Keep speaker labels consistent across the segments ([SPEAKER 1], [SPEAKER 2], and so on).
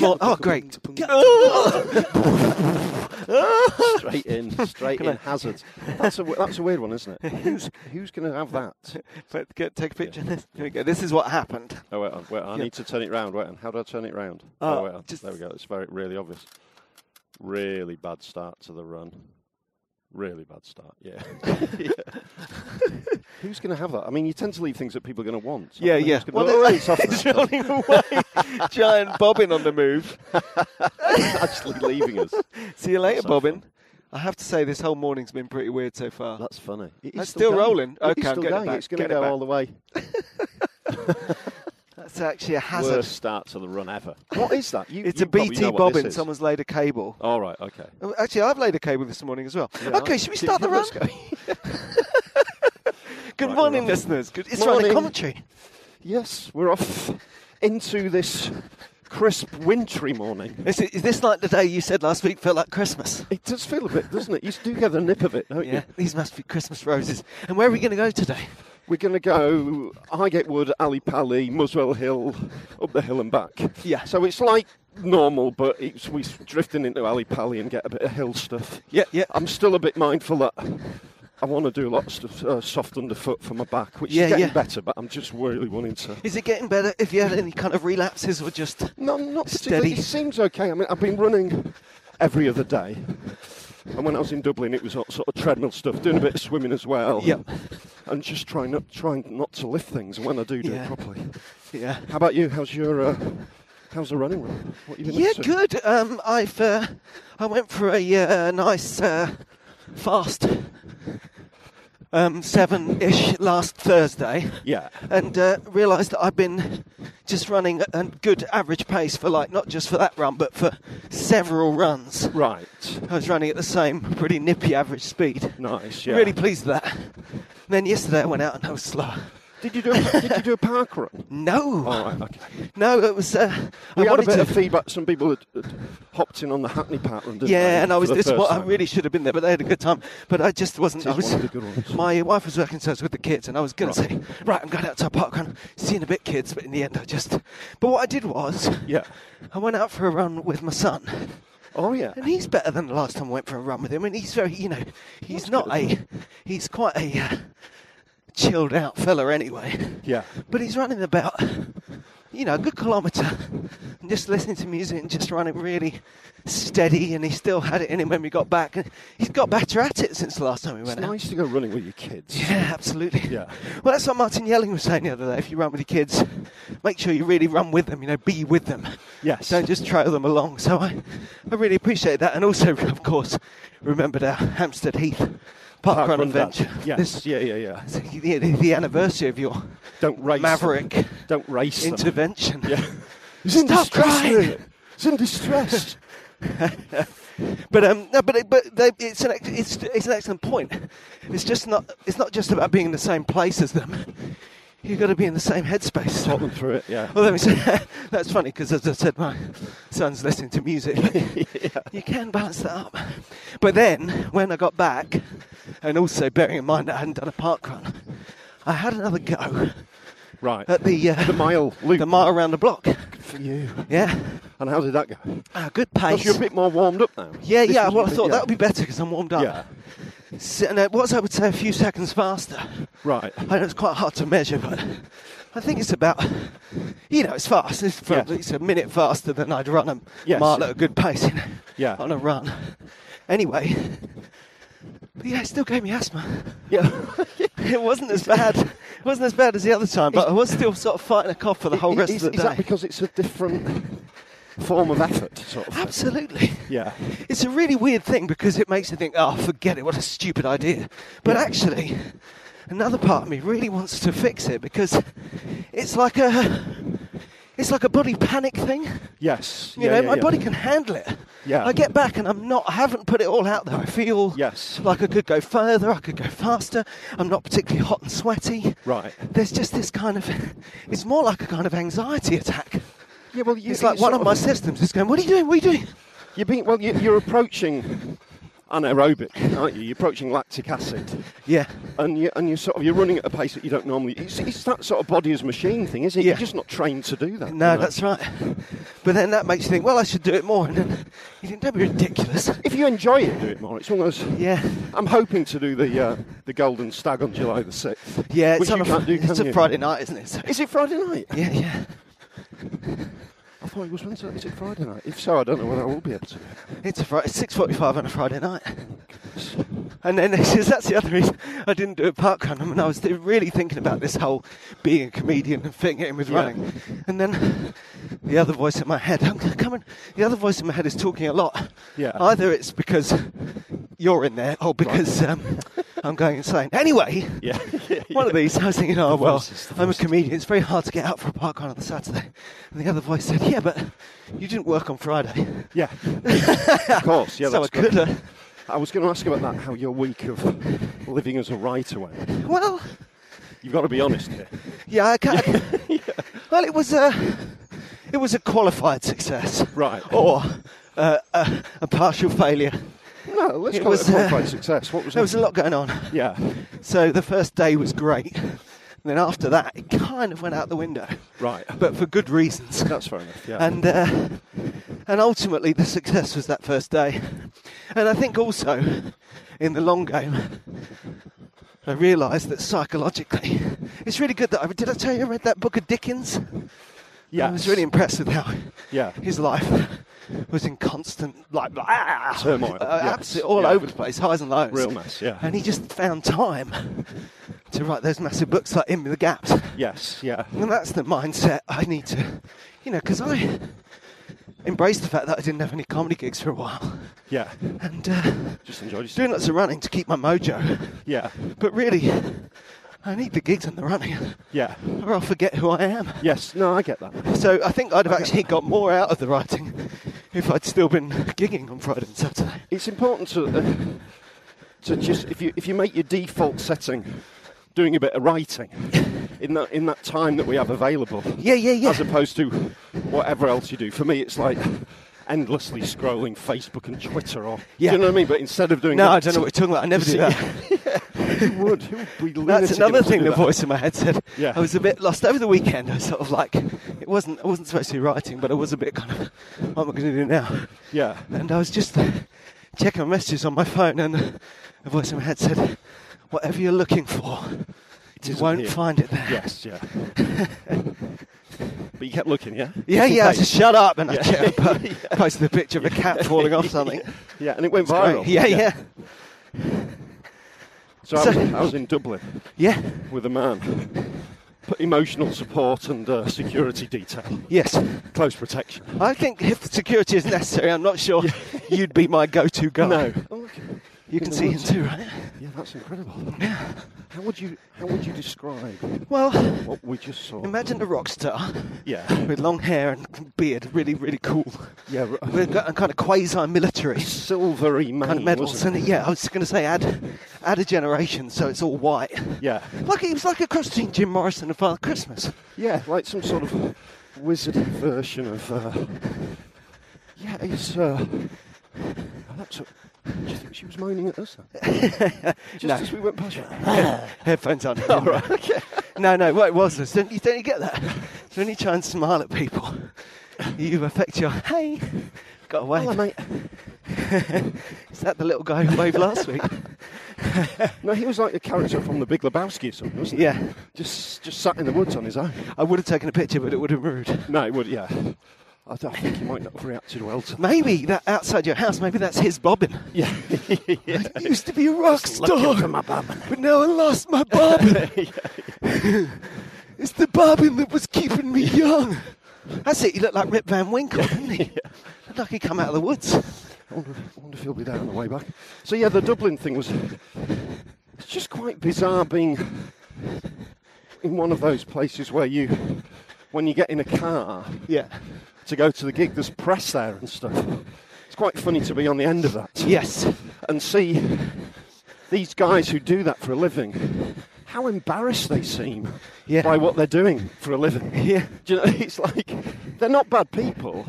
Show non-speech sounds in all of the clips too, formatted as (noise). [SPEAKER 1] morning. Oh, great.
[SPEAKER 2] straight (laughs) in, straight
[SPEAKER 1] Gonna-
[SPEAKER 2] in hazards. That's a that's a weird one, isn't it? Who's who's going to have that?
[SPEAKER 1] Let's get, take a picture. of this. Here we go. This is what happened.
[SPEAKER 2] (laughs) Oh wait on, wait on. I
[SPEAKER 1] Yeah.
[SPEAKER 2] need to turn it round. Wait on. How do I turn it round?
[SPEAKER 1] Uh,
[SPEAKER 2] oh wait on.
[SPEAKER 1] just-
[SPEAKER 2] There we go. It's very really obvious. Really bad start to the run. Really bad start. Yeah. (laughs) yeah. who's going to have that? I mean, you tend to leave things that people are going to want.
[SPEAKER 1] Yeah,
[SPEAKER 2] Who's
[SPEAKER 1] yeah.
[SPEAKER 2] gonna-
[SPEAKER 1] Well,
[SPEAKER 2] oh,
[SPEAKER 1] they-
[SPEAKER 2] (laughs) it's off
[SPEAKER 1] it's
[SPEAKER 2] now.
[SPEAKER 1] running away. Giant bobbin on the move.
[SPEAKER 2] actually leaving (laughs) us.
[SPEAKER 1] See you later,
[SPEAKER 2] So
[SPEAKER 1] bobbin.
[SPEAKER 2] fun.
[SPEAKER 1] I have to say, this whole morning's been pretty weird so far.
[SPEAKER 2] That's funny. It is
[SPEAKER 1] That's still
[SPEAKER 2] going.
[SPEAKER 1] rolling.
[SPEAKER 2] It
[SPEAKER 1] Okay,
[SPEAKER 2] is
[SPEAKER 1] I'm
[SPEAKER 2] still
[SPEAKER 1] getting it
[SPEAKER 2] going.
[SPEAKER 1] back,
[SPEAKER 2] It's going to
[SPEAKER 1] getting it
[SPEAKER 2] go
[SPEAKER 1] back.
[SPEAKER 2] all the way.
[SPEAKER 1] That's actually a hazard.
[SPEAKER 2] Worst start to the run ever. What is that? You,
[SPEAKER 1] It's
[SPEAKER 2] you
[SPEAKER 1] a
[SPEAKER 2] probably
[SPEAKER 1] BT
[SPEAKER 2] know what this
[SPEAKER 1] bobbin.
[SPEAKER 2] is.
[SPEAKER 1] Someone's laid a cable.
[SPEAKER 2] All right. Okay.
[SPEAKER 1] Oh, Actually, I've laid a cable this morning as well.
[SPEAKER 2] Yeah,
[SPEAKER 1] okay,
[SPEAKER 2] right.
[SPEAKER 1] should we
[SPEAKER 2] (laughs)
[SPEAKER 1] start the run?
[SPEAKER 2] Let's go.
[SPEAKER 1] (laughs) Good
[SPEAKER 2] Right,
[SPEAKER 1] morning,
[SPEAKER 2] we're on.
[SPEAKER 1] listeners. Good, it's
[SPEAKER 2] Morning.
[SPEAKER 1] running commentary.
[SPEAKER 2] Yes, we're off (laughs) into this crisp, wintry morning.
[SPEAKER 1] Is, it, is this like the day you said last week felt like Christmas?
[SPEAKER 2] It does feel a bit, doesn't it? You do get a nip of it, don't
[SPEAKER 1] Yeah,
[SPEAKER 2] you?
[SPEAKER 1] these must be Christmas roses. And where are we going to go today?
[SPEAKER 2] We're going to go Highgatewood, Ali Pali, Muswell Hill, up the hill and back.
[SPEAKER 1] Yeah.
[SPEAKER 2] So it's like normal, but it's, we're drifting into Ali Pali and get a bit of hill stuff.
[SPEAKER 1] Yeah, yeah.
[SPEAKER 2] I'm still a bit mindful that I want to do a lot of stuff, uh, soft underfoot for my back, which
[SPEAKER 1] Yeah,
[SPEAKER 2] is getting
[SPEAKER 1] yeah.
[SPEAKER 2] better, but I'm just really wanting to
[SPEAKER 1] Is it getting better? If you had any kind of relapses or just
[SPEAKER 2] No, not particularly.
[SPEAKER 1] Steady.
[SPEAKER 2] It seems okay. I mean, I've been running every other day. And when I was in Dublin, it was all sort of treadmill stuff, doing a bit of swimming as well.
[SPEAKER 1] Yep.
[SPEAKER 2] And just trying not, trying not to lift things when I do do
[SPEAKER 1] Yeah.
[SPEAKER 2] it properly.
[SPEAKER 1] yeah,
[SPEAKER 2] How about you? How's your, uh, how's the running run? What you been up
[SPEAKER 1] yeah,
[SPEAKER 2] to?
[SPEAKER 1] good. Um, I've uh, I went for a uh, nice uh, fast um, seven-ish last Thursday.
[SPEAKER 2] Yeah.
[SPEAKER 1] and uh, realised that I've been just running at a good average pace for like not just for that run, but for several runs.
[SPEAKER 2] Right.
[SPEAKER 1] I was running at the same pretty nippy average speed.
[SPEAKER 2] Nice, yeah.
[SPEAKER 1] Really pleased with that. And then yesterday I went out and I was slow.
[SPEAKER 2] Did you do (laughs) a, did you do a park (laughs) run?
[SPEAKER 1] No,
[SPEAKER 2] All right, okay.
[SPEAKER 1] no, it was. Uh,
[SPEAKER 2] Oh.
[SPEAKER 1] I
[SPEAKER 2] We had a
[SPEAKER 1] wanted
[SPEAKER 2] bit
[SPEAKER 1] to.
[SPEAKER 2] of feedback. Some people had, had hopped in on the Hackney park run, didn't they,
[SPEAKER 1] yeah, and I
[SPEAKER 2] for
[SPEAKER 1] was.
[SPEAKER 2] the
[SPEAKER 1] This is
[SPEAKER 2] first
[SPEAKER 1] what I
[SPEAKER 2] time.
[SPEAKER 1] really should have been there, but they had a good time. But I just wasn't.
[SPEAKER 2] It is
[SPEAKER 1] I was.
[SPEAKER 2] one of the good ones.
[SPEAKER 1] My wife was working, so I was with the kids, and I was going
[SPEAKER 2] Right.
[SPEAKER 1] to say, right, I'm going out to a park run, see you in a bit, kids. But in the end, I just. But what I did was,
[SPEAKER 2] Yeah.
[SPEAKER 1] I went out for a run with my son,
[SPEAKER 2] Oh, yeah.
[SPEAKER 1] and he's better than the last time I went for a run with him. And he's very, you know, he's
[SPEAKER 2] That's
[SPEAKER 1] not
[SPEAKER 2] good,
[SPEAKER 1] a, he's quite a uh, chilled out fella anyway.
[SPEAKER 2] Yeah.
[SPEAKER 1] But he's running about, you know, a good kilometre, and just listening to music and just running really steady. And he still had it in him when we got back, and he's got better at it since the last time we
[SPEAKER 2] It's
[SPEAKER 1] went out.
[SPEAKER 2] nice to go running with your kids.
[SPEAKER 1] Yeah, absolutely.
[SPEAKER 2] Yeah.
[SPEAKER 1] Well, that's what Martin Yelling was saying the other day. If you run with your kids, make sure you really run with them. You know, be with them.
[SPEAKER 2] Yes.
[SPEAKER 1] Don't just trail them along. So I, I really appreciate that, and also, of course, remembered our Hampstead Heath Park,
[SPEAKER 2] Park
[SPEAKER 1] Run
[SPEAKER 2] run dad.
[SPEAKER 1] adventure.
[SPEAKER 2] Yes,
[SPEAKER 1] This-
[SPEAKER 2] yeah, yeah, yeah.
[SPEAKER 1] the, the- the anniversary of your
[SPEAKER 2] Don't race. them.
[SPEAKER 1] maverick
[SPEAKER 2] Don't race. them.
[SPEAKER 1] intervention.
[SPEAKER 2] Yeah.
[SPEAKER 1] (laughs) Stop crying.
[SPEAKER 2] Stuart. He's in distress.
[SPEAKER 1] But um, no, but it, but they, it's an ex- it's it's an excellent point. It's just not it's not just about being in the same place as them. you've got to be in the same headspace.
[SPEAKER 2] Talk them through it, yeah.
[SPEAKER 1] Well, let me say (laughs) that's funny because, as I said, my son's listening to
[SPEAKER 2] (laughs)
[SPEAKER 1] music. You can balance that up. But then, when I got back, and also bearing in mind I hadn't done a park run, I had another go
[SPEAKER 2] Right.
[SPEAKER 1] at the uh,
[SPEAKER 2] the mile loop
[SPEAKER 1] the mile around the block.
[SPEAKER 2] for you.
[SPEAKER 1] Yeah,
[SPEAKER 2] And how did that go?
[SPEAKER 1] a good
[SPEAKER 2] Because
[SPEAKER 1] pace.
[SPEAKER 2] you're a bit more warmed up now.
[SPEAKER 1] yeah,
[SPEAKER 2] This
[SPEAKER 1] yeah.
[SPEAKER 2] was
[SPEAKER 1] Well, I
[SPEAKER 2] a bit-
[SPEAKER 1] thought
[SPEAKER 2] yeah.
[SPEAKER 1] that would be better because I'm warmed up.
[SPEAKER 2] Yeah.
[SPEAKER 1] So, and it was, I would say, a few seconds faster.
[SPEAKER 2] Right.
[SPEAKER 1] I know it's quite hard to measure, but I think it's about, you know, it's fast. It's, probably, it's a minute faster than I'd run a
[SPEAKER 2] Yes.
[SPEAKER 1] mile at a good pace you know,
[SPEAKER 2] Yeah.
[SPEAKER 1] on a run. Anyway, but yeah, it still gave me asthma.
[SPEAKER 2] Yeah.
[SPEAKER 1] It wasn't as bad. It wasn't as bad as the other time, but I was still sort of fighting a cough for the whole rest
[SPEAKER 2] is,
[SPEAKER 1] of the
[SPEAKER 2] is
[SPEAKER 1] day.
[SPEAKER 2] that because it's a different form of effort, sort of?
[SPEAKER 1] Absolutely.
[SPEAKER 2] Yeah.
[SPEAKER 1] It's a really weird thing because it makes you think, oh, forget it, what a stupid idea. But actually, another part of me really wants to fix it because it's like a it's like a body panic thing.
[SPEAKER 2] Yes.
[SPEAKER 1] You
[SPEAKER 2] yeah,
[SPEAKER 1] know,
[SPEAKER 2] yeah,
[SPEAKER 1] my
[SPEAKER 2] yeah.
[SPEAKER 1] body can handle it.
[SPEAKER 2] Yeah.
[SPEAKER 1] I get back and I'm not I haven't put it all out there. I feel
[SPEAKER 2] Yes.
[SPEAKER 1] like I could go further, I could go faster. I'm not particularly hot and sweaty.
[SPEAKER 2] Right.
[SPEAKER 1] There's just this kind of it's more like a kind of anxiety attack.
[SPEAKER 2] Yeah, well, you,
[SPEAKER 1] It's like
[SPEAKER 2] you
[SPEAKER 1] one
[SPEAKER 2] sort
[SPEAKER 1] of my systems is going, What are you doing? What are you doing?
[SPEAKER 2] You're being, well, you, you're approaching anaerobic, aren't you? You're approaching lactic acid.
[SPEAKER 1] Yeah.
[SPEAKER 2] And you and you sort of you're running at a pace that you don't normally. It's, it's that sort of body as machine thing, isn't it?
[SPEAKER 1] Yeah.
[SPEAKER 2] You're just not trained to do that.
[SPEAKER 1] No,
[SPEAKER 2] you know?
[SPEAKER 1] that's right. But then that makes you think, well, I should do it more. And then you think, don't be ridiculous.
[SPEAKER 2] If you enjoy it, do it more. It's one of those.
[SPEAKER 1] Yeah,
[SPEAKER 2] I'm hoping to do the uh, the Golden Stag on July the sixth.
[SPEAKER 1] yeah. It's
[SPEAKER 2] which
[SPEAKER 1] on
[SPEAKER 2] you
[SPEAKER 1] a,
[SPEAKER 2] can't do,
[SPEAKER 1] it's
[SPEAKER 2] can
[SPEAKER 1] a
[SPEAKER 2] you?
[SPEAKER 1] Friday night, isn't it? So-
[SPEAKER 2] Is it Friday night?
[SPEAKER 1] yeah, yeah.
[SPEAKER 2] I thought it was Wednesday. Is it Friday night? If so, I don't know whether I will be able to. do it.
[SPEAKER 1] It's a Friday. It's six forty-five on a Friday night. And then this is, that's the other reason I didn't do a park run. I mean, I was th- really thinking about this whole being a comedian and fitting it in with
[SPEAKER 2] Yeah.
[SPEAKER 1] running. And then the other voice in my head, I'm gonna come and The other voice in my head is talking a lot.
[SPEAKER 2] Yeah.
[SPEAKER 1] Either it's because you're in there, or because um, I'm going insane. Anyway. (laughs)
[SPEAKER 2] Yeah.
[SPEAKER 1] One of these, I was thinking, oh, well,
[SPEAKER 2] voices, the
[SPEAKER 1] I'm a comedian. It's very hard to get out for a park run on the Saturday. And the other voice said, yeah, but you didn't work on Friday.
[SPEAKER 2] yeah. of course. Yeah.
[SPEAKER 1] (laughs) so I
[SPEAKER 2] that's
[SPEAKER 1] could
[SPEAKER 2] good.
[SPEAKER 1] have.
[SPEAKER 2] I was going to ask about that. How your week of living as a writer went.
[SPEAKER 1] Well,
[SPEAKER 2] You've got to be honest here.
[SPEAKER 1] yeah, I can
[SPEAKER 2] (laughs)
[SPEAKER 1] Well, it was a, it was a qualified success.
[SPEAKER 2] Right.
[SPEAKER 1] Or uh, a, a partial failure.
[SPEAKER 2] No, let's
[SPEAKER 1] It
[SPEAKER 2] call
[SPEAKER 1] was,
[SPEAKER 2] it a qualified
[SPEAKER 1] uh,
[SPEAKER 2] success. What was
[SPEAKER 1] There was
[SPEAKER 2] it?
[SPEAKER 1] a lot going on.
[SPEAKER 2] Yeah.
[SPEAKER 1] So the first day was great. And then after that, it kind of went out the window.
[SPEAKER 2] Right.
[SPEAKER 1] But for good reasons.
[SPEAKER 2] That's fair enough. Yeah.
[SPEAKER 1] and uh, and ultimately the success was that first day, and I think also in the long game, I realised that psychologically, it's really good that I did. I tell you I read that book of Dickens.
[SPEAKER 2] yeah.
[SPEAKER 1] I was really impressed with how (laughs)
[SPEAKER 2] Yeah.
[SPEAKER 1] his life (laughs) was in constant like ah,
[SPEAKER 2] Turmoil,
[SPEAKER 1] uh,
[SPEAKER 2] yes,
[SPEAKER 1] absolute- all
[SPEAKER 2] yeah.
[SPEAKER 1] over the place, highs and lows,
[SPEAKER 2] Real mess, yeah.
[SPEAKER 1] And he just found time (laughs) to write those massive books like In the Gaps.
[SPEAKER 2] Yes. Yeah.
[SPEAKER 1] And that's the mindset I need to, you know, because I embraced the fact that I didn't have any comedy gigs for a while
[SPEAKER 2] Yeah.
[SPEAKER 1] and uh,
[SPEAKER 2] Just enjoyed yourself.
[SPEAKER 1] doing lots of running to keep my mojo.
[SPEAKER 2] Yeah.
[SPEAKER 1] But really, I need the gigs and the running
[SPEAKER 2] Yeah.
[SPEAKER 1] or I'll forget who I am.
[SPEAKER 2] Yes. No, I get that.
[SPEAKER 1] So I think I'd have actually got more out of the writing (laughs) if I'd still been gigging on Friday and Saturday.
[SPEAKER 2] It's important to uh, to just if you if you make your default setting, doing a bit of writing in that in that time that we have available.
[SPEAKER 1] Yeah, yeah, yeah.
[SPEAKER 2] As opposed to whatever else you do. For me, it's like endlessly scrolling Facebook and Twitter, or
[SPEAKER 1] Yeah.
[SPEAKER 2] do you know what I mean? But instead of doing
[SPEAKER 1] no,
[SPEAKER 2] that,
[SPEAKER 1] I don't know what you're talking about. I never do that.
[SPEAKER 2] (laughs) who would who would be
[SPEAKER 1] That's
[SPEAKER 2] lunatic
[SPEAKER 1] another
[SPEAKER 2] enough to
[SPEAKER 1] thing
[SPEAKER 2] do
[SPEAKER 1] the
[SPEAKER 2] that?
[SPEAKER 1] voice in my head said.
[SPEAKER 2] Yeah.
[SPEAKER 1] I was a bit lost over the weekend. I sort of like it wasn't I wasn't supposed to be writing, but I was a bit kind of what am I going to do now?
[SPEAKER 2] Yeah.
[SPEAKER 1] And I was just checking messages on my phone, and the voice in my head said, "Whatever you're looking for, you
[SPEAKER 2] isn't
[SPEAKER 1] won't
[SPEAKER 2] here."
[SPEAKER 1] find it there."
[SPEAKER 2] Yes, yeah. but you kept looking, yeah?
[SPEAKER 1] Yeah,
[SPEAKER 2] Just in
[SPEAKER 1] yeah. I
[SPEAKER 2] case.
[SPEAKER 1] said, shut up, and I
[SPEAKER 2] (laughs)
[SPEAKER 1] checked, I po- posted a picture of a cat falling off something.
[SPEAKER 2] Yeah, and it went
[SPEAKER 1] It's great.
[SPEAKER 2] viral.
[SPEAKER 1] Yeah, yeah,
[SPEAKER 2] So I
[SPEAKER 1] (laughs)
[SPEAKER 2] was,
[SPEAKER 1] So-
[SPEAKER 2] I was in Dublin
[SPEAKER 1] yeah.
[SPEAKER 2] with a man. Put emotional support and uh, security detail.
[SPEAKER 1] Yes,
[SPEAKER 2] Close protection.
[SPEAKER 1] I think if security is necessary, I'm not sure (laughs) you'd be my go-to guy.
[SPEAKER 2] No. Oh, look.
[SPEAKER 1] you can see him too, right?
[SPEAKER 2] Yeah, that's incredible. How would you How would you describe
[SPEAKER 1] Well,
[SPEAKER 2] what we just saw?
[SPEAKER 1] imagine a rock star
[SPEAKER 2] Yeah.
[SPEAKER 1] with long hair and beard, really, really cool.
[SPEAKER 2] Yeah. r-
[SPEAKER 1] We've got a kind of quasi-military
[SPEAKER 2] Silvery man.
[SPEAKER 1] kind of medals,
[SPEAKER 2] wasn't
[SPEAKER 1] and
[SPEAKER 2] it?
[SPEAKER 1] yeah, I was going to say add add a generation, so it's all white.
[SPEAKER 2] Yeah.
[SPEAKER 1] Like it was like a cross between Jim Morrison and Father Christmas.
[SPEAKER 2] Yeah, like some sort of wizard version of. Uh, yeah, it's. Uh, oh, that's a, do you think she was moaning at (laughs) us? Just
[SPEAKER 1] No.
[SPEAKER 2] as we went past her.
[SPEAKER 1] Headphones on. All right. Okay. (laughs) No, no. What it was was don't you don't you get that? So when you try and smile at people, (laughs) you affect your hey. (laughs) Got away.
[SPEAKER 2] Hello, mate.
[SPEAKER 1] Is that the little guy who waved last week?
[SPEAKER 2] No, he was like a character from The Big Lebowski or something, wasn't he?
[SPEAKER 1] Yeah.
[SPEAKER 2] Just, just sat in the woods on his own.
[SPEAKER 1] I would have taken a picture, but it would have been rude.
[SPEAKER 2] No, he would, yeah. I, don't- I think he might not have reacted well to that.
[SPEAKER 1] Maybe that outside your house, maybe that's his bobbin. (laughs)
[SPEAKER 2] Yeah. yeah.
[SPEAKER 1] I used to be a rock
[SPEAKER 2] Looking
[SPEAKER 1] star,
[SPEAKER 2] for my bum.
[SPEAKER 1] but now I lost my bobbin. it's the bobbin that was keeping me young. That's it. He looked like Rip Van Winkle, didn't he? Looked like he'd come out of the woods.
[SPEAKER 2] I wonder, I wonder if he'll be there on the way back. So yeah, the Dublin thing was it's just quite bizarre being in one of those places where you when you get in a car
[SPEAKER 1] Yeah.
[SPEAKER 2] to go to the gig, there's press there and stuff. It's quite funny to be on the end of that
[SPEAKER 1] Yes.
[SPEAKER 2] and see these guys who do that for a living, how embarrassed they seem
[SPEAKER 1] Yeah.
[SPEAKER 2] by what they're doing for a living.
[SPEAKER 1] (laughs) Yeah.
[SPEAKER 2] Do you know, (laughs) it's like they're not bad people.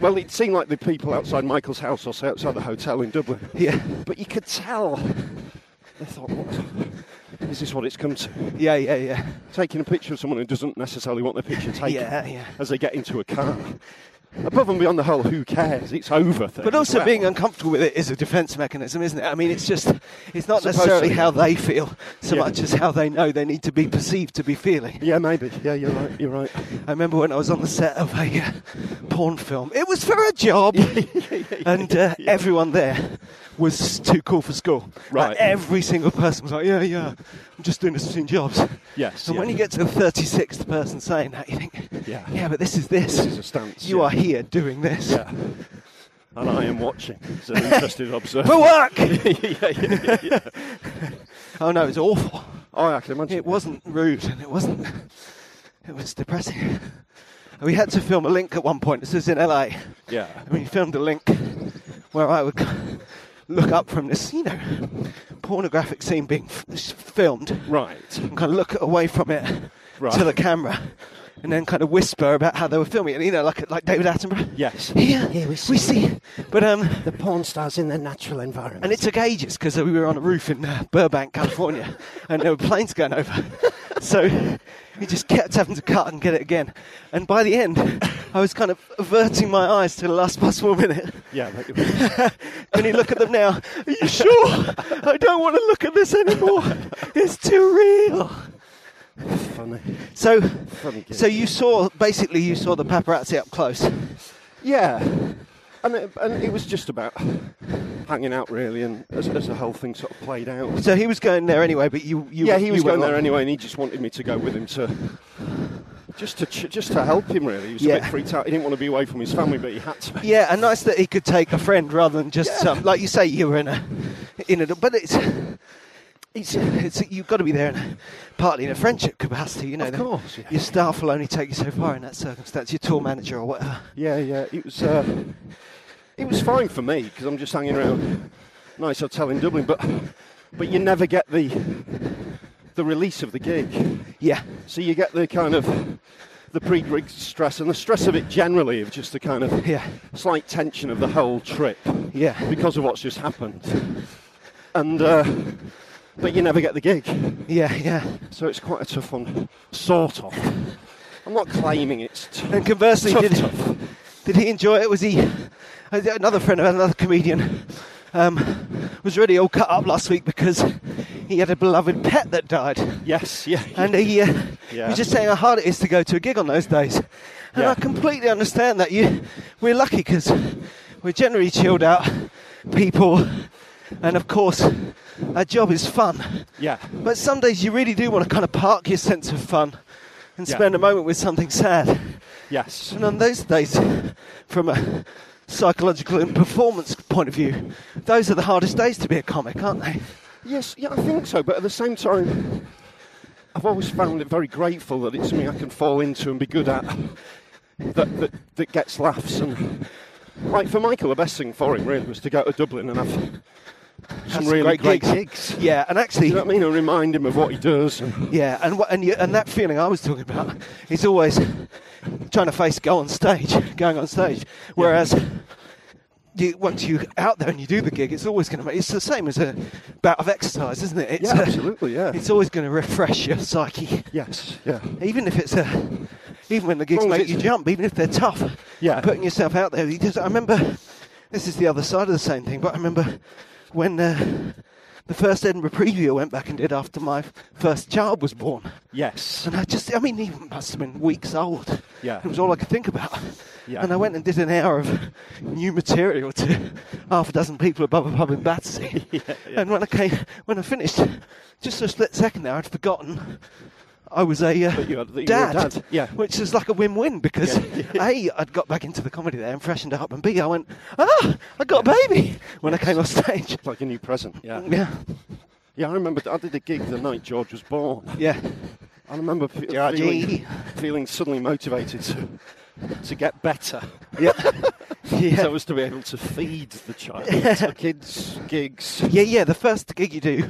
[SPEAKER 2] Well, it seemed like the people outside Michael's house or say outside the hotel in Dublin.
[SPEAKER 1] Yeah.
[SPEAKER 2] But you could tell they thought, what is this what it's come to?
[SPEAKER 1] Yeah, yeah, yeah.
[SPEAKER 2] Taking a picture of someone who doesn't necessarily want their picture taken
[SPEAKER 1] Yeah, yeah.
[SPEAKER 2] as they get into a car. Above and beyond the whole who cares, it's over thing.
[SPEAKER 1] But
[SPEAKER 2] as
[SPEAKER 1] also
[SPEAKER 2] well.
[SPEAKER 1] being uncomfortable with it is a defence mechanism, isn't it? I mean, it's just, it's not
[SPEAKER 2] Supposed
[SPEAKER 1] necessarily
[SPEAKER 2] to.
[SPEAKER 1] how they feel so
[SPEAKER 2] Yeah.
[SPEAKER 1] much as how they know they need to be perceived to be feeling.
[SPEAKER 2] Yeah, maybe. Yeah, you're right. You're right.
[SPEAKER 1] I remember when I was on the set of a uh, porn film. It was for a
[SPEAKER 2] (laughs)
[SPEAKER 1] job, and uh, everyone there was too cool for school. Like,
[SPEAKER 2] Right.
[SPEAKER 1] every single person was like, "Yeah, yeah, I'm just doing this between jobs."
[SPEAKER 2] Yes,
[SPEAKER 1] And when
[SPEAKER 2] yeah.
[SPEAKER 1] you get to the thirty-sixth person saying that, you think,
[SPEAKER 2] Yeah.
[SPEAKER 1] yeah, but this is this.
[SPEAKER 2] This is a stance,
[SPEAKER 1] You
[SPEAKER 2] yeah. (laughs)
[SPEAKER 1] are here doing this
[SPEAKER 2] Yeah. And I am watching. (laughs) It's an interested observer.
[SPEAKER 1] for work."
[SPEAKER 2] (laughs) yeah, yeah, yeah.
[SPEAKER 1] (laughs) oh no, it was awful.
[SPEAKER 2] Oh, I can imagine.
[SPEAKER 1] It wasn't rude, and it wasn't. It was depressing. And We had to film a link at one point. This was in LA.
[SPEAKER 2] Yeah.
[SPEAKER 1] I mean, he filmed a link where I would (laughs) look up from this, you know, pornographic scene being f- filmed
[SPEAKER 2] Right.
[SPEAKER 1] and kind of look away from it
[SPEAKER 2] Right.
[SPEAKER 1] to the camera and then kind of whisper about how they were filming it, you know, like, like David Attenborough.
[SPEAKER 2] Yes.
[SPEAKER 1] Here,
[SPEAKER 2] Here
[SPEAKER 1] we
[SPEAKER 2] we
[SPEAKER 1] see.
[SPEAKER 2] see.
[SPEAKER 1] But, um,
[SPEAKER 2] The porn stars in their natural environment.
[SPEAKER 1] and it took ages because we were on a roof in uh, Burbank, California, (laughs) and there were planes going over. (laughs) So we just kept having to cut and get it again. And by the end, (laughs) I was kind of averting my eyes to the last possible minute. (laughs)
[SPEAKER 2] yeah. (laughs) But,
[SPEAKER 1] When you look at them now, are you sure? I don't want to look at this anymore. It's too real.
[SPEAKER 2] funny.
[SPEAKER 1] So,
[SPEAKER 2] Funny gig.
[SPEAKER 1] so you saw basically you saw the paparazzi up close.
[SPEAKER 2] Yeah. And it, and it was just about hanging out really, and as, as the whole thing sort of played out.
[SPEAKER 1] So he was going there anyway, but you, you
[SPEAKER 2] yeah, he
[SPEAKER 1] you
[SPEAKER 2] was
[SPEAKER 1] went
[SPEAKER 2] going there
[SPEAKER 1] along.
[SPEAKER 2] anyway, and he just wanted me to go with him to just to ch- just to help him. Really, he was
[SPEAKER 1] Yeah.
[SPEAKER 2] a bit freaked out. He didn't want to be away from his family, but he had to. Be.
[SPEAKER 1] Yeah, and nice that he could take a friend rather than just
[SPEAKER 2] Yeah.
[SPEAKER 1] um, like you say you were in a in a but it's. It's, it's, you've got to be there, in a, partly in a friendship capacity. You know,
[SPEAKER 2] Of
[SPEAKER 1] The-
[SPEAKER 2] course, yeah.
[SPEAKER 1] your staff will only take you so far in that circumstance. Your tour manager or whatever.
[SPEAKER 2] Yeah, yeah. It was uh, it was fine for me because I'm just hanging around a nice hotel in Dublin, but but you never get the the release of the gig.
[SPEAKER 1] Yeah,
[SPEAKER 2] So you get the kind of the pre-gig stress and the stress of it generally of just the kind of
[SPEAKER 1] Yeah.
[SPEAKER 2] slight tension of the whole trip
[SPEAKER 1] yeah.
[SPEAKER 2] because of what's just happened. And uh, but you never get the gig,
[SPEAKER 1] Yeah, yeah.
[SPEAKER 2] so it's quite a tough one, sort of. I'm not claiming it's t-
[SPEAKER 1] And conversely,
[SPEAKER 2] tough,
[SPEAKER 1] did,
[SPEAKER 2] tough.
[SPEAKER 1] did he enjoy it? Was he I- another friend of another comedian? Um, was really all cut up last week because he had a beloved pet that died,
[SPEAKER 2] Yes, yeah,
[SPEAKER 1] and he, uh,
[SPEAKER 2] Yeah.
[SPEAKER 1] was just saying how hard it is to go to a gig on those days. And
[SPEAKER 2] Yeah.
[SPEAKER 1] I completely understand that. You, we're lucky because we're generally chilled out people, and of course, our job is fun.
[SPEAKER 2] yeah,
[SPEAKER 1] But some days you really do want to kind of park your sense of fun and
[SPEAKER 2] Yeah.
[SPEAKER 1] spend a moment with something sad.
[SPEAKER 2] yes.
[SPEAKER 1] And on those days, from a psychological and performance point of view, those are the hardest days to be a comic, aren't they?
[SPEAKER 2] Yes, yeah, I think so. But at the same time, I've always found it very grateful that it's something I can fall into and be good at. That that, that gets laughs and like for Michael, the best thing for him really was to go to Dublin and have some
[SPEAKER 1] That's
[SPEAKER 2] really great,
[SPEAKER 1] gigs. Yeah, and actually,
[SPEAKER 2] You know what I mean? And remind him of what he does. And,
[SPEAKER 1] Yeah, and what, and, you, and that feeling I was talking about is always trying to face go on stage, going on stage. Whereas you, once you out there and you do the gig, it's always going to make. It's the same as a bout of exercise, isn't it? It's
[SPEAKER 2] Yeah,
[SPEAKER 1] uh,
[SPEAKER 2] absolutely, yeah.
[SPEAKER 1] It's always going to refresh your psyche,
[SPEAKER 2] yes, yeah.
[SPEAKER 1] even if it's a. Even when the gigs
[SPEAKER 2] long as
[SPEAKER 1] make you
[SPEAKER 2] it's-
[SPEAKER 1] jump, even if they're tough,
[SPEAKER 2] Yeah.
[SPEAKER 1] putting yourself out there. You just, I remember, this is the other side of the same thing, but I remember when uh, the first Edinburgh preview I went back and did after my first child was born.
[SPEAKER 2] Yes. (laughs)
[SPEAKER 1] And I just, I mean, he must have been weeks old.
[SPEAKER 2] Yeah.
[SPEAKER 1] It was all I could think about.
[SPEAKER 2] Yeah.
[SPEAKER 1] And I went and did an hour of new material to half a dozen people above a pub in Battersea.
[SPEAKER 2] (laughs)
[SPEAKER 1] And when I came, when I finished, just for a split second there, I'd forgotten I was a, uh,
[SPEAKER 2] you had- that you were a
[SPEAKER 1] dad,
[SPEAKER 2] dad, yeah.
[SPEAKER 1] Which is like a win-win because
[SPEAKER 2] (laughs)
[SPEAKER 1] A, I'd got back into the comedy there and freshened up, and B, I went, ah, I got a baby when I came off stage.
[SPEAKER 2] Like a new present. Yeah.
[SPEAKER 1] Yeah.
[SPEAKER 2] Yeah, I remember I did a gig the night George was born.
[SPEAKER 1] Yeah.
[SPEAKER 2] I remember fe-
[SPEAKER 1] Georgie.
[SPEAKER 2] feeling, (laughs) feeling suddenly motivated to, to get better
[SPEAKER 1] Yeah. yeah.
[SPEAKER 2] so as to be able to feed the child. the kids, gigs.
[SPEAKER 1] Yeah, yeah. The first gig you do,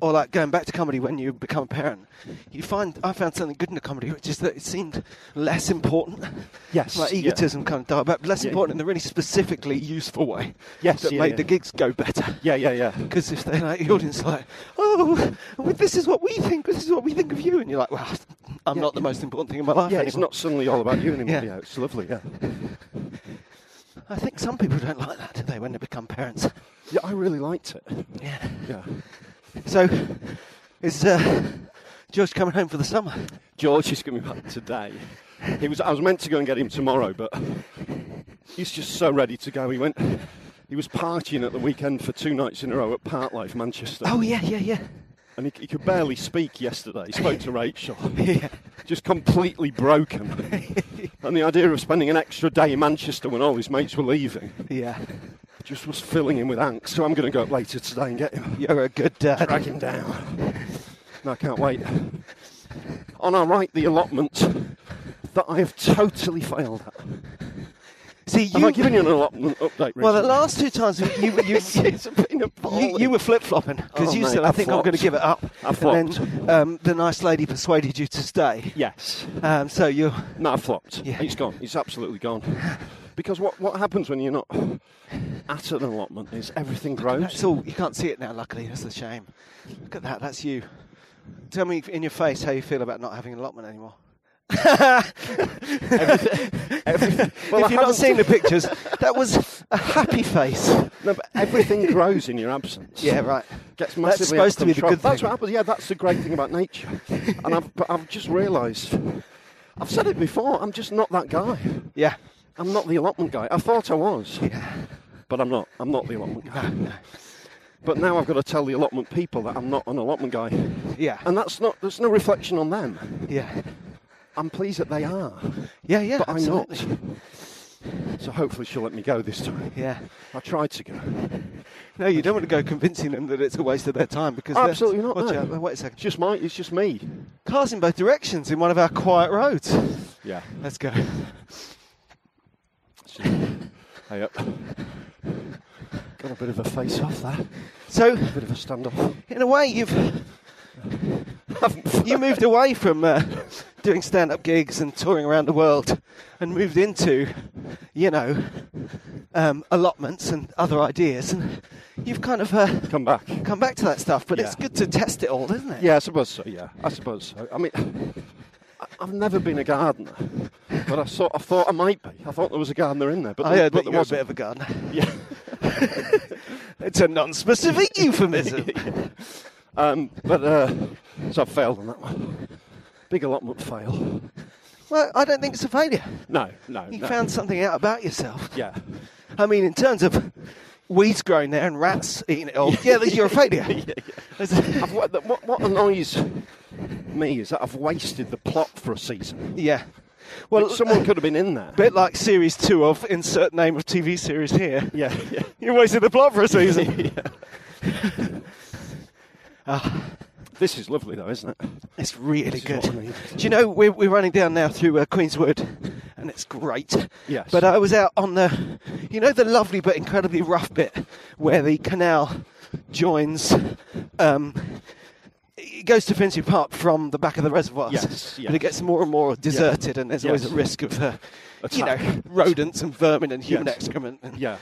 [SPEAKER 1] or like going back to comedy when you become a parent, you find I found something good in the comedy, which is that it seemed less important.
[SPEAKER 2] Yes,
[SPEAKER 1] like
[SPEAKER 2] yeah.
[SPEAKER 1] egotism kind of died back, but less
[SPEAKER 2] Yeah.
[SPEAKER 1] important in the really specifically useful way.
[SPEAKER 2] Yes,
[SPEAKER 1] that
[SPEAKER 2] yeah,
[SPEAKER 1] made
[SPEAKER 2] yeah.
[SPEAKER 1] the gigs go better.
[SPEAKER 2] Yeah, yeah, yeah.
[SPEAKER 1] Because if they like the audience, like, oh, well, this is what we think. This is what we think of you, and you're like, well, I'm not the most important thing in my life.
[SPEAKER 2] Yeah, it's
[SPEAKER 1] anymore.
[SPEAKER 2] not suddenly all about you anymore.
[SPEAKER 1] Yeah.
[SPEAKER 2] Yeah, it's lovely. Yeah.
[SPEAKER 1] I think some people don't like that, do they, when they become parents?
[SPEAKER 2] Yeah, I really liked it.
[SPEAKER 1] Yeah.
[SPEAKER 2] Yeah.
[SPEAKER 1] So, is uh, George coming home for the summer?
[SPEAKER 2] George is coming back today. He was. I was meant to go and get him tomorrow, but he's just so ready to go. He went. He was partying at the weekend for two nights in a row at Parklife, Manchester.
[SPEAKER 1] Oh yeah, yeah, yeah.
[SPEAKER 2] And he, he could barely speak yesterday. He spoke to Rachel.
[SPEAKER 1] (laughs) Yeah.
[SPEAKER 2] Just
[SPEAKER 1] (laughs)
[SPEAKER 2] completely broken. and the idea of spending an extra day in Manchester when all his mates were leaving
[SPEAKER 1] Yeah.
[SPEAKER 2] just was filling him with angst. So I'm going to go up later today and get him.
[SPEAKER 1] You're a good dad.
[SPEAKER 2] drag him down. No, I can't wait. On our right, the allotment that I have totally failed at.
[SPEAKER 1] See,
[SPEAKER 2] Am
[SPEAKER 1] you.
[SPEAKER 2] I giving you an allotment update?
[SPEAKER 1] well, the
[SPEAKER 2] Richard?
[SPEAKER 1] last two times you you you,
[SPEAKER 2] (laughs) it's been appalling.
[SPEAKER 1] you, you were flip flopping because
[SPEAKER 2] Oh,
[SPEAKER 1] you
[SPEAKER 2] mate,
[SPEAKER 1] said, "I
[SPEAKER 2] I
[SPEAKER 1] think I'm going to
[SPEAKER 2] flopped.
[SPEAKER 1] give it up."
[SPEAKER 2] I
[SPEAKER 1] And then um, the nice lady persuaded you to stay.
[SPEAKER 2] yes.
[SPEAKER 1] Um, so you.
[SPEAKER 2] No, I flopped.
[SPEAKER 1] Yeah.
[SPEAKER 2] It's gone. It's absolutely gone. Because what, what happens when you're not at an allotment is everything
[SPEAKER 1] That's
[SPEAKER 2] grows.
[SPEAKER 1] all. You can't see it now. Luckily, that's the shame. Look at that. That's you. Tell me in your face how you feel about not having an allotment anymore.
[SPEAKER 2] Well,
[SPEAKER 1] if
[SPEAKER 2] I
[SPEAKER 1] you're not
[SPEAKER 2] haven't- (laughs)
[SPEAKER 1] seeing the pictures, that was a happy face.
[SPEAKER 2] No, but
[SPEAKER 1] (laughs)
[SPEAKER 2] everything grows in your absence.
[SPEAKER 1] Yeah, right.
[SPEAKER 2] Gets massively
[SPEAKER 1] That's
[SPEAKER 2] out of
[SPEAKER 1] supposed to be the
[SPEAKER 2] control.
[SPEAKER 1] good
[SPEAKER 2] That's
[SPEAKER 1] thing.
[SPEAKER 2] what happens. Yeah, that's the great thing about nature. And I've, but I've just realised, I've said it before. I'm just not that guy.
[SPEAKER 1] Yeah.
[SPEAKER 2] I'm not the allotment guy. I thought I was, but I'm not. I'm not the allotment guy. But now I've got to tell the allotment people that I'm not an allotment guy,
[SPEAKER 1] Yeah.
[SPEAKER 2] and that's not. There's no reflection on them.
[SPEAKER 1] yeah.
[SPEAKER 2] I'm pleased that they are,
[SPEAKER 1] Yeah, yeah.
[SPEAKER 2] but
[SPEAKER 1] absolutely.
[SPEAKER 2] I'm not. So hopefully she'll let me go this time.
[SPEAKER 1] Yeah.
[SPEAKER 2] I tried to go.
[SPEAKER 1] No, you don't want to go convincing them that it's a waste of their time because they're-
[SPEAKER 2] Absolutely not,
[SPEAKER 1] Watch
[SPEAKER 2] no.
[SPEAKER 1] out. Wait a
[SPEAKER 2] It's
[SPEAKER 1] second.
[SPEAKER 2] just my. It's just me.
[SPEAKER 1] Cars in both directions in one of our quiet roads.
[SPEAKER 2] Yeah.
[SPEAKER 1] Let's go.
[SPEAKER 2] Hey up. Got a bit of a face off there.
[SPEAKER 1] So,
[SPEAKER 2] Bit of a standoff.
[SPEAKER 1] in a way, you've (laughs) you moved away from uh, doing stand-up gigs and touring around the world, and moved into, you know, um, allotments and other ideas, and you've kind of uh,
[SPEAKER 2] Come back.
[SPEAKER 1] come back to that stuff. But it's
[SPEAKER 2] Yeah.
[SPEAKER 1] good to test it all, isn't it?
[SPEAKER 2] Yeah, I suppose so. Yeah, I suppose so. I mean, I- I've never been a gardener, but I sort I thought I might be. I thought there was a gardener in there, but
[SPEAKER 1] I
[SPEAKER 2] there,
[SPEAKER 1] heard
[SPEAKER 2] but
[SPEAKER 1] that
[SPEAKER 2] there
[SPEAKER 1] you're a
[SPEAKER 2] wasn't.
[SPEAKER 1] bit of a gardener.
[SPEAKER 2] (laughs) Yeah.
[SPEAKER 1] It's a non-specific
[SPEAKER 2] (laughs)
[SPEAKER 1] euphemism.
[SPEAKER 2] Um, but uh, so I failed on that one. Big allotment fail.
[SPEAKER 1] Well, I don't think it's a failure.
[SPEAKER 2] No, no.
[SPEAKER 1] You
[SPEAKER 2] no.
[SPEAKER 1] found something out about yourself.
[SPEAKER 2] Yeah. (laughs)
[SPEAKER 1] I mean, in terms of weeds growing there and rats eating it
[SPEAKER 2] (laughs)
[SPEAKER 1] all, yeah, you're a failure. (laughs) There's-
[SPEAKER 2] I've, wa- the- what, what annoys me is that I've wasted the plot for a season.
[SPEAKER 1] yeah.
[SPEAKER 2] Well,
[SPEAKER 1] Well,
[SPEAKER 2] someone could have been in there.
[SPEAKER 1] a bit like series two of insert name of TV series here.
[SPEAKER 2] yeah, yeah. (laughs)
[SPEAKER 1] You wasted the plot for a season. Oh,
[SPEAKER 2] This is lovely though, isn't it?
[SPEAKER 1] it's really
[SPEAKER 2] This is what I
[SPEAKER 1] good.
[SPEAKER 2] need.
[SPEAKER 1] Do you know we're, we're running down now through uh, Queenswood, and it's great.
[SPEAKER 2] Yes.
[SPEAKER 1] But I was out on the, you know, the lovely but incredibly rough bit where the canal joins. Um, it goes to Finsbury Park from the back of the reservoirs.
[SPEAKER 2] Yes,
[SPEAKER 1] But it
[SPEAKER 2] yes.
[SPEAKER 1] gets more and more deserted, and there's always
[SPEAKER 2] Yes.
[SPEAKER 1] a risk of, uh, you know,
[SPEAKER 2] Attack.
[SPEAKER 1] rodents and vermin and human
[SPEAKER 2] Yes.
[SPEAKER 1] excrement and
[SPEAKER 2] (laughs) Yeah.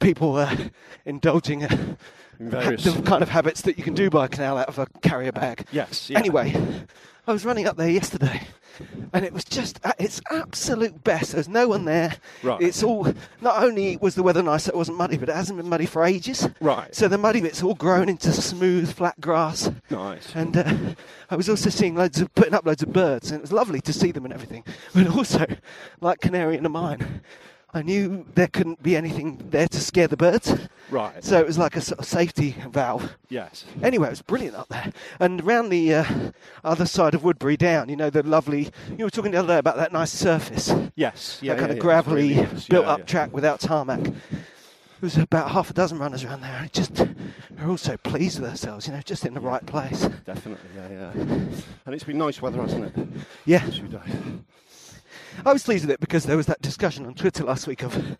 [SPEAKER 1] people uh, indulging uh,
[SPEAKER 2] In
[SPEAKER 1] ha- (laughs)
[SPEAKER 2] various-
[SPEAKER 1] the kind of habits that you can do by a canal out of a carrier bag.
[SPEAKER 2] Yes, yeah.
[SPEAKER 1] Anyway, I was running up there yesterday, and it was just at its absolute best. There's no one there.
[SPEAKER 2] Right.
[SPEAKER 1] It's all. Not only was the weather nice, that it wasn't muddy, but it hasn't been muddy for ages.
[SPEAKER 2] Right.
[SPEAKER 1] So the muddy bit's all grown into smooth, flat grass.
[SPEAKER 2] Nice.
[SPEAKER 1] And uh, I was also seeing loads of putting up loads of birds, and it was lovely to see them and everything. But also, like canary in a mine, I knew there couldn't be anything there to scare the birds.
[SPEAKER 2] Right.
[SPEAKER 1] So it was like a sort of safety valve.
[SPEAKER 2] Yes.
[SPEAKER 1] Anyway, it was brilliant up there. And round the uh, other side of Woodbury Down, you know, the lovely. You were talking the other day about that nice surface
[SPEAKER 2] Yes. Yeah.
[SPEAKER 1] that kind of
[SPEAKER 2] yeah, yeah,
[SPEAKER 1] gravelly
[SPEAKER 2] it's really nice. Yeah,
[SPEAKER 1] built up
[SPEAKER 2] yeah.
[SPEAKER 1] track without tarmac. There was about half a dozen runners around there, and it just they're all so pleased with themselves, you know, just in the right place.
[SPEAKER 2] Definitely. Yeah. Yeah. And it's been nice weather, hasn't it?
[SPEAKER 1] Yeah,
[SPEAKER 2] This few days.
[SPEAKER 1] I was pleased with it because there was that discussion on Twitter last week of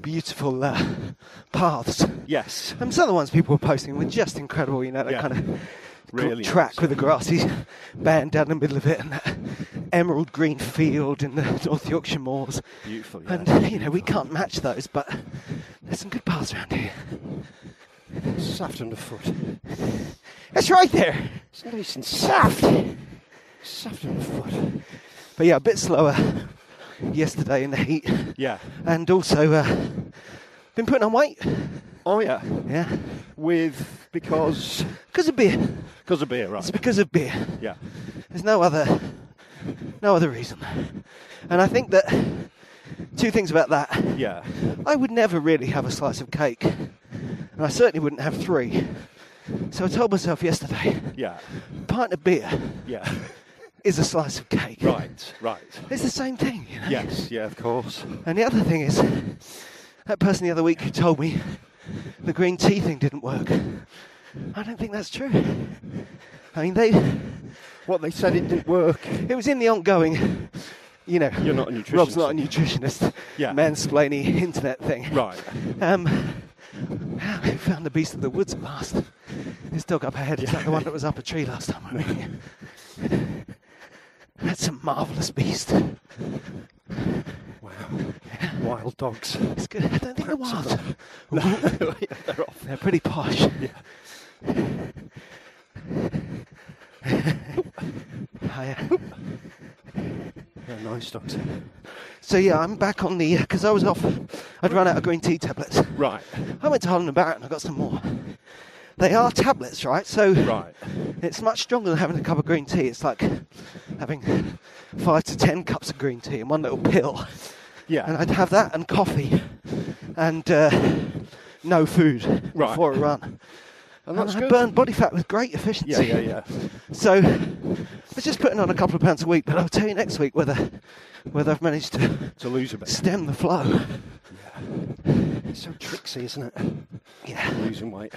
[SPEAKER 1] beautiful uh, paths.
[SPEAKER 2] Yes.
[SPEAKER 1] And some of the ones people were posting were just incredible, you know, that
[SPEAKER 2] Yeah.
[SPEAKER 1] kind of
[SPEAKER 2] Really
[SPEAKER 1] track
[SPEAKER 2] nice.
[SPEAKER 1] with a (laughs) grassy band down the middle of it and that emerald green field in the (laughs) North Yorkshire moors.
[SPEAKER 2] Beautiful. Yeah.
[SPEAKER 1] And, you know, we can't match those, but there's some good paths around here.
[SPEAKER 2] Saft underfoot.
[SPEAKER 1] It's right there.
[SPEAKER 2] It's nice and
[SPEAKER 1] Shaft.
[SPEAKER 2] Saft underfoot.
[SPEAKER 1] But yeah, a bit slower yesterday in the heat.
[SPEAKER 2] Yeah.
[SPEAKER 1] And also, uh, been putting on weight.
[SPEAKER 2] Oh yeah.
[SPEAKER 1] Yeah.
[SPEAKER 2] With because
[SPEAKER 1] Because of beer.
[SPEAKER 2] because of beer, right?
[SPEAKER 1] It's because of beer.
[SPEAKER 2] Yeah.
[SPEAKER 1] There's no other, no other reason. And I think that two things about that.
[SPEAKER 2] Yeah.
[SPEAKER 1] I would never really have a slice of cake, and I certainly wouldn't have three. So I told myself yesterday,
[SPEAKER 2] Yeah.
[SPEAKER 1] a pint of beer
[SPEAKER 2] Yeah.
[SPEAKER 1] is a slice of cake.
[SPEAKER 2] Right. Right.
[SPEAKER 1] It's the same thing. You know?
[SPEAKER 2] Yes. Yeah. Of course.
[SPEAKER 1] And the other thing is, that person the other week who told me the green tea thing didn't work. I don't think that's true. I mean, they
[SPEAKER 2] What they said it didn't work.
[SPEAKER 1] It was in the ongoing, you know.
[SPEAKER 2] You're not a nutritionist.
[SPEAKER 1] Rob's not a nutritionist.
[SPEAKER 2] Yeah.
[SPEAKER 1] Mansplaining internet thing.
[SPEAKER 2] Right.
[SPEAKER 1] Um, (sighs) how we found the beast of the woods last. This dog up ahead is like the one that was up a tree last time I met you. That's a marvellous beast.
[SPEAKER 2] Wow. Wild dogs.
[SPEAKER 1] It's good. I don't think they're wild.
[SPEAKER 2] (laughs) They're off.
[SPEAKER 1] They're pretty posh. (laughs) I, uh,
[SPEAKER 2] They're nice dogs.
[SPEAKER 1] so yeah, I'm back on the because I was off. I'd run out of green tea tablets.
[SPEAKER 2] Right.
[SPEAKER 1] I went to Holland and Barrett and I got some more. They are tablets, right? So
[SPEAKER 2] Right.
[SPEAKER 1] it's much stronger than having a cup of green tea. It's like having five to ten cups of green tea in one little pill.
[SPEAKER 2] Yeah.
[SPEAKER 1] And I'd have that and coffee and uh, no food
[SPEAKER 2] Right.
[SPEAKER 1] before a run. And
[SPEAKER 2] And that's
[SPEAKER 1] I
[SPEAKER 2] good.
[SPEAKER 1] burn body fat with great efficiency.
[SPEAKER 2] Yeah. Yeah. Yeah.
[SPEAKER 1] So I was just putting on a couple of pounds a week, but I'll tell you next week whether whether I've managed to
[SPEAKER 2] To lose a bit.
[SPEAKER 1] stem the flow.
[SPEAKER 2] It's so tricksy, isn't it?
[SPEAKER 1] Yeah.
[SPEAKER 2] Losing weight.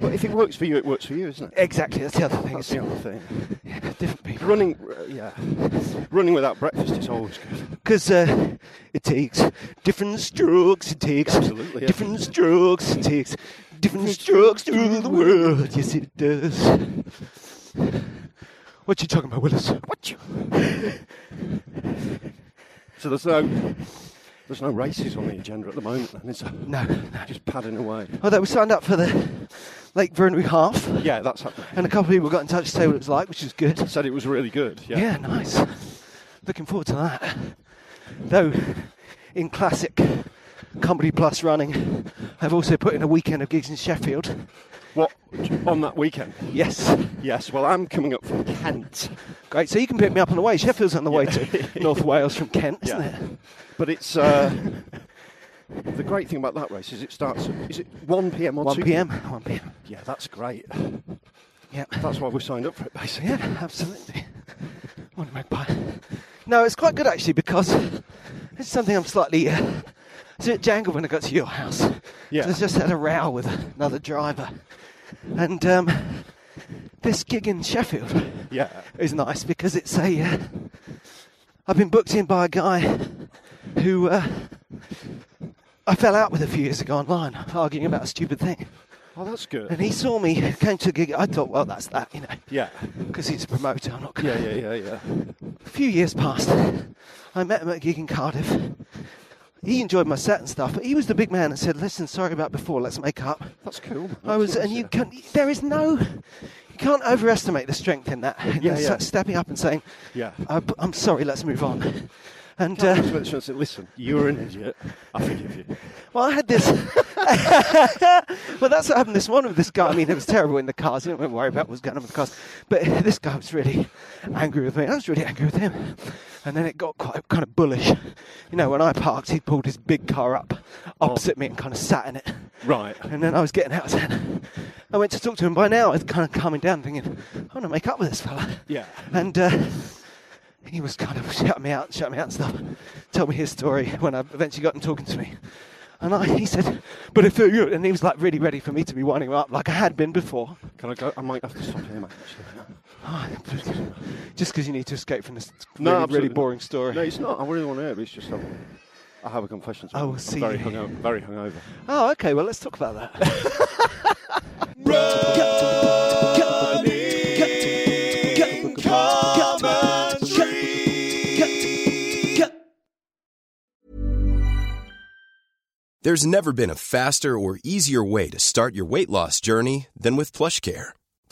[SPEAKER 2] But if it works for you, it works for you, isn't it?
[SPEAKER 1] Exactly, that's the other thing.
[SPEAKER 2] That's
[SPEAKER 1] It's
[SPEAKER 2] the other thing.
[SPEAKER 1] different people.
[SPEAKER 2] Running, uh, yeah, running without breakfast is always good.
[SPEAKER 1] Because uh, it takes different strokes, it takes
[SPEAKER 2] Absolutely, yeah.
[SPEAKER 1] different strokes, it takes different strokes to rule the world. Yes, it does. What you talking about, Willis? What you?
[SPEAKER 2] So there's no, there's no races on the agenda at the moment, then, is there?
[SPEAKER 1] No, no.
[SPEAKER 2] Just padding away.
[SPEAKER 1] Although we signed up for the Lake Vernary half,
[SPEAKER 2] Yeah, that's happening.
[SPEAKER 1] and a couple of people got in touch to say what it was like, which is good.
[SPEAKER 2] Said it was really good. Yeah.
[SPEAKER 1] Yeah, nice. Looking forward to that. Though, in classic Comedy Plus running, I've also put in a weekend of gigs in Sheffield.
[SPEAKER 2] What on that weekend?
[SPEAKER 1] Yes.
[SPEAKER 2] Yes. Well, I'm coming up from Kent,
[SPEAKER 1] Great. So you can pick me up on the way. Sheffield's on the way
[SPEAKER 2] (laughs)
[SPEAKER 1] to North Wales from Kent, isn't
[SPEAKER 2] Yeah.
[SPEAKER 1] it?
[SPEAKER 2] but it's uh, the great thing about that race is it starts. at- Is it 1 p.m. or
[SPEAKER 1] 1
[SPEAKER 2] 2
[SPEAKER 1] p.m. 1 p.m.
[SPEAKER 2] Yeah, that's great.
[SPEAKER 1] Yeah.
[SPEAKER 2] That's why we signed up for it, basically.
[SPEAKER 1] Yeah, absolutely. What a magpie. No, it's quite good actually because it's something I'm slightly. Uh, it's a bit jangled when I got to your house.
[SPEAKER 2] Yeah.
[SPEAKER 1] 'Cause I just had a row with another driver. And um, this gig in Sheffield
[SPEAKER 2] Yeah.
[SPEAKER 1] is nice because it's a. Uh, I've been booked in by a guy who uh, I fell out with a few years ago online, arguing about a stupid thing.
[SPEAKER 2] Oh, that's good.
[SPEAKER 1] And he saw me, came to a gig. I thought, well, that's that, you know,
[SPEAKER 2] Yeah.
[SPEAKER 1] because he's a promoter. I'm not going
[SPEAKER 2] Yeah, yeah, yeah, yeah.
[SPEAKER 1] a few years passed. I met him at a gig in Cardiff. He enjoyed my set and stuff, but he was the big man that said, "Listen, sorry about before. Let's make up."
[SPEAKER 2] That's cool.
[SPEAKER 1] I was, and you can. There is no, you can't overestimate the strength in that. in
[SPEAKER 2] Yeah,
[SPEAKER 1] s-
[SPEAKER 2] yeah.
[SPEAKER 1] Stepping up and saying,
[SPEAKER 2] Yeah.
[SPEAKER 1] I, Uh, "I'm sorry. Let's move on." (laughs) And
[SPEAKER 2] Yeah,
[SPEAKER 1] uh,
[SPEAKER 2] that's what it shows. Listen, you were an idiot. I forgive you.
[SPEAKER 1] Well, I had this. (laughs) well, that's what happened this morning with this guy. I mean, it was terrible in the cars. I didn't really worry about what was going on with the cars. But (laughs) this guy was really angry with me. I was really angry with him. And then it got quite kind of bullish. You know, when I parked, he pulled his big car up opposite me and kind of sat in it.
[SPEAKER 2] Right.
[SPEAKER 1] And then I was getting out. I said- I went to talk to him. By now, I was kind of calming down, thinking, I'm going to make up with this fella.
[SPEAKER 2] Yeah.
[SPEAKER 1] And uh, he was kind of shouting me out, shouting me out and stuff. Told me his story when I eventually got him talking to me. And I, he said, but if you, and he was like really ready for me to be winding him up like I had been before.
[SPEAKER 2] Can I go? I might have to stop here, mate. actually.
[SPEAKER 1] Oh, just because you need to escape from this
[SPEAKER 2] No,
[SPEAKER 1] really, really
[SPEAKER 2] absolutely.
[SPEAKER 1] boring story.
[SPEAKER 2] No, it's not. I really want to hear it. It's just um, I have a confession to
[SPEAKER 1] I
[SPEAKER 2] make.
[SPEAKER 1] will
[SPEAKER 2] I'm
[SPEAKER 1] see
[SPEAKER 2] Very
[SPEAKER 1] you.
[SPEAKER 2] hungover. Very hungover.
[SPEAKER 1] Oh, okay, well, let's talk about
[SPEAKER 2] (laughs)
[SPEAKER 1] that.
[SPEAKER 3] There's never been a faster or easier way to start your weight loss journey than with PlushCare.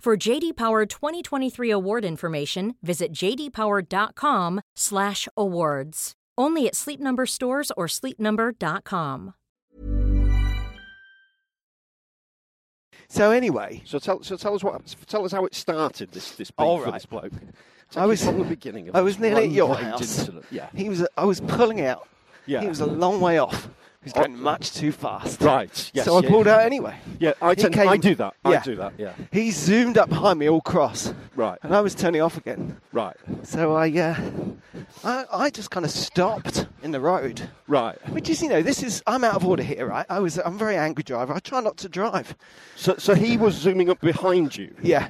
[SPEAKER 4] For JD Power 2023 award information, visit jdpower.com/awards. Only at Sleep Number stores or sleepnumber.com.
[SPEAKER 1] so, anyway,
[SPEAKER 2] So tell, so tell us what, tell us how it started. This, this beef
[SPEAKER 1] All
[SPEAKER 2] for
[SPEAKER 1] right.
[SPEAKER 2] this (laughs) bloke. Take
[SPEAKER 1] I
[SPEAKER 2] it
[SPEAKER 1] was-
[SPEAKER 2] from the beginning. Of
[SPEAKER 1] I was
[SPEAKER 2] this
[SPEAKER 1] nearly at
[SPEAKER 2] one
[SPEAKER 1] your
[SPEAKER 2] great
[SPEAKER 1] house.
[SPEAKER 2] incident. Yeah.
[SPEAKER 1] he was, I was pulling out.
[SPEAKER 2] Yeah.
[SPEAKER 1] He was a long way off. He was
[SPEAKER 2] Oh.
[SPEAKER 1] going much too fast.
[SPEAKER 2] Right. Yes.
[SPEAKER 1] so I
[SPEAKER 2] yeah,
[SPEAKER 1] pulled
[SPEAKER 2] yeah.
[SPEAKER 1] out anyway.
[SPEAKER 2] Yeah. I,
[SPEAKER 1] He
[SPEAKER 2] tend,
[SPEAKER 1] came-
[SPEAKER 2] I do that. I
[SPEAKER 1] Yeah.
[SPEAKER 2] do that. Yeah.
[SPEAKER 1] He zoomed up behind me all cross.
[SPEAKER 2] Right.
[SPEAKER 1] And I was turning off again.
[SPEAKER 2] Right.
[SPEAKER 1] So I, uh, I, I just kind of stopped in the road,
[SPEAKER 2] Right.
[SPEAKER 1] which is, you know, this is I'm out of order here, right? I was I'm a very angry driver. I try not to drive.
[SPEAKER 2] So, so he was zooming up behind you.
[SPEAKER 1] Yeah,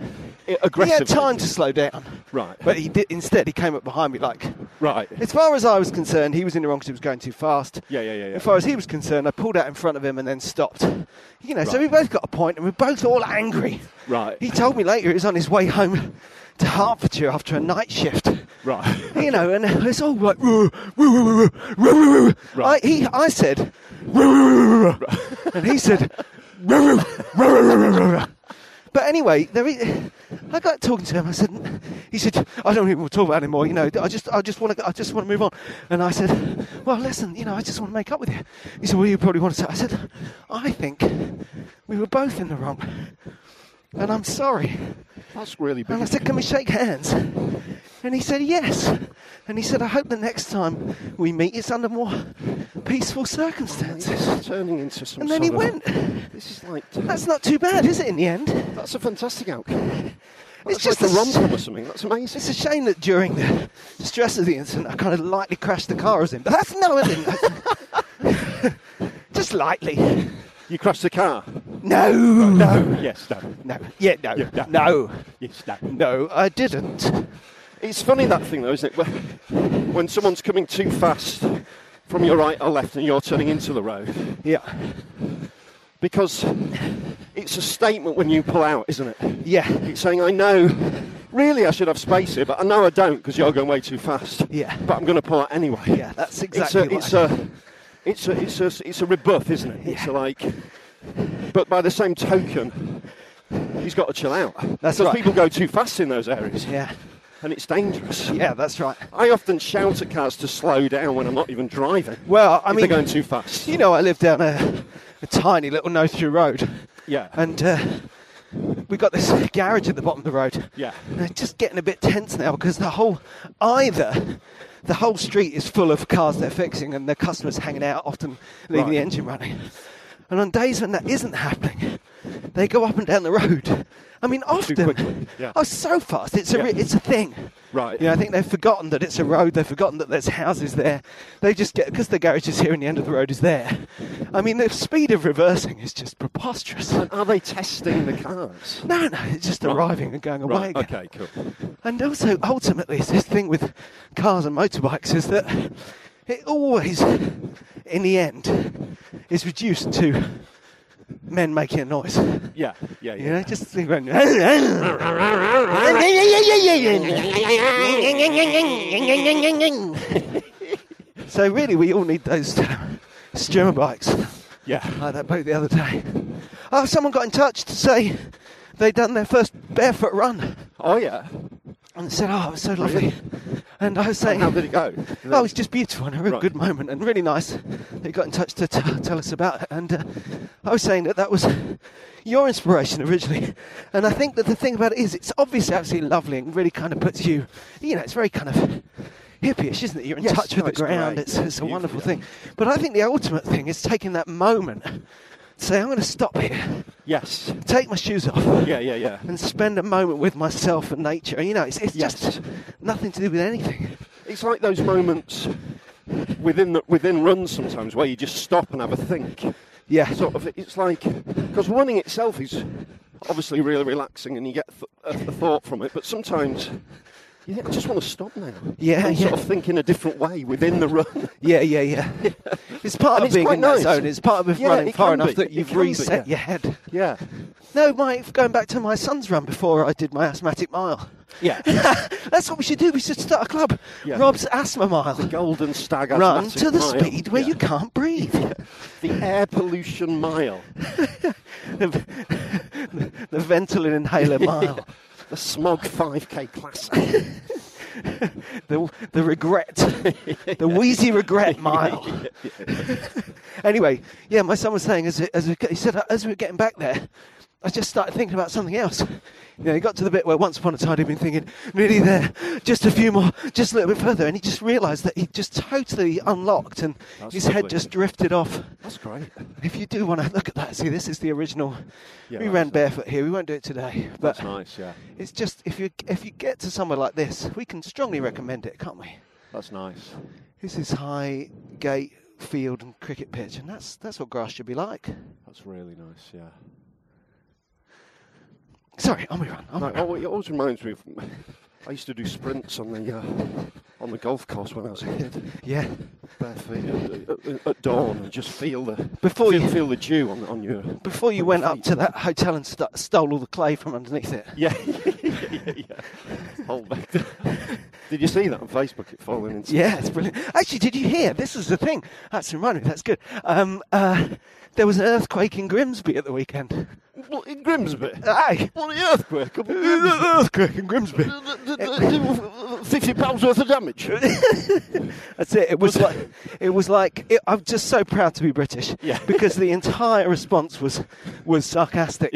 [SPEAKER 2] I- aggressively.
[SPEAKER 1] He had time to slow down,
[SPEAKER 2] Right.
[SPEAKER 1] But he did instead. He came up behind me like.
[SPEAKER 2] (laughs) Right.
[SPEAKER 1] As far as I was concerned, he was in the wrong because he was going too fast.
[SPEAKER 2] Yeah, yeah, yeah, yeah.
[SPEAKER 1] As far as he was concerned, I pulled out in front of him and then stopped. You know, so
[SPEAKER 2] Right.
[SPEAKER 1] we both got a point and we're both all angry.
[SPEAKER 2] Right.
[SPEAKER 1] He told me later he was on his way home to Hertfordshire after a night shift.
[SPEAKER 2] Right.
[SPEAKER 1] You know, and it's all like, "Woo, woo, woo, woo, woo, woo, woo, woo."
[SPEAKER 2] Right.
[SPEAKER 1] I, he, I said, "Woo, woo, woo, woo, woo." and he said, "Woo, woo, woo, woo, woo, woo, woo." but anyway, there is, I got talking to him. I said, he said, I don't even want to talk about it anymore. You know, I just, I just want to, I just want to move on. And I said, well, listen, you know, I just want to make up with you. He said, well, you probably want to. I said, I think we were both in the wrong, and I'm sorry.
[SPEAKER 2] That's really big.
[SPEAKER 1] And I said, Can we shake hands? And he said, Yes. And he said, I hope the next time we meet it's under more peaceful circumstances.
[SPEAKER 2] It's turning into some.
[SPEAKER 1] And then he
[SPEAKER 2] sort of-
[SPEAKER 1] went.
[SPEAKER 2] This is like.
[SPEAKER 1] That's not too bad, is it, in the end?
[SPEAKER 2] That's a fantastic outcome. It's
[SPEAKER 1] just
[SPEAKER 2] just like a
[SPEAKER 1] a
[SPEAKER 2] rom
[SPEAKER 1] s-
[SPEAKER 2] com or something. That's amazing.
[SPEAKER 1] It's a shame that during the stress of the incident, I kind of lightly crashed the car as him. But that's no, I didn't. (laughs) just lightly.
[SPEAKER 2] You crashed the car.
[SPEAKER 1] No, no,
[SPEAKER 2] Yes, no.
[SPEAKER 1] no. Yeah, no,
[SPEAKER 2] Yeah, no.
[SPEAKER 1] no,
[SPEAKER 2] Yes, no.
[SPEAKER 1] no. I didn't.
[SPEAKER 2] It's funny that thing though, isn't it? When- When someone's coming too fast from your right or left and you're turning into the road,
[SPEAKER 1] Yeah,
[SPEAKER 2] because it's a statement when you pull out, isn't it?
[SPEAKER 1] yeah,
[SPEAKER 2] It's saying, I know, really I should have space here, but I know I don't because you're going way too fast.
[SPEAKER 1] Yeah.
[SPEAKER 2] But I'm going to pull out anyway.
[SPEAKER 1] Yeah, that's exactly what
[SPEAKER 2] It's
[SPEAKER 1] I-
[SPEAKER 2] a, it's a, it's a, it's a, it's a rebuff, isn't it? It's
[SPEAKER 1] Yeah.
[SPEAKER 2] like, but by the same token, he's got to chill out.
[SPEAKER 1] That's
[SPEAKER 2] because
[SPEAKER 1] right.
[SPEAKER 2] people go too fast in those areas.
[SPEAKER 1] yeah,
[SPEAKER 2] And it's dangerous.
[SPEAKER 1] yeah. That's right.
[SPEAKER 2] I often shout at cars to slow down when I'm not even driving.
[SPEAKER 1] Well, I
[SPEAKER 2] if
[SPEAKER 1] mean,
[SPEAKER 2] they're going too fast.
[SPEAKER 1] you know, I live down a, a tiny little no through road,
[SPEAKER 2] yeah,
[SPEAKER 1] and uh, we got this garage at the bottom of the road.
[SPEAKER 2] Yeah.
[SPEAKER 1] and it's just getting a bit tense now because the whole either the whole street is full of cars they're fixing and the customers hanging out, often leaving
[SPEAKER 2] Right.
[SPEAKER 1] the engine running. And on days when that isn't happening, they go up and down the road. I mean,
[SPEAKER 2] quickly,
[SPEAKER 1] often,
[SPEAKER 2] yeah.
[SPEAKER 1] oh, so fast. It's a
[SPEAKER 2] Yeah.
[SPEAKER 1] re- it's a thing.
[SPEAKER 2] Right.
[SPEAKER 1] You know, I think they've forgotten that it's a road. They've forgotten that there's houses there. They just get because the garage is here and the end of the road is there. I mean, the speed of reversing is just preposterous. No,
[SPEAKER 2] And are they testing the cars?
[SPEAKER 1] no, it's just arriving and going away.
[SPEAKER 2] Right.
[SPEAKER 1] again.
[SPEAKER 2] Okay. Cool.
[SPEAKER 1] And also, ultimately, it's this thing with cars and motorbikes is that it always, in the end, is reduced to men making a noise.
[SPEAKER 2] Yeah. Yeah.
[SPEAKER 1] You
[SPEAKER 2] Yeah.
[SPEAKER 1] know, just think when. (laughs) so, really, we all need those (laughs) streamer bikes
[SPEAKER 2] Yeah.
[SPEAKER 1] like that boat the other day. Oh, someone got in touch to say they'd done their first barefoot run.
[SPEAKER 2] Oh yeah.
[SPEAKER 1] And said, "Oh, it was so lovely."
[SPEAKER 2] Really?
[SPEAKER 1] And I was saying,
[SPEAKER 2] And how did it go?
[SPEAKER 1] Oh, it was just beautiful and a real
[SPEAKER 2] Right.
[SPEAKER 1] good moment and really nice. They got in touch to t- tell us about it. And uh, I was saying that that was your inspiration originally. And I think that the thing about it is, it's obviously absolutely lovely and really kind of puts you, you know, it's very kind of hippie-ish, isn't it? You're in
[SPEAKER 2] Yes,
[SPEAKER 1] touch
[SPEAKER 2] no,
[SPEAKER 1] with the
[SPEAKER 2] it's
[SPEAKER 1] ground.
[SPEAKER 2] great.
[SPEAKER 1] It's, it's,
[SPEAKER 2] It's
[SPEAKER 1] a wonderful
[SPEAKER 2] beautiful,
[SPEAKER 1] thing. But I think the ultimate thing is taking that moment. to Say, I'm going to stop here,
[SPEAKER 2] Yes.
[SPEAKER 1] take my shoes off,
[SPEAKER 2] Yeah. Yeah. Yeah.
[SPEAKER 1] and spend a moment with myself and nature. You know, it's, it's
[SPEAKER 2] Yes.
[SPEAKER 1] just nothing to do with anything.
[SPEAKER 2] It's like those moments within the, within runs sometimes where you just stop and have a think.
[SPEAKER 1] Yeah.
[SPEAKER 2] Sort of. It's like because running itself is obviously really relaxing and you get th- a, a thought from it, but sometimes. You think, I just want to stop now.
[SPEAKER 1] Yeah,
[SPEAKER 2] and
[SPEAKER 1] yeah.
[SPEAKER 2] sort of think in a different way within
[SPEAKER 1] (laughs)
[SPEAKER 2] the run.
[SPEAKER 1] Yeah, yeah, yeah. It's part
[SPEAKER 2] And
[SPEAKER 1] of
[SPEAKER 2] it's
[SPEAKER 1] being
[SPEAKER 2] quite
[SPEAKER 1] in
[SPEAKER 2] nice.
[SPEAKER 1] that zone. It's part of
[SPEAKER 2] Yeah,
[SPEAKER 1] running
[SPEAKER 2] it
[SPEAKER 1] far
[SPEAKER 2] can
[SPEAKER 1] enough
[SPEAKER 2] be.
[SPEAKER 1] that
[SPEAKER 2] It
[SPEAKER 1] you've
[SPEAKER 2] can be,
[SPEAKER 1] reset
[SPEAKER 2] yeah.
[SPEAKER 1] your head.
[SPEAKER 2] yeah,
[SPEAKER 1] No, my going back to my son's run before I did my asthmatic (laughs) mile.
[SPEAKER 2] yeah.
[SPEAKER 1] That's what we should do. We should start a club.
[SPEAKER 2] Yeah.
[SPEAKER 1] Rob's asthma mile.
[SPEAKER 2] (laughs) Golden Stag
[SPEAKER 1] Run
[SPEAKER 2] Atlantic
[SPEAKER 1] to the
[SPEAKER 2] Mile.
[SPEAKER 1] speed where
[SPEAKER 2] Yeah.
[SPEAKER 1] you can't breathe.
[SPEAKER 2] The air pollution mile,
[SPEAKER 1] (laughs) the the Ventolin (laughs) inhaler mile.
[SPEAKER 2] the smog 5k class.
[SPEAKER 1] (laughs) the, the regret, the wheezy regret mile.
[SPEAKER 2] (laughs)
[SPEAKER 1] anyway, yeah, my son was saying as as we, he said as we were getting back there, I just started thinking about something else. You know, he got to the bit where once upon a time he'd been thinking, nearly there, just a few more, just a little bit further, and he just realised that he just totally unlocked and
[SPEAKER 2] That's
[SPEAKER 1] his head
[SPEAKER 2] lovely.
[SPEAKER 1] just drifted off.
[SPEAKER 2] That's great.
[SPEAKER 1] If you do want to look at that, see, this is the original.
[SPEAKER 2] Yeah,
[SPEAKER 1] we
[SPEAKER 2] that
[SPEAKER 1] ran
[SPEAKER 2] is it.
[SPEAKER 1] barefoot here. We won't do it today, but
[SPEAKER 2] That's nice. Yeah,
[SPEAKER 1] it's just if you if you get to somewhere like this, we can strongly recommend it, can't we?
[SPEAKER 2] that's nice.
[SPEAKER 1] This is high gate field and cricket pitch, and that's that's what grass should be like.
[SPEAKER 2] That's really nice. Yeah.
[SPEAKER 1] Sorry, on we run. On
[SPEAKER 2] No,
[SPEAKER 1] we run.
[SPEAKER 2] oh, it always reminds me of. I used to do sprints on the uh, on the golf course when I was a kid,
[SPEAKER 1] Yeah,
[SPEAKER 2] bare feet at, at, at dawn, and just feel the
[SPEAKER 1] Before
[SPEAKER 2] feel,
[SPEAKER 1] you-
[SPEAKER 2] feel the dew on on your.
[SPEAKER 1] before you went up to that hotel and st- stole all the clay from underneath it.
[SPEAKER 2] Yeah, (laughs) yeah, yeah. Hold back. Did you see that on Facebook? It falling into.
[SPEAKER 1] Yeah, it's brilliant. Actually, did you hear? This is the thing. That's reminded me. That's good. Um, uh, there was an earthquake in Grimsby at the weekend.
[SPEAKER 2] Well, in Grimsby.
[SPEAKER 1] Aye.
[SPEAKER 2] Well, the earthquake. up in
[SPEAKER 1] (laughs)
[SPEAKER 2] Grimsby.
[SPEAKER 1] earthquake in (laughs) Grimsby.
[SPEAKER 2] Fifty pounds worth of damage.
[SPEAKER 1] That's it. It was like it was like it, I'm just so proud to be British
[SPEAKER 2] Yeah.
[SPEAKER 1] (laughs) because the entire response was was sarcastic,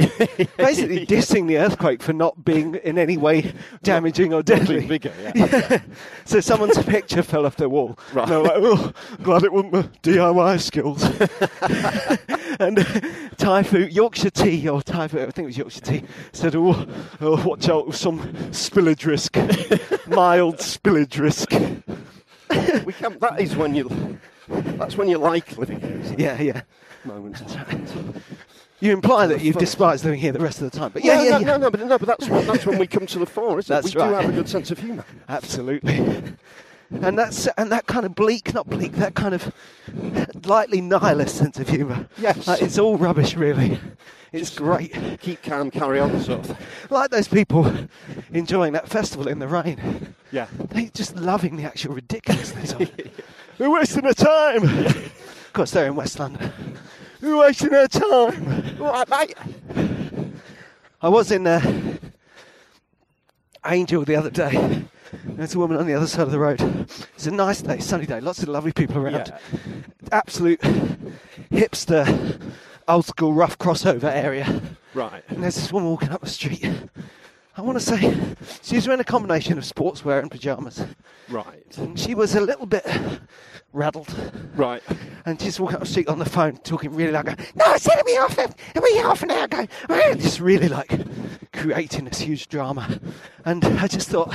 [SPEAKER 1] basically dissing the earthquake for not being in any way damaging or deadly.
[SPEAKER 2] bigger,
[SPEAKER 1] (laughs)
[SPEAKER 2] yeah.
[SPEAKER 1] so someone's picture fell off their wall.
[SPEAKER 2] Right.
[SPEAKER 1] And they were like, oh, glad it wasn't the DIY skills. and Thai food, Yorkshire tea, or Thai food, I think it was Yorkshire tea, said, oh, oh watch out, some spillage risk, mild spillage risk.
[SPEAKER 2] We can That is when you. That's when you like living here.
[SPEAKER 1] Yeah, yeah.
[SPEAKER 2] Moments.
[SPEAKER 1] You imply that
[SPEAKER 2] (laughs)
[SPEAKER 1] you despise living here the rest of the time, but yeah,
[SPEAKER 2] no,
[SPEAKER 1] yeah,
[SPEAKER 2] no,
[SPEAKER 1] yeah.
[SPEAKER 2] no, no, but no, but that's when, that's when we come to the fore, isn't
[SPEAKER 1] That's
[SPEAKER 2] it? We do
[SPEAKER 1] right.
[SPEAKER 2] have a good sense of humour.
[SPEAKER 1] Absolutely. And that's and that kind of bleak, not bleak, that kind of lightly nihilist sense of humour.
[SPEAKER 2] Yes.
[SPEAKER 1] Like, it's all rubbish, really. It's great.
[SPEAKER 2] Keep calm, carry on, sort of. thing.
[SPEAKER 1] Like those people enjoying that festival in the rain.
[SPEAKER 2] Yeah.
[SPEAKER 1] They're just loving the actual ridiculousness (laughs) of it. We're wasting our time. (laughs) Of course, they're in West London. We're wasting our time.
[SPEAKER 2] All right, mate.
[SPEAKER 1] I was in uh, Angel the other day. There's a woman on the other side of the road. It's a nice day, sunny day, lots of lovely people around. Absolute hipster, old school rough crossover area.
[SPEAKER 2] Right.
[SPEAKER 1] And there's this woman walking up the street. I want to say she's wearing a combination of sportswear and pyjamas.
[SPEAKER 2] Right.
[SPEAKER 1] And she was a little bit rattled.
[SPEAKER 2] Right.
[SPEAKER 1] And she's walking up the street on the phone, talking really loud, going, No, I said it'll be half, it'll be half an hour ago. Just really like creating this huge drama. And I just thought,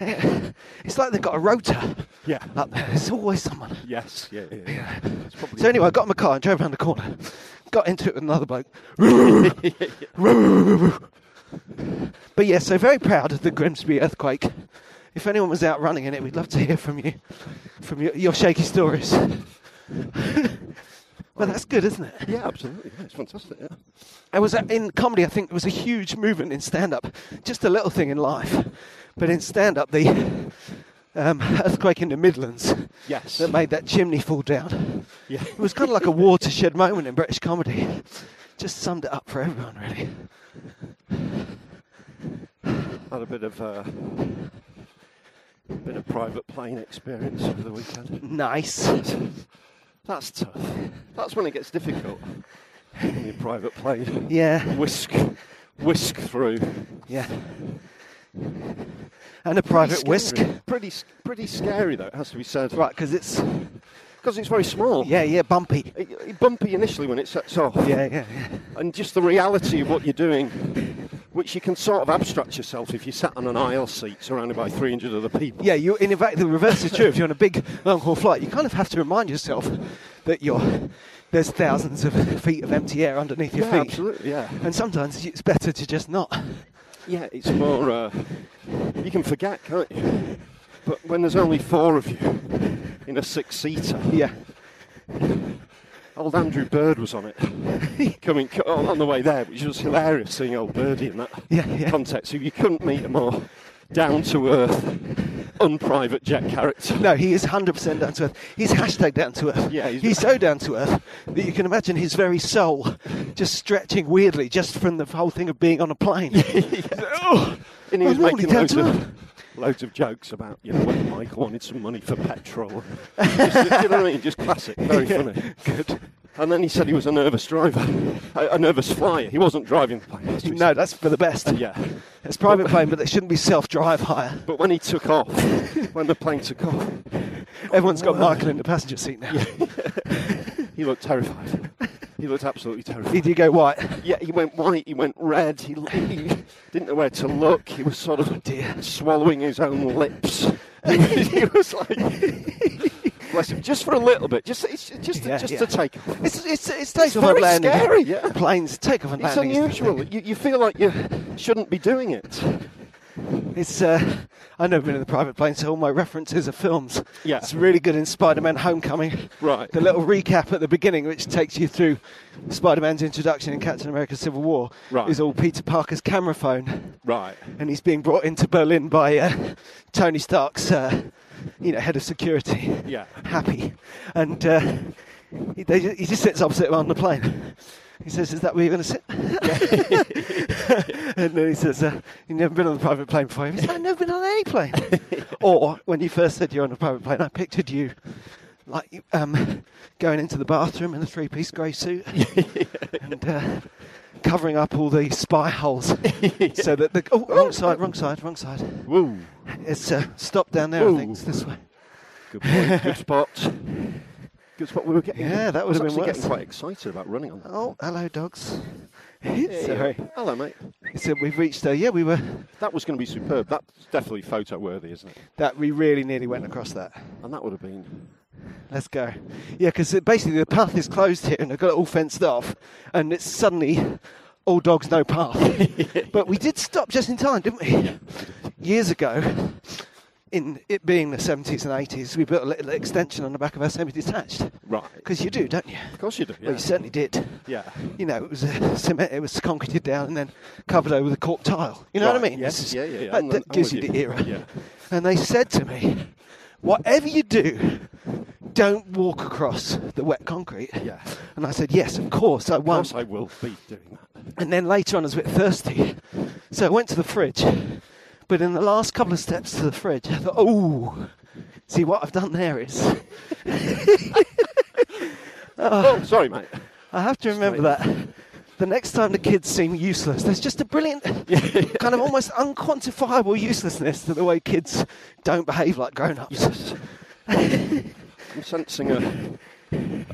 [SPEAKER 1] eh, it's like they've got a rotor
[SPEAKER 2] (laughs) Yeah.
[SPEAKER 1] up there. There's always someone.
[SPEAKER 2] Yes. Yeah. yeah, yeah. It's probably-
[SPEAKER 1] So anyway, I got in my car and drove around the corner. Got into it with another bloke. but yeah, so very proud of the Grimsby earthquake. If anyone was out running in it, we'd love to hear from you, from your, your shaky stories. (laughs) well, that's good, isn't it?
[SPEAKER 2] Yeah, absolutely. Yeah, it's fantastic. Yeah.
[SPEAKER 1] I was at, in comedy. I think there was a huge movement in stand-up, just a little thing in life, but in stand-up, the um, earthquake in the Midlands
[SPEAKER 2] Yes.
[SPEAKER 1] that made that chimney fall down.
[SPEAKER 2] Yeah.
[SPEAKER 1] It was kind of like a watershed moment in British comedy. Just summed it up for everyone, really.
[SPEAKER 2] Had a bit of uh, bit of private plane experience over the weekend.
[SPEAKER 1] Nice.
[SPEAKER 2] That's tough. That's when it gets difficult. When your private plane
[SPEAKER 1] Yeah,
[SPEAKER 2] whisk whisk through.
[SPEAKER 1] yeah. And a private whisk.
[SPEAKER 2] Scary. Pretty s- pretty scary though. It has to be said.
[SPEAKER 1] Right, because it's
[SPEAKER 2] Because it's very small.
[SPEAKER 1] yeah, yeah, bumpy.
[SPEAKER 2] It, it bumpy initially when it sets off.
[SPEAKER 1] Yeah, yeah, yeah.
[SPEAKER 2] And just the reality of what you're doing, which you can sort of abstract yourself if you sat on an aisle seat surrounded by 300 other people.
[SPEAKER 1] Yeah, you. In fact, the reverse is true. If you're on a big long haul flight, you kind of have to remind yourself that you're there's thousands of feet of empty air underneath your
[SPEAKER 2] Yeah,
[SPEAKER 1] feet.
[SPEAKER 2] absolutely. Yeah.
[SPEAKER 1] And sometimes it's better to just not.
[SPEAKER 2] Yeah, it's more. Uh, you can forget, can't you? But when there's only four of you in a six-seater,
[SPEAKER 1] Yeah.
[SPEAKER 2] old Andrew Bird was on
[SPEAKER 1] (laughs)
[SPEAKER 2] it coming co- oh, on on the way there, which was hilarious seeing old Birdie in that
[SPEAKER 1] Yeah, yeah.
[SPEAKER 2] context. You couldn't meet a more down-to-earth, unprivate jet character.
[SPEAKER 1] No, he is 100% down to earth. He's hashtag down to earth.
[SPEAKER 2] Yeah,
[SPEAKER 1] he's,
[SPEAKER 2] he's-
[SPEAKER 1] so down to earth that you can imagine his very soul just stretching weirdly just from the whole thing of being on a
[SPEAKER 2] (laughs)
[SPEAKER 1] plane. Oh,
[SPEAKER 2] And he
[SPEAKER 1] I'm
[SPEAKER 2] was
[SPEAKER 1] really
[SPEAKER 2] making
[SPEAKER 1] down
[SPEAKER 2] loads
[SPEAKER 1] to
[SPEAKER 2] of,
[SPEAKER 1] earth.
[SPEAKER 2] loads of jokes about, you know, when Michael wanted some money for petrol. (laughs) Just, you know what I mean? Just classic, very funny. Good. And then he said he was a nervous driver, a, a nervous flyer. He wasn't driving the plane. that's what he
[SPEAKER 1] No,
[SPEAKER 2] said.
[SPEAKER 1] that's for the best.
[SPEAKER 2] Yeah.
[SPEAKER 1] It's private plane, but they shouldn't be self-drive hire.
[SPEAKER 2] But when he took off, when the plane took off,
[SPEAKER 1] Everyone's got Michael in the passenger seat now.
[SPEAKER 2] he
[SPEAKER 1] (laughs)
[SPEAKER 2] looked terrified. He looked absolutely terrified.
[SPEAKER 1] He did go white.
[SPEAKER 2] yeah, he went white, he went red, he, he didn't know where to look. He was sort of
[SPEAKER 1] dear.
[SPEAKER 2] swallowing his own lips. (laughs) he, was, he was like, bless him, just for a little bit, just it's, just,
[SPEAKER 1] Yeah,
[SPEAKER 2] just
[SPEAKER 1] yeah.
[SPEAKER 2] to take off.
[SPEAKER 1] It's it's it's takeoff and
[SPEAKER 2] very
[SPEAKER 1] landing.
[SPEAKER 2] scary, yeah.
[SPEAKER 1] Planes takeoff and
[SPEAKER 2] It's
[SPEAKER 1] landing. is the
[SPEAKER 2] unusual.
[SPEAKER 1] thing.
[SPEAKER 2] (laughs) You, you feel like you shouldn't be doing it.
[SPEAKER 1] It's uh, I've never been in the private plane, so all my references are films.
[SPEAKER 2] Yeah.
[SPEAKER 1] it's really good in Spider-Man: Homecoming.
[SPEAKER 2] Right.
[SPEAKER 1] The little recap at the beginning, which takes you through Spider-Man's introduction in Captain America: Civil War,
[SPEAKER 2] Right.
[SPEAKER 1] is all Peter Parker's camera phone,
[SPEAKER 2] Right.
[SPEAKER 1] and he's being brought into Berlin by uh, Tony Stark's, uh, you know, head of security.
[SPEAKER 2] Yeah.
[SPEAKER 1] happy, and uh, he, they, ju- he just sits opposite him on the plane. He says, "Is that where you're going to sit?" (laughs) and then he says, uh, "You've never been on a private plane before." He says, "I've never been on any plane." or when you first said you're on a private plane, I pictured you like um, going into the bathroom in a three-piece grey suit and uh, covering up all the spy holes
[SPEAKER 2] (laughs)
[SPEAKER 1] so that the oh, wrong side, wrong side, wrong side.
[SPEAKER 2] Woo.
[SPEAKER 1] It's uh, stop down there. I think (laughs)
[SPEAKER 2] Ooh.
[SPEAKER 1] it's this way.
[SPEAKER 2] Good point. Good spot. Because what we were getting.
[SPEAKER 1] Yeah, that
[SPEAKER 2] I
[SPEAKER 1] would
[SPEAKER 2] was
[SPEAKER 1] have been
[SPEAKER 2] actually
[SPEAKER 1] worse.
[SPEAKER 2] getting quite excited about running on that.
[SPEAKER 1] Oh, hello, dogs.
[SPEAKER 2] Hey,
[SPEAKER 1] Sorry.
[SPEAKER 2] Hello, mate.
[SPEAKER 1] So uh, we've reached there. Yeah, we were.
[SPEAKER 2] That was going to be superb. That's definitely photo worthy, isn't it?
[SPEAKER 1] That we really nearly went across that.
[SPEAKER 2] And that would have been.
[SPEAKER 1] Let's go. Yeah, because basically the path is closed here, and they've got it all fenced off, and it's suddenly all dogs no
[SPEAKER 2] (laughs)
[SPEAKER 1] path. but we did stop just in time, didn't we? Years ago, in it being the 70s and 80s, we built a little extension on the back of our semi-detached.
[SPEAKER 2] Right.
[SPEAKER 1] Because you do, don't you?
[SPEAKER 2] Of course you do. Yeah.
[SPEAKER 1] Well, you certainly did.
[SPEAKER 2] Yeah.
[SPEAKER 1] You know, it was (laughs) uh, cement. It was concreted down and then covered over with a cork tile. You know what I
[SPEAKER 2] Right,
[SPEAKER 1] mean?
[SPEAKER 2] yes,
[SPEAKER 1] This is-
[SPEAKER 2] yeah, yeah, yeah.
[SPEAKER 1] That,
[SPEAKER 2] I'm-
[SPEAKER 1] that
[SPEAKER 2] I'm
[SPEAKER 1] gives you
[SPEAKER 2] with
[SPEAKER 1] the
[SPEAKER 2] you.
[SPEAKER 1] era.
[SPEAKER 2] Yeah.
[SPEAKER 1] And they said to me, "Whatever you do, don't walk across the wet concrete."
[SPEAKER 2] Yeah.
[SPEAKER 1] And I said, "Yes, of course I
[SPEAKER 2] Of
[SPEAKER 1] won't."
[SPEAKER 2] course I will be doing that.
[SPEAKER 1] And then later on, I was a bit thirsty, so I went to the fridge. But in the last couple of steps to the fridge, I thought, "Oh, see what I've done there is."
[SPEAKER 2] Oh, sorry, mate.
[SPEAKER 1] I have to remember that. The next time the kids seem useless, there's just a brilliant, kind of almost unquantifiable uselessness to the way kids don't behave like grown ups.
[SPEAKER 2] I'm sensing a,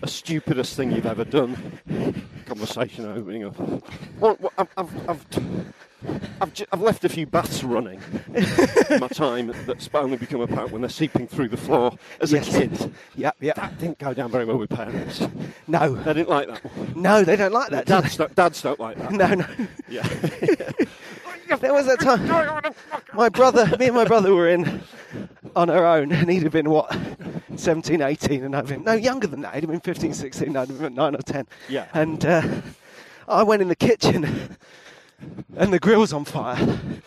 [SPEAKER 2] a stupidest thing you've ever done. Conversation opening up. Well, well, I've, I've, I've, I've, ju- I've left a few baths running. My time that's only become apparent when they're seeping through the floor
[SPEAKER 1] (laughs)
[SPEAKER 2] as
[SPEAKER 1] Yes.
[SPEAKER 2] a kid.
[SPEAKER 1] Yep, yep.
[SPEAKER 2] That didn't go down very well with parents. They
[SPEAKER 1] No,
[SPEAKER 2] didn't like that one.
[SPEAKER 1] no, they don't like that. do
[SPEAKER 2] Dads don't, dads don't like that.
[SPEAKER 1] they? (laughs) No, no.
[SPEAKER 2] Yeah. (laughs)
[SPEAKER 1] There was that time. My brother, me and my brother were in on our own, and he'd have been what, 17, 18, and I'd been, no, younger than that. He'd have been 15, 16, I'd have been 9 or 10.
[SPEAKER 2] Yeah.
[SPEAKER 1] And uh, I went in the kitchen, and the grill's on fire. It's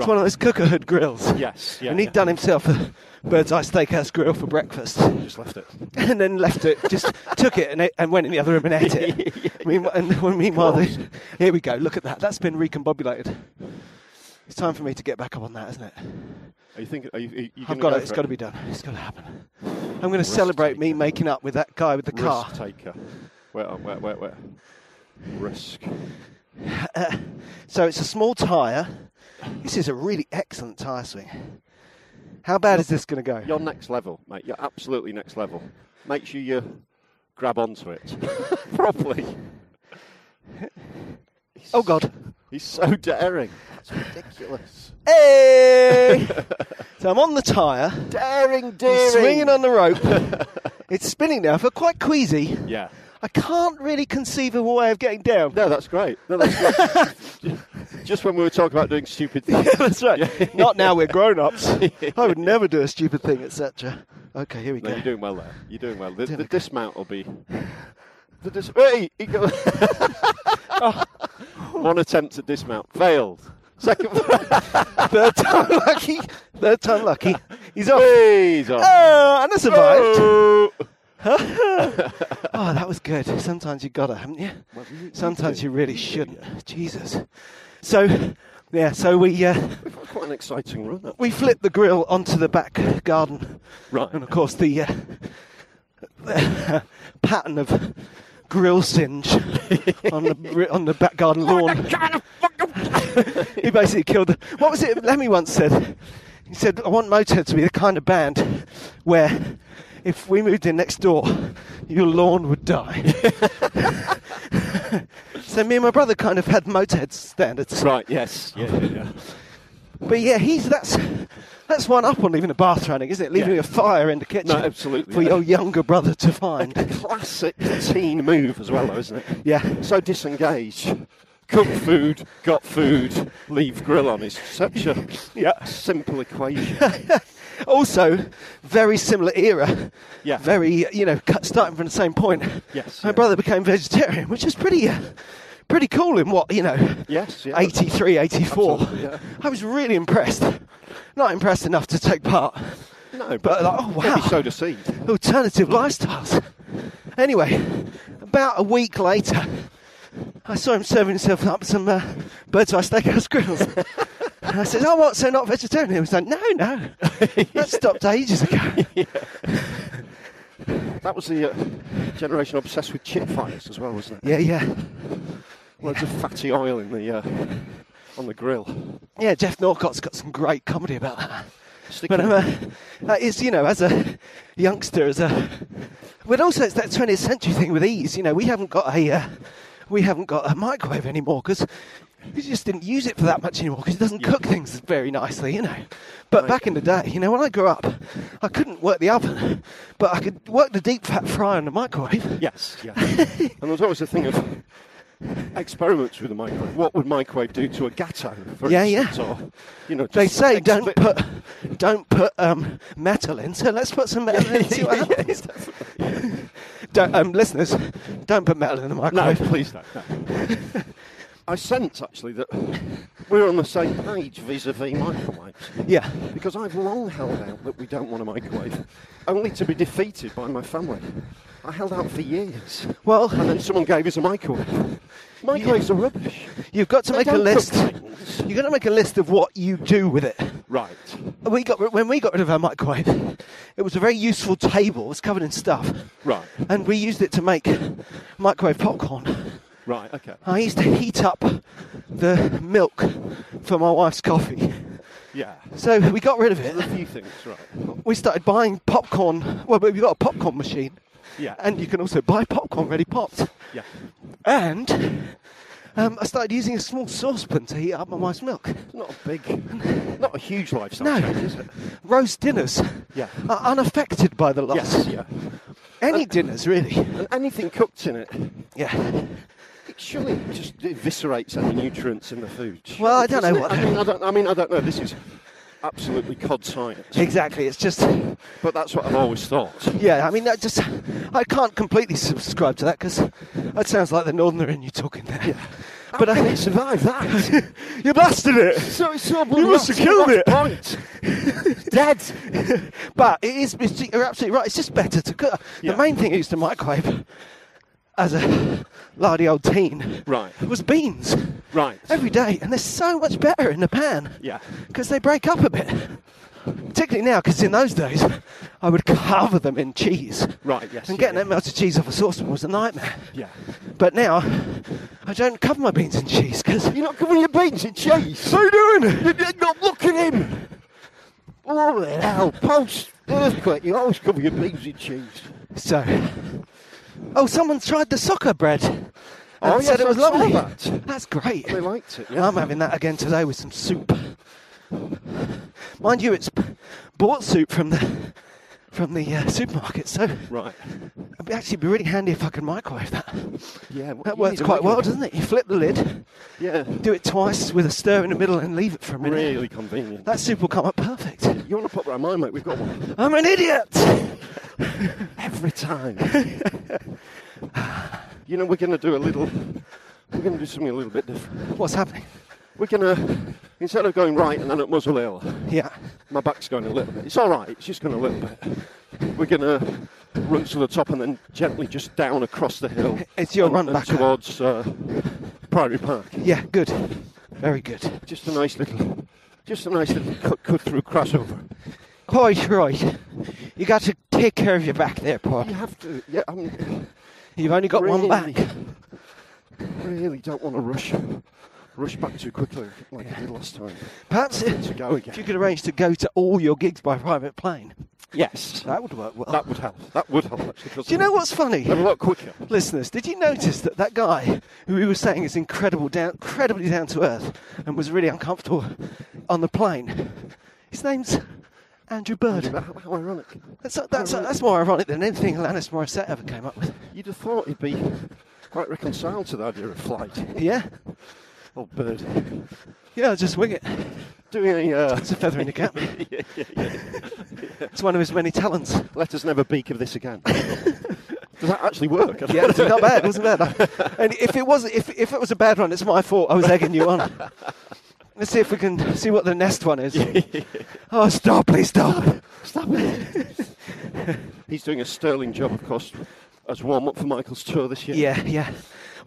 [SPEAKER 2] Right.
[SPEAKER 1] one of those cooker hood grills.
[SPEAKER 2] Yes, yeah,
[SPEAKER 1] and he'd
[SPEAKER 2] yeah.
[SPEAKER 1] done himself a bird's eye steakhouse grill for breakfast
[SPEAKER 2] Just left it.
[SPEAKER 1] (laughs) and then left it, just took it and, ate- and went in the other room and ate it. (laughs) Meanwhile, and when- meanwhile, the, (laughs) here we go. Look at that. That's been recombobulated. It's time for me to get back up on that, isn't it?
[SPEAKER 2] Are you thinking? Are you, are you
[SPEAKER 1] I've
[SPEAKER 2] gonna
[SPEAKER 1] got
[SPEAKER 2] go
[SPEAKER 1] it. It's
[SPEAKER 2] for
[SPEAKER 1] got to be done. It's got to happen. I'm going to celebrate me
[SPEAKER 2] taker.
[SPEAKER 1] making up with that guy with the car.
[SPEAKER 2] Risk taker. Where? oh, Where? Where? Where? Risk.
[SPEAKER 1] So it's a small tyre. This is a really excellent tyre swing. How bad is this going to go?
[SPEAKER 2] You're next level, mate. You're absolutely next level. Make sure you grab onto it (laughs) properly.
[SPEAKER 1] Oh God!
[SPEAKER 2] He's so daring. That's ridiculous.
[SPEAKER 1] (laughs) Hey! so I'm on the tyre,
[SPEAKER 2] Daring,
[SPEAKER 1] I'm
[SPEAKER 2] daring.
[SPEAKER 1] swinging on the rope. (laughs) it's spinning now. I feel quite queasy.
[SPEAKER 2] Yeah.
[SPEAKER 1] I can't really conceive of a way of getting down.
[SPEAKER 2] No, that's great. No, that's
[SPEAKER 1] (laughs)
[SPEAKER 2] great. Just when we were talking about doing stupid things.
[SPEAKER 1] That's right. Not now we're grown ups. I would never do a stupid thing, etc. Okay, here we
[SPEAKER 2] No,
[SPEAKER 1] go.
[SPEAKER 2] you're doing well there. You're doing well. The,
[SPEAKER 1] Doing
[SPEAKER 2] the
[SPEAKER 1] okay.
[SPEAKER 2] dismount will be. The dis- hey, he (laughs) go- One attempt at dismount failed. Second. (laughs)
[SPEAKER 1] Third time lucky. Third time lucky. He's off.
[SPEAKER 2] Hey, he's off.
[SPEAKER 1] Oh, and I survived.
[SPEAKER 2] Oh.
[SPEAKER 1] Oh, that was good. Sometimes you gotta, haven't you? Sometimes you really shouldn't. Jesus. So, yeah. So we uh,
[SPEAKER 2] Quite an exciting run. That.
[SPEAKER 1] we flipped the grill onto the back garden
[SPEAKER 2] Right.
[SPEAKER 1] (laughs) And of course, the, uh, (laughs) pattern of grill singe (laughs) on the bri- on the back garden lawn. (laughs) he basically killed. The, what was it? Lemmy once said. He said, "I want Motorhead to be the kind of band where, if we moved in next door, your lawn would die." (laughs) so me and my brother kind of had Motorhead standards.
[SPEAKER 2] Right. Yes. Yeah. Yeah. yeah.
[SPEAKER 1] But yeah, he's that's that's one up on leaving the bath running, isn't it? Leaving
[SPEAKER 2] Yeah.
[SPEAKER 1] a fire in the kitchen.
[SPEAKER 2] No, absolutely.
[SPEAKER 1] For your younger brother to find.
[SPEAKER 2] (laughs) Classic teen move as well, though, isn't it?
[SPEAKER 1] yeah.
[SPEAKER 2] So disengaged. Cook food, got food, leave grill on. It's such a
[SPEAKER 1] Yeah.
[SPEAKER 2] simple equation.
[SPEAKER 1] Also, very similar era.
[SPEAKER 2] Yeah.
[SPEAKER 1] Very, you know, cut, starting from the same point.
[SPEAKER 2] Yes,
[SPEAKER 1] My
[SPEAKER 2] yeah.
[SPEAKER 1] brother became vegetarian, which is pretty, uh, pretty cool in what you know.
[SPEAKER 2] Yes, yeah.
[SPEAKER 1] 83, 84.
[SPEAKER 2] Absolutely, yeah.
[SPEAKER 1] I was really impressed. Not impressed enough to take part.
[SPEAKER 2] (laughs) No, but,
[SPEAKER 1] But like, oh wow.
[SPEAKER 2] maybe soda seed.
[SPEAKER 1] alternative lifestyles. Anyway, about a week later, I saw him serving himself up some uh, bird's eye steakhouse grills. and I said, "Oh, what? So not vegetarian?" He was like, "No, no, that stopped ages ago."
[SPEAKER 2] That was the uh, generation obsessed with chip fires as well, wasn't it?
[SPEAKER 1] yeah, yeah,
[SPEAKER 2] Loads of fatty oil in the uh, on the grill.
[SPEAKER 1] yeah. Jeff Norcott's got some great comedy about that.
[SPEAKER 2] Stick
[SPEAKER 1] But
[SPEAKER 2] it.
[SPEAKER 1] I'm a, that is, you know, as a youngster, as a, but also it's that 20th century thing with ease. You know, we haven't got a, uh, we haven't got a microwave anymore because we just didn't use it for that much anymore because it doesn't cook things very nicely, you know. But back in the day, you know, when I grew up, I couldn't work the oven, but I could work the deep fat fryer and the microwave.
[SPEAKER 2] Yes, yeah. (laughs) and there's always the thing of experiments with the microwave. What would microwave do to a gatto, for
[SPEAKER 1] Yeah, yeah.
[SPEAKER 2] instance? Or, you know,
[SPEAKER 1] They
[SPEAKER 2] just
[SPEAKER 1] say
[SPEAKER 2] exp-
[SPEAKER 1] don't put don't put um, metal in, so let's put some metal in. and see
[SPEAKER 2] (laughs)
[SPEAKER 1] what happens. (laughs) don't, um, listeners, don't put metal in the
[SPEAKER 2] No,
[SPEAKER 1] microwave.
[SPEAKER 2] please don't. No. (laughs) I sense actually that we're on the same page vis-a-vis microwaves.
[SPEAKER 1] Yeah,
[SPEAKER 2] Because I've long held out that we don't want a microwave, only to be defeated by my family. I held out for years.
[SPEAKER 1] Well-
[SPEAKER 2] and then someone gave us a microwave. Microwaves are rubbish.
[SPEAKER 1] you've got to
[SPEAKER 2] They
[SPEAKER 1] make a
[SPEAKER 2] don't cook
[SPEAKER 1] list.
[SPEAKER 2] things.
[SPEAKER 1] You've got to make a list of what you do with it.
[SPEAKER 2] Right.
[SPEAKER 1] We got ri- when we got rid of our microwave, it was a very useful table. It was covered in stuff,
[SPEAKER 2] Right.
[SPEAKER 1] and we used it to make microwave popcorn.
[SPEAKER 2] Right. Okay.
[SPEAKER 1] I used to heat up the milk for my wife's coffee.
[SPEAKER 2] Yeah.
[SPEAKER 1] So we got rid of
[SPEAKER 2] There's a
[SPEAKER 1] it.
[SPEAKER 2] few things. Right.
[SPEAKER 1] We started buying popcorn. Well, we've got a popcorn machine,
[SPEAKER 2] Yeah.
[SPEAKER 1] and you can also buy popcorn ready popped.
[SPEAKER 2] yeah.
[SPEAKER 1] And um, I started using a small saucepan to heat up my wife's milk.
[SPEAKER 2] Not a big, not a huge lifestyle
[SPEAKER 1] No,
[SPEAKER 2] change, is it?
[SPEAKER 1] roast dinners
[SPEAKER 2] Yeah.
[SPEAKER 1] are unaffected by the loss.
[SPEAKER 2] Yes. Yeah.
[SPEAKER 1] Any dinners, really.
[SPEAKER 2] And anything cooked in it,
[SPEAKER 1] Yeah.
[SPEAKER 2] it surely just eviscerates any nutrients in the food.
[SPEAKER 1] Well, I don't know
[SPEAKER 2] Doesn't it?
[SPEAKER 1] what-
[SPEAKER 2] I mean, I don't. I mean, I don't know. This is absolutely cod science.
[SPEAKER 1] Exactly. It's just,
[SPEAKER 2] But that's what I've always thought.
[SPEAKER 1] yeah, I mean, that just, I can't completely subscribe to that because that sounds like the Northerner in you talking there. (laughs)
[SPEAKER 2] How
[SPEAKER 1] But
[SPEAKER 2] can
[SPEAKER 1] I,
[SPEAKER 2] it survive that?
[SPEAKER 1] (laughs) you blasted it!
[SPEAKER 2] so it's so
[SPEAKER 1] You must have killed it.
[SPEAKER 2] Point.
[SPEAKER 1] (laughs) dead. but it is, it's- you're absolutely right. It's just better to cook.
[SPEAKER 2] Yeah.
[SPEAKER 1] The main thing I used to microwave as a lardy old teen
[SPEAKER 2] Right.
[SPEAKER 1] was beans
[SPEAKER 2] Right.
[SPEAKER 1] every day. And they're so much better in the pan
[SPEAKER 2] Yeah.
[SPEAKER 1] because they break up a bit. Particularly now, because in those days, I would cover them in cheese.
[SPEAKER 2] Right, yes,
[SPEAKER 1] And
[SPEAKER 2] yeah,
[SPEAKER 1] getting
[SPEAKER 2] yeah.
[SPEAKER 1] that melted cheese off a saucepan was a nightmare.
[SPEAKER 2] Yeah.
[SPEAKER 1] But now, I don't cover my beans in cheese because.
[SPEAKER 2] You're not covering your beans in cheese.
[SPEAKER 1] What are you doing?
[SPEAKER 2] You- You're not looking in. Oh, hell, post earthquake. You always cover your beans in cheese.
[SPEAKER 1] So, oh, someone tried the soccer bread. And
[SPEAKER 2] Oh,
[SPEAKER 1] said
[SPEAKER 2] yes,
[SPEAKER 1] it was
[SPEAKER 2] I saw
[SPEAKER 1] lovely.
[SPEAKER 2] that.
[SPEAKER 1] That's great.
[SPEAKER 2] They liked it, yeah.
[SPEAKER 1] I'm having that again today with some soup. Mind you, it's bought soup from the from the uh, supermarket, so
[SPEAKER 2] Right.
[SPEAKER 1] it'd actually be really handy if I could microwave that.
[SPEAKER 2] Yeah. well,
[SPEAKER 1] That
[SPEAKER 2] you
[SPEAKER 1] works
[SPEAKER 2] need a
[SPEAKER 1] quite well,
[SPEAKER 2] regular-
[SPEAKER 1] doesn't it? You flip the lid,
[SPEAKER 2] Yeah.
[SPEAKER 1] do it twice with a stir in the middle, and leave it for a minute.
[SPEAKER 2] Really convenient.
[SPEAKER 1] That soup will come up perfect.
[SPEAKER 2] you want to pop round mine, mate? We've got one.
[SPEAKER 1] I'm an idiot. (laughs)
[SPEAKER 2] Every time. you know, we're going to do a little. We're going to do something a little bit different.
[SPEAKER 1] What's happening?
[SPEAKER 2] We're going to, instead of going right and then at muzzle hill,
[SPEAKER 1] Yeah.
[SPEAKER 2] my back's going a little bit. It's all right. It's just going a little bit. We're going to run to the top and then gently just down across the hill.
[SPEAKER 1] It's your
[SPEAKER 2] and,
[SPEAKER 1] run
[SPEAKER 2] and
[SPEAKER 1] back up.
[SPEAKER 2] towards uh, Priory Park.
[SPEAKER 1] Yeah, good. Very good.
[SPEAKER 2] Just a nice little, just a nice little cut, cut through crossover.
[SPEAKER 1] Quite right. You got to take care of your back there, Paul.
[SPEAKER 2] You have to. Yeah, I'm.
[SPEAKER 1] You've only got one
[SPEAKER 2] Really?
[SPEAKER 1] back.
[SPEAKER 2] Really don't want to rush, rush back too quickly like I did last time.
[SPEAKER 1] Perhaps
[SPEAKER 2] To
[SPEAKER 1] if
[SPEAKER 2] go again.
[SPEAKER 1] you could arrange to go to all your gigs by private plane,
[SPEAKER 2] Yes.
[SPEAKER 1] that would work well.
[SPEAKER 2] That would help. That would help actually. 'cause
[SPEAKER 1] Oh. Do you know what's funny?
[SPEAKER 2] They're a lot quicker.
[SPEAKER 1] Listeners, did you notice that that guy who we were saying is incredible down, incredibly down to earth and was really uncomfortable on the plane? His name's Andrew Bird.
[SPEAKER 2] How, how ironic.
[SPEAKER 1] That's, that's, that's more ironic than anything Alanis Morissette ever came up with.
[SPEAKER 2] You'd have thought he'd be quite reconciled to the idea of flight.
[SPEAKER 1] Yeah?
[SPEAKER 2] Old bird.
[SPEAKER 1] Yeah, just wing it.
[SPEAKER 2] Doing a. Uh,
[SPEAKER 1] It's a feather in the cap. (laughs) It's one of his many talents.
[SPEAKER 2] let us never beak of
[SPEAKER 1] (laughs)
[SPEAKER 2] this again. Does that actually work?
[SPEAKER 1] Yeah, it was not bad. It wasn't
[SPEAKER 2] (laughs)
[SPEAKER 1] bad. And if it was, if, if it was a bad one, it's my fault. I was egging you
[SPEAKER 2] (laughs)
[SPEAKER 1] on. Let's see if we can see what the next one is. oh, stop! Please stop.
[SPEAKER 2] Stop it. He's doing a sterling job, of course, as warm up for Michael's tour this year.
[SPEAKER 1] Yeah, yeah.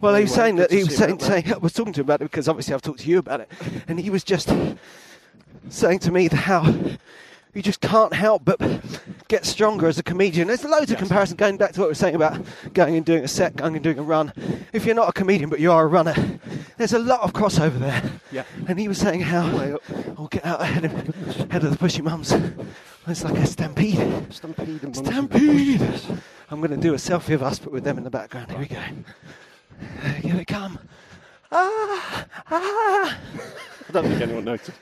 [SPEAKER 1] Well, he was
[SPEAKER 2] Anyway,
[SPEAKER 1] saying
[SPEAKER 2] good
[SPEAKER 1] that
[SPEAKER 2] to
[SPEAKER 1] he was
[SPEAKER 2] see him
[SPEAKER 1] saying,
[SPEAKER 2] out there.
[SPEAKER 1] saying I was talking to him about it because obviously I've talked to you about it, and he was just saying to me that how you just can't help but get stronger as a comedian. There's loads of comparison going back to what we were saying about going and doing a set, going and doing a run. If you're not a comedian but you are a runner, There's a lot of crossover there.
[SPEAKER 2] Yeah.
[SPEAKER 1] And he was saying how
[SPEAKER 2] Way up.
[SPEAKER 1] I'll get out ahead of, ahead of the pushy mums. It's like a stampede.
[SPEAKER 2] Stampede and
[SPEAKER 1] Stampede! I'm going to do a selfie of us, but with them in the background. Here we go. Here they come. Ah, ah.
[SPEAKER 2] I don't think anyone noticed.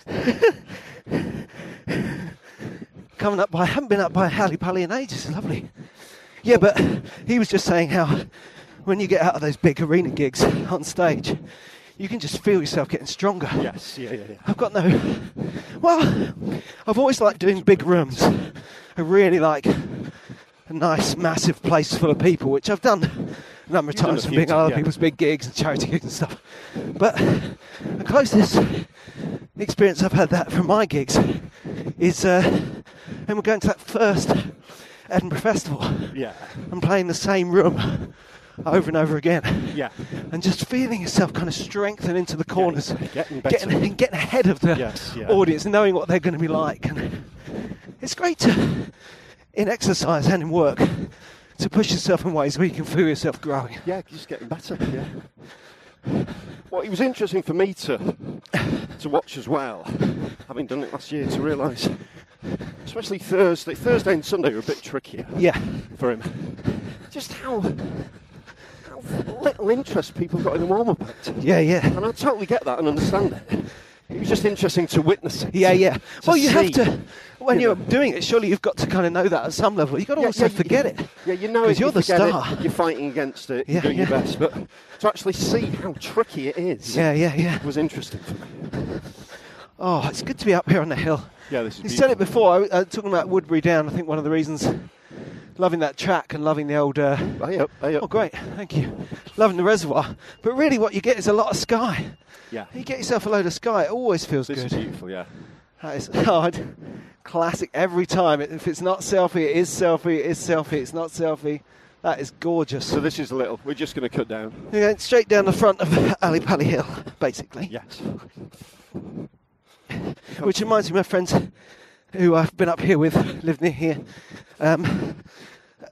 [SPEAKER 1] Coming up by, haven't been up by Halley Pally in ages. Lovely. Yeah, but he was just saying how when you get out of those big arena gigs on stage, you can just feel yourself getting stronger.
[SPEAKER 2] Yes, yeah, yeah, yeah.
[SPEAKER 1] I've got no. Well, I've always liked doing big rooms. I really like a nice, massive place full of people, which I've done a number of
[SPEAKER 2] You've done
[SPEAKER 1] times
[SPEAKER 2] a
[SPEAKER 1] from
[SPEAKER 2] few
[SPEAKER 1] being at
[SPEAKER 2] times,
[SPEAKER 1] other
[SPEAKER 2] yeah.
[SPEAKER 1] people's big gigs and charity gigs and stuff. But the closest experience I've had that from my gigs is uh, when we're going to that first Edinburgh Festival.
[SPEAKER 2] Yeah.
[SPEAKER 1] I'm playing the same room over and over again
[SPEAKER 2] Yeah.
[SPEAKER 1] and just feeling yourself kind of strengthen into the corners,
[SPEAKER 2] getting better.
[SPEAKER 1] Getting, (laughs) getting ahead of the
[SPEAKER 2] Yes, yeah.
[SPEAKER 1] audience, knowing what they're going to be like. And it's great to, in exercise and in work, to push yourself in ways where you can feel yourself growing.
[SPEAKER 2] Yeah, just getting better. Yeah. Well, it was interesting for me to to watch as well, having done it last year, to realise, especially Thursday, Thursday and Sunday were a bit trickier
[SPEAKER 1] Yeah,
[SPEAKER 2] for him. Just how how little interest people got in the warm-up act,
[SPEAKER 1] yeah, yeah,
[SPEAKER 2] and I totally get that and understand it. It was just interesting to witness it.
[SPEAKER 1] yeah, yeah.
[SPEAKER 2] To
[SPEAKER 1] Well, you have
[SPEAKER 2] see.
[SPEAKER 1] to. When
[SPEAKER 2] Yeah,
[SPEAKER 1] you're
[SPEAKER 2] but-
[SPEAKER 1] doing it, surely you've got to kind of know that at some level. You've got to also forget it.
[SPEAKER 2] Yeah, you know,
[SPEAKER 1] 'Cause
[SPEAKER 2] it,
[SPEAKER 1] you're
[SPEAKER 2] you
[SPEAKER 1] the
[SPEAKER 2] forget it,
[SPEAKER 1] star.
[SPEAKER 2] you're fighting against it.
[SPEAKER 1] Yeah,
[SPEAKER 2] you're doing
[SPEAKER 1] yeah.
[SPEAKER 2] your best, but to actually see how tricky it is
[SPEAKER 1] Yeah, yeah, yeah.
[SPEAKER 2] was interesting for me.
[SPEAKER 1] Oh, it's good to be up here on the hill.
[SPEAKER 2] Yeah, this is
[SPEAKER 1] You said it before. I, uh, talking about Woodbury Down, I think one of the reasons loving that track and loving the old. Uh,
[SPEAKER 2] Hey up, hey up.
[SPEAKER 1] Oh, great, thank you. Loving the reservoir. But really, what you get is a lot of sky.
[SPEAKER 2] Yeah.
[SPEAKER 1] You get yourself a load of sky, it always feels
[SPEAKER 2] This is
[SPEAKER 1] good.
[SPEAKER 2] beautiful, yeah.
[SPEAKER 1] That is (laughs) hard. Classic every time. If it's not selfie, it is selfie, it is selfie, it's not selfie. That is gorgeous.
[SPEAKER 2] So this is a little. We're just going to cut down.
[SPEAKER 1] You're going straight down the front of (laughs) Ali Pali Hill, basically.
[SPEAKER 2] Yes.
[SPEAKER 1] Which reminds me, my friends who I've been up here with, live near here, um,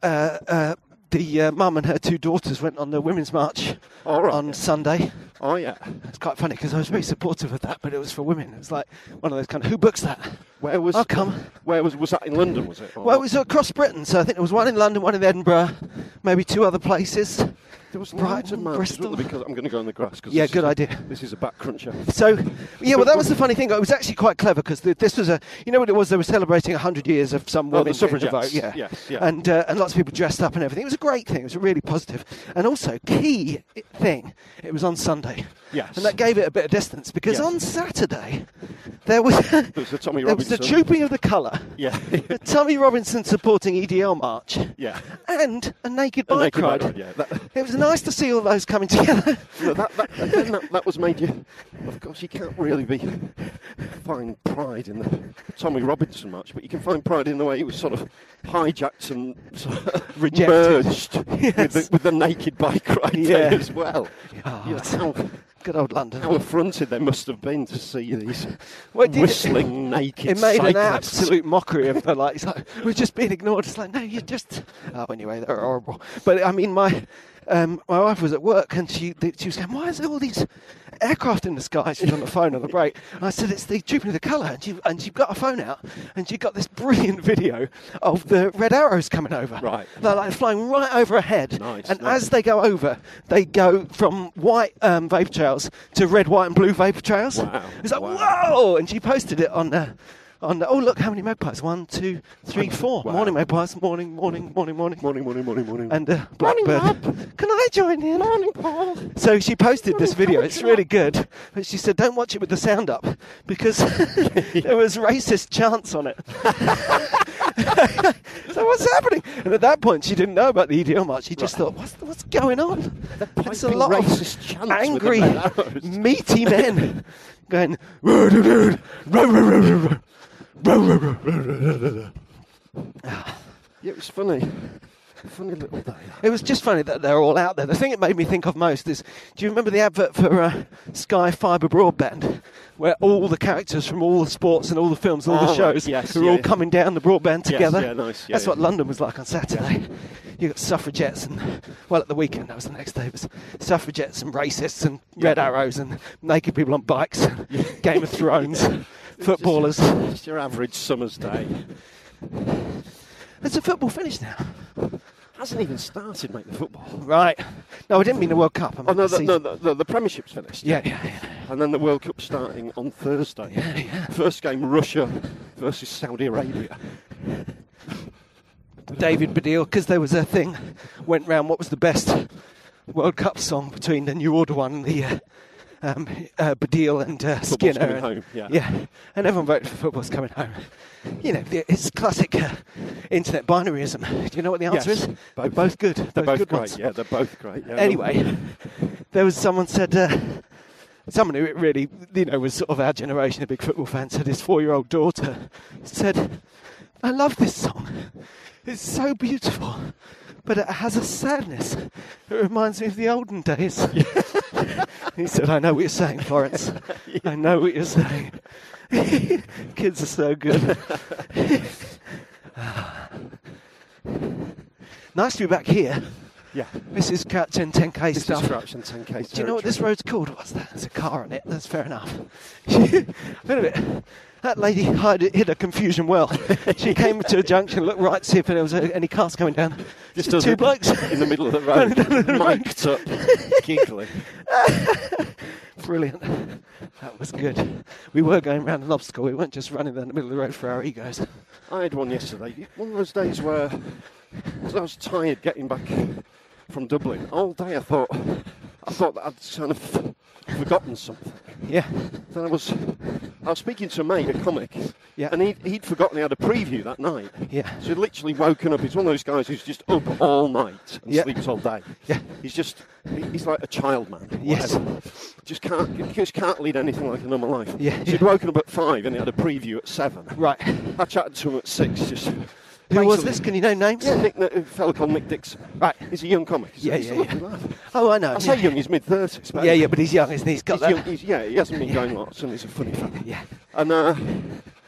[SPEAKER 1] uh, uh, the uh, mum and her two daughters went on the Women's March
[SPEAKER 2] All right,
[SPEAKER 1] on
[SPEAKER 2] yeah.
[SPEAKER 1] Sunday.
[SPEAKER 2] Oh yeah.
[SPEAKER 1] It's quite funny because I was very supportive of that, but it was for women. It's like one of those kind of who books that?
[SPEAKER 2] Where was?
[SPEAKER 1] I'll come.
[SPEAKER 2] Where was? Was that in London? Was it? Or-
[SPEAKER 1] Well, it was across Britain, so I think there was one in London, one in Edinburgh, maybe two other places.
[SPEAKER 2] There was
[SPEAKER 1] Brighton,
[SPEAKER 2] loads of man-
[SPEAKER 1] Bristol.
[SPEAKER 2] Because I'm going to go on the grass. 'cause
[SPEAKER 1] Yeah,
[SPEAKER 2] this is
[SPEAKER 1] good
[SPEAKER 2] a-
[SPEAKER 1] idea.
[SPEAKER 2] This is a back
[SPEAKER 1] (laughs)
[SPEAKER 2] cruncher.
[SPEAKER 1] So, yeah, well, that was the funny thing. It was actually quite clever because this was a, you know what it was? They were celebrating 100 years of some
[SPEAKER 2] Oh,
[SPEAKER 1] women
[SPEAKER 2] the
[SPEAKER 1] getting to vote.
[SPEAKER 2] suffragettes.
[SPEAKER 1] Yeah.
[SPEAKER 2] Yes, yeah.
[SPEAKER 1] And, uh, and lots of people dressed up and everything. It was a great thing. It was really positive. And also, key thing, it was on Sunday.
[SPEAKER 2] Yes.
[SPEAKER 1] And that gave it a bit of distance because
[SPEAKER 2] Yes.
[SPEAKER 1] on Saturday, there was, (laughs)
[SPEAKER 2] was the Tommy
[SPEAKER 1] there was the
[SPEAKER 2] Robinson.
[SPEAKER 1] Trooping of the Colour.
[SPEAKER 2] Yeah.
[SPEAKER 1] the Tommy Robinson supporting EDL march.
[SPEAKER 2] Yeah.
[SPEAKER 1] And a naked
[SPEAKER 2] A
[SPEAKER 1] bike
[SPEAKER 2] naked
[SPEAKER 1] ride.
[SPEAKER 2] bike ride, yeah. That-
[SPEAKER 1] It was nice to see all those coming together. (laughs)
[SPEAKER 2] No, (laughs) that, that, again, that, that was made you. Of course, you can't really be find pride in the Tommy Robinson match, but you can find pride in the way it was sort of hijacked and sort
[SPEAKER 1] (laughs)
[SPEAKER 2] of
[SPEAKER 1] Rejected.
[SPEAKER 2] merged with,
[SPEAKER 1] Yes.
[SPEAKER 2] the, with the naked bike ride
[SPEAKER 1] Yeah.
[SPEAKER 2] there
[SPEAKER 1] Ah.
[SPEAKER 2] as well. You know, how,
[SPEAKER 1] Good old London.
[SPEAKER 2] how affronted they must have been to see these
[SPEAKER 1] Well, it did-
[SPEAKER 2] whistling naked.
[SPEAKER 1] It made an
[SPEAKER 2] cyclists.
[SPEAKER 1] absolute mockery of the like, it's like, we're just being ignored. It's like, no, you're just. Oh, anyway, they're horrible. But I mean, my um, my wife was at work and she th- she was going, why is there all these aircraft in the sky? She was on the phone on the break. And I said, it's the Trooping of the Colour. And she, and she got her phone out and she got this brilliant video of the red arrows coming over.
[SPEAKER 2] Right.
[SPEAKER 1] They're like flying right over ahead.
[SPEAKER 2] Nice,
[SPEAKER 1] And
[SPEAKER 2] nice.
[SPEAKER 1] as they go over, they go from white um, vapor trails to red, white, and blue vapor trails.
[SPEAKER 2] Wow,
[SPEAKER 1] It's like,
[SPEAKER 2] wow.
[SPEAKER 1] whoa! Oh, and she posted it on the, on the, oh look how many magpies? One, two,
[SPEAKER 2] (laughs)
[SPEAKER 1] three, four.
[SPEAKER 2] Wow.
[SPEAKER 1] Morning magpies. Morning, morning, morning, morning.
[SPEAKER 2] Morning, morning, morning, morning.
[SPEAKER 1] And uh, blackbird. Can I join in? Morning, Paul. So she posted this video. It's really good. But she said, don't watch it with the sound up because (laughs) there was racist chants on it. (laughs) so what's happening? And at that point, she didn't know about the EDL march. She just thought, what's, what's going on? It's a
[SPEAKER 2] piping
[SPEAKER 1] lot
[SPEAKER 2] racist
[SPEAKER 1] of
[SPEAKER 2] chants with the
[SPEAKER 1] angry,
[SPEAKER 2] red arrows.
[SPEAKER 1] meaty men going. "Roo, roo, roo, roo, roo, roo, roo, roo."
[SPEAKER 2] Yeah, it was funny. Funny little day.
[SPEAKER 1] It was just funny that they're all out there. The thing it made me think of most is do you remember the advert for uh, Sky Fibre Broadband? Where all the characters from all the sports and all the films and all the
[SPEAKER 2] Oh, right,
[SPEAKER 1] shows
[SPEAKER 2] yes,
[SPEAKER 1] were
[SPEAKER 2] yeah,
[SPEAKER 1] all
[SPEAKER 2] yeah.
[SPEAKER 1] coming down the broadband
[SPEAKER 2] Yes,
[SPEAKER 1] together.
[SPEAKER 2] yeah, nice, yeah,
[SPEAKER 1] That's
[SPEAKER 2] yeah.
[SPEAKER 1] what London was like on Saturday. You got suffragettes and, well, at the weekend, that was the next day, it was suffragettes and racists and red arrows and naked people on
[SPEAKER 2] (laughs)
[SPEAKER 1] bikes, Game of Thrones, footballers.
[SPEAKER 2] It's your average summer's day.
[SPEAKER 1] It's a football finish now.
[SPEAKER 2] Hasn't even started, mate. The football.
[SPEAKER 1] Right. No, I didn't mean the World Cup. I meant
[SPEAKER 2] Oh no,
[SPEAKER 1] the
[SPEAKER 2] the,
[SPEAKER 1] season.
[SPEAKER 2] no, the, the, the Premiership's finished.
[SPEAKER 1] Yeah, yeah, yeah.
[SPEAKER 2] And then the World Cup starting on Thursday. First game, Russia versus Saudi Arabia.
[SPEAKER 1] David Baddiel, because there was a thing, went round what was the best World Cup song between the New Order one and the uh, um, uh, Baddiel and uh, Skinner.
[SPEAKER 2] Coming
[SPEAKER 1] and,
[SPEAKER 2] Home, yeah.
[SPEAKER 1] and everyone voted for Football's Coming Home. You know, the- it's classic uh, internet binaryism. Do you know what the answer
[SPEAKER 2] Yes,
[SPEAKER 1] is?
[SPEAKER 2] both.
[SPEAKER 1] They're both good. They're
[SPEAKER 2] They're both
[SPEAKER 1] good
[SPEAKER 2] great.
[SPEAKER 1] ones.
[SPEAKER 2] Yeah, they're both great. Yeah,
[SPEAKER 1] Anyway, there was someone said, uh, someone who really, you know, was sort of our generation, a big football fan, said his four year old daughter said, I love this song. It's so beautiful, but it has a sadness. It reminds me of the olden days. he said, I know what you're saying, Florence. I know what you're saying. (laughs) Kids are so good. nice to be back here.
[SPEAKER 2] yeah.
[SPEAKER 1] This is Catch and 10K
[SPEAKER 2] This
[SPEAKER 1] stuff.
[SPEAKER 2] is Crouch and 10K.
[SPEAKER 1] Do you know what this
[SPEAKER 2] territory.
[SPEAKER 1] road's called? What's that? There's a car on it. That's fair enough. (laughs) Wait a minute. That lady hid, hid her confusion well.
[SPEAKER 2] (laughs)
[SPEAKER 1] she came to a junction, looked right, see if there was uh, any cars coming down. Just
[SPEAKER 2] Just does
[SPEAKER 1] two
[SPEAKER 2] it
[SPEAKER 1] blokes. (laughs)
[SPEAKER 2] in the (laughs) middle of the road, mic'd up, giggling.
[SPEAKER 1] Brilliant. That was good. We were going round an obstacle. We weren't just running down the middle of the road for our egos.
[SPEAKER 2] I had one yesterday. One of those days where 'cause I was tired getting back from Dublin all day. I thought I thought that I'd kind of forgotten something.
[SPEAKER 1] Yeah.
[SPEAKER 2] Then I was I was speaking to a mate, a comic,
[SPEAKER 1] Yeah.
[SPEAKER 2] and he'd, he'd forgotten he had a preview that night.
[SPEAKER 1] Yeah.
[SPEAKER 2] So he'd literally woken up. He's one of those guys who's just up all night and
[SPEAKER 1] Yeah.
[SPEAKER 2] sleeps all day.
[SPEAKER 1] Yeah.
[SPEAKER 2] He's just he- he's like a child man.
[SPEAKER 1] Yes.
[SPEAKER 2] whatever. Just can't he just can't lead anything like a normal life.
[SPEAKER 1] Yeah.
[SPEAKER 2] So he'd woken up at five and he had a preview at seven.
[SPEAKER 1] Right.
[SPEAKER 2] I chatted to him at six. Just
[SPEAKER 1] Who was this? Can you name names?
[SPEAKER 2] Yeah, Nick, a fella called Nick Dixon.
[SPEAKER 1] Right.
[SPEAKER 2] He's a young comic. He's a-
[SPEAKER 1] Yeah,
[SPEAKER 2] he's a
[SPEAKER 1] yeah,
[SPEAKER 2] lovely
[SPEAKER 1] yeah.
[SPEAKER 2] lad.
[SPEAKER 1] Oh, I know.
[SPEAKER 2] I say
[SPEAKER 1] yeah.
[SPEAKER 2] young, he's mid thirties.
[SPEAKER 1] Yeah, yeah, but he's young, isn't he? He's got
[SPEAKER 2] He's
[SPEAKER 1] that.
[SPEAKER 2] young, he's, yeah, he hasn't been going lots, and he's a funny fellow.
[SPEAKER 1] Yeah.
[SPEAKER 2] And uh,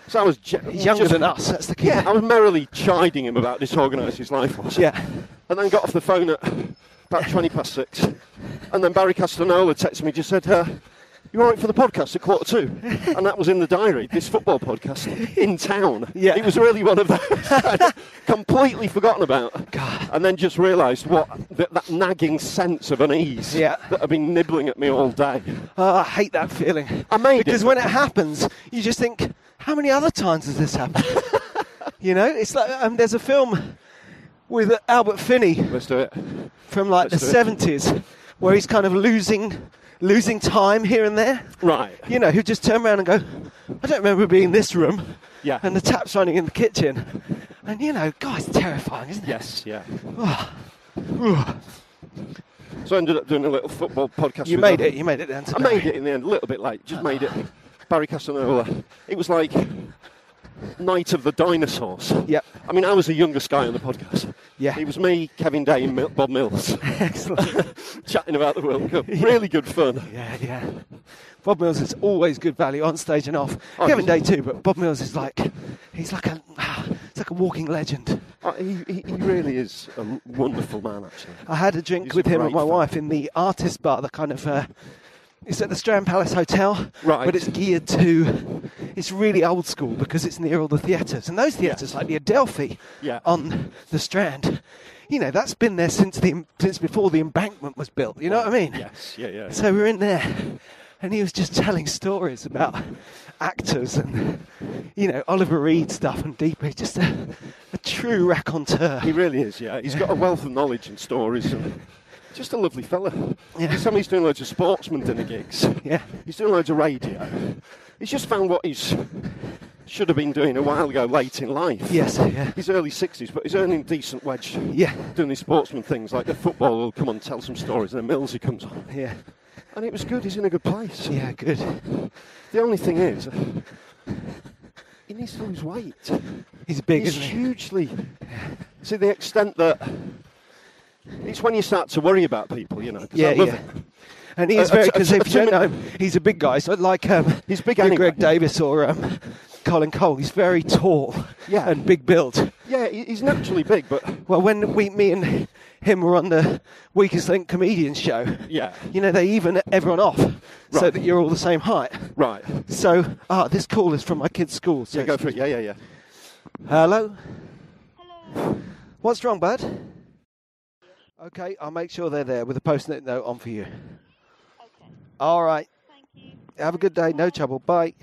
[SPEAKER 2] so I was. Je-
[SPEAKER 1] He's younger
[SPEAKER 2] just-
[SPEAKER 1] than us. That's the key.
[SPEAKER 2] Yeah, I was merrily chiding him about disorganised his life was.
[SPEAKER 1] Yeah.
[SPEAKER 2] And then got off the phone at
[SPEAKER 1] (laughs)
[SPEAKER 2] about twenty past six, and then Barry Castanola texted me just said. Uh, you all right for the podcast at quarter
[SPEAKER 1] (laughs)
[SPEAKER 2] two? And that was in the diary, this football podcast in town.
[SPEAKER 1] Yeah.
[SPEAKER 2] It was really one of those (laughs) I'd completely forgotten about.
[SPEAKER 1] God.
[SPEAKER 2] And then just realised what that, that nagging sense of unease
[SPEAKER 1] Yeah.
[SPEAKER 2] that had been nibbling at me all day.
[SPEAKER 1] Oh, I hate that feeling.
[SPEAKER 2] I made it.
[SPEAKER 1] because when it happens, you just think, how many other times has this
[SPEAKER 2] (laughs)
[SPEAKER 1] happened? you know, it's like um, there's a film with Albert Finney
[SPEAKER 2] Let's do it.
[SPEAKER 1] from like
[SPEAKER 2] Let's
[SPEAKER 1] the
[SPEAKER 2] do it.
[SPEAKER 1] seventies, where he's kind of losing, losing time here and there.
[SPEAKER 2] Right.
[SPEAKER 1] You know, who just turn around and go, I don't remember being in this room.
[SPEAKER 2] Yeah.
[SPEAKER 1] And the tap's running in the kitchen, and you know, God, it's terrifying, isn't it?
[SPEAKER 2] Yes,
[SPEAKER 1] (sighs)
[SPEAKER 2] yeah. so I ended up doing a little football podcast.
[SPEAKER 1] You
[SPEAKER 2] with
[SPEAKER 1] made
[SPEAKER 2] them.
[SPEAKER 1] it. You made it then.
[SPEAKER 2] I made it in the end, a little bit late. Just
[SPEAKER 1] (sighs)
[SPEAKER 2] made it. Barry Castanola. It was like Night of the Dinosaurs.
[SPEAKER 1] Yep. (laughs)
[SPEAKER 2] I mean, I was the youngest guy on the podcast.
[SPEAKER 1] Yeah.
[SPEAKER 2] It was me, Kevin Day, and Mil-
[SPEAKER 1] (laughs)
[SPEAKER 2] Bob Mills (laughs)
[SPEAKER 1] Excellent.
[SPEAKER 2] chatting about the World Cup. Really good fun.
[SPEAKER 1] Yeah, yeah. Bob Mills is always good value on stage and off.
[SPEAKER 2] Oh,
[SPEAKER 1] Kevin Day
[SPEAKER 2] he's-
[SPEAKER 1] too, but Bob Mills is like he's like a it's like a walking legend.
[SPEAKER 2] Uh, he, he, he really is a wonderful man, actually.
[SPEAKER 1] I had a drink
[SPEAKER 2] He's
[SPEAKER 1] with
[SPEAKER 2] a
[SPEAKER 1] him and
[SPEAKER 2] great
[SPEAKER 1] my
[SPEAKER 2] fan.
[SPEAKER 1] wife in the artist bar, the kind of uh, it's at the Strand Palace Hotel,
[SPEAKER 2] Right.
[SPEAKER 1] But it's geared to it's really old school because it's near all the theatres and those theatres like the Adelphi
[SPEAKER 2] Yeah.
[SPEAKER 1] on the Strand. You know that's been there since the since before the embankment was built. You know what I mean?
[SPEAKER 2] Yes, yeah, yeah.
[SPEAKER 1] So we were in there, and he was just telling stories about actors and, you know, Oliver Reed stuff and Deeper. Just a, a true raconteur.
[SPEAKER 2] He really is, yeah. He's got a wealth of knowledge and stories. And just a lovely fella.
[SPEAKER 1] Yeah.
[SPEAKER 2] Some he's doing loads of sportsman dinner gigs.
[SPEAKER 1] Yeah.
[SPEAKER 2] He's doing loads of radio. He's just found what he's should have been doing a while ago late in life.
[SPEAKER 1] Yes, yeah.
[SPEAKER 2] He's early 60s, but he's earning decent wedge.
[SPEAKER 1] Yeah.
[SPEAKER 2] Doing these sportsman things like the football will come on, tell some stories, and then Millsy comes on.
[SPEAKER 1] Yeah.
[SPEAKER 2] And it was good, he's in a good place.
[SPEAKER 1] Yeah, good.
[SPEAKER 2] The only thing is, he needs to lose weight
[SPEAKER 1] He's big,
[SPEAKER 2] he's
[SPEAKER 1] isn't he?
[SPEAKER 2] hugely. See the extent that It's when you start to worry about people, you know. 'cause I
[SPEAKER 1] Yeah,
[SPEAKER 2] love
[SPEAKER 1] yeah.
[SPEAKER 2] it.
[SPEAKER 1] And he
[SPEAKER 2] Uh,
[SPEAKER 1] is
[SPEAKER 2] uh,
[SPEAKER 1] very
[SPEAKER 2] t- uh,
[SPEAKER 1] conservative.
[SPEAKER 2] t-
[SPEAKER 1] You know, he's a big guy. So like um,
[SPEAKER 2] He's big
[SPEAKER 1] your
[SPEAKER 2] anyway.
[SPEAKER 1] Greg Davis or um, Colin Cole. He's very tall
[SPEAKER 2] Yeah.
[SPEAKER 1] and big build.
[SPEAKER 2] Yeah, he- he's naturally big, but
[SPEAKER 1] Well, when we, me and him were on the Weakest Link Comedians show,
[SPEAKER 2] Yeah.
[SPEAKER 1] you know, they even everyone off so
[SPEAKER 2] Right.
[SPEAKER 1] that you're all the same height.
[SPEAKER 2] right.
[SPEAKER 1] So, ah, this call is from my kid's school. So
[SPEAKER 2] Yeah, go for it. Yeah, yeah, yeah.
[SPEAKER 1] Hello? Hello. What's wrong, bud? Okay, I'll make sure they're there with a post-it note on for you. Okay. All right. Thank you. Have a good day. No trouble. Bye.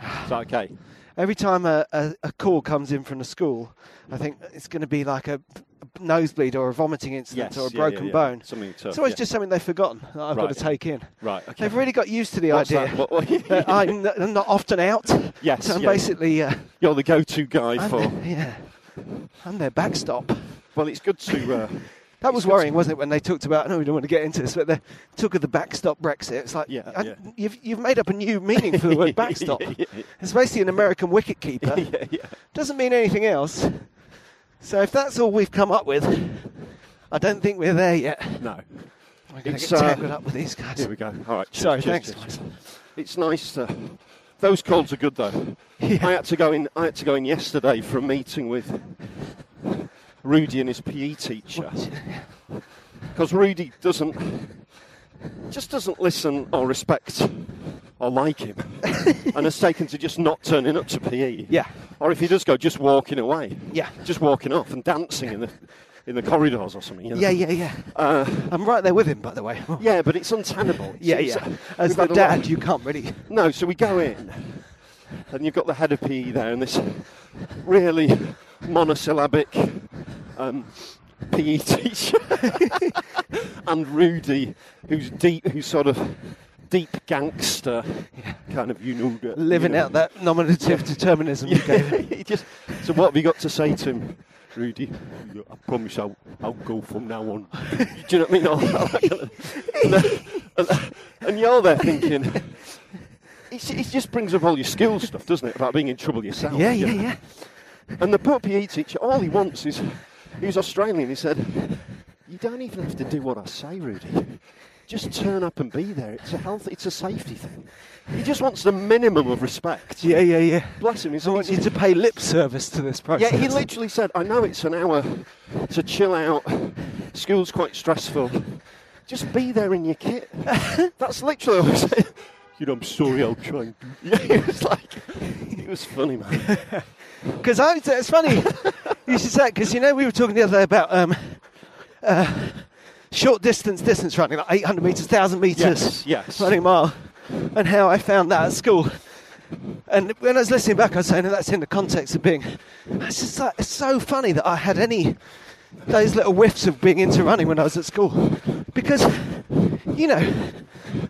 [SPEAKER 2] It's okay.
[SPEAKER 1] Every time a, a, a call comes in from the school, I think it's going to be like a, a nosebleed or a vomiting incident
[SPEAKER 2] Yes,
[SPEAKER 1] or a
[SPEAKER 2] yeah, yeah,
[SPEAKER 1] broken
[SPEAKER 2] yeah.
[SPEAKER 1] bone.
[SPEAKER 2] Something tough,
[SPEAKER 1] it's always
[SPEAKER 2] yeah.
[SPEAKER 1] just something they've forgotten that I've got
[SPEAKER 2] Right.
[SPEAKER 1] to take in.
[SPEAKER 2] Right, okay.
[SPEAKER 1] They've really got used to the
[SPEAKER 2] What's
[SPEAKER 1] idea
[SPEAKER 2] that?
[SPEAKER 1] (laughs)
[SPEAKER 2] What- what-
[SPEAKER 1] that I'm, n- I'm not often out.
[SPEAKER 2] Yes,
[SPEAKER 1] So I'm
[SPEAKER 2] yeah.
[SPEAKER 1] basically. Uh,
[SPEAKER 2] (laughs) You're the go-to guy
[SPEAKER 1] I'm
[SPEAKER 2] for.
[SPEAKER 1] their- yeah. I'm their backstop.
[SPEAKER 2] Well, it's good
[SPEAKER 1] (laughs)
[SPEAKER 2] to. Uh,
[SPEAKER 1] That was
[SPEAKER 2] good
[SPEAKER 1] worrying, wasn't it, when they talked about, I know we don't want to get into this, but they talk of the backstop Brexit. It's like,
[SPEAKER 2] Yeah,
[SPEAKER 1] I-
[SPEAKER 2] yeah.
[SPEAKER 1] You've, you've made up a new meaning for the (laughs) word backstop. It's basically an American wicket (laughs) keeper. Doesn't mean anything else. So if that's all we've come up with, I don't think we're there yet.
[SPEAKER 2] no.
[SPEAKER 1] We're going to
[SPEAKER 2] It's,
[SPEAKER 1] get
[SPEAKER 2] uh,
[SPEAKER 1] tangled up with these guys.
[SPEAKER 2] Here we go. All right. cheers,
[SPEAKER 1] Sorry,
[SPEAKER 2] cheers,
[SPEAKER 1] thanks.
[SPEAKER 2] cheers, cheers. It's nice. Uh, those calls are
[SPEAKER 1] (laughs)
[SPEAKER 2] good though. I had to go in. I had to go in yesterday for a meeting with Rudy and his PE teacher because Rudy doesn't just doesn't listen or respect or
[SPEAKER 1] (laughs)
[SPEAKER 2] like him, and has taken to just not turning up to E. PE.
[SPEAKER 1] Yeah.
[SPEAKER 2] Or if he does go, just walking away.
[SPEAKER 1] Yeah.
[SPEAKER 2] Just walking off and dancing in the in the corridors or something. you know.
[SPEAKER 1] Yeah, yeah, yeah. I'm right there with him, by the way.
[SPEAKER 2] Yeah, but it's untenable.
[SPEAKER 1] Uh, (laughs) yeah,
[SPEAKER 2] It's-
[SPEAKER 1] yeah.
[SPEAKER 2] it's-
[SPEAKER 1] As
[SPEAKER 2] we've
[SPEAKER 1] the
[SPEAKER 2] had a lot-
[SPEAKER 1] dad, you can't really.
[SPEAKER 2] no, so we go in, and you've got the head of PE there, and this really monosyllabic um, PE teacher, (laughs) and Rudy, who's deep, who's sort of deep gangster, kind of you know, you
[SPEAKER 1] Living
[SPEAKER 2] know.
[SPEAKER 1] out that nominative determinism you gave
[SPEAKER 2] (laughs)
[SPEAKER 1] him.
[SPEAKER 2] He just, so what have you got to say to him, Rudy? I promise I'll, I'll go from now on. (laughs) Do you know what I mean? All that kind (laughs) of- and, then- and- uh, and you're there thinking, it's, it just brings up all your skill stuff, doesn't it? About being in trouble yourself.
[SPEAKER 1] (laughs) Yeah,
[SPEAKER 2] you
[SPEAKER 1] yeah,
[SPEAKER 2] know?
[SPEAKER 1] yeah.
[SPEAKER 2] And the poor PE teacher, all he wants is, he was Australian, he said, you don't even have to do what I say, Rudy. Just turn up and be there. It's a health, it's a safety thing. He just wants the minimum of respect.
[SPEAKER 1] Yeah, yeah, yeah.
[SPEAKER 2] Bless him. He's,
[SPEAKER 1] I want you
[SPEAKER 2] he's,
[SPEAKER 1] to pay lip service to this process.
[SPEAKER 2] (laughs) yeah, he literally said, I know it's an hour to chill out. School's quite stressful. Just be there in your
[SPEAKER 1] (laughs)
[SPEAKER 2] kit. That's literally what I said. (laughs) You know, I'm sorry, I'll try and do (laughs) Yeah, it was like, it was funny, man.
[SPEAKER 1] (laughs) Because I, was- it's (laughs) funny you should say because you know we were talking the other day about um, uh, short distance distance running, like 800 meters, 1,000 meters,
[SPEAKER 2] Yes, yes.
[SPEAKER 1] running a mile, and how I found that at school. And when I was listening back, I was saying "No, that's in the context of being. It's just like, it's so funny that I had any those little whiffs of being into running when I was at school, because you know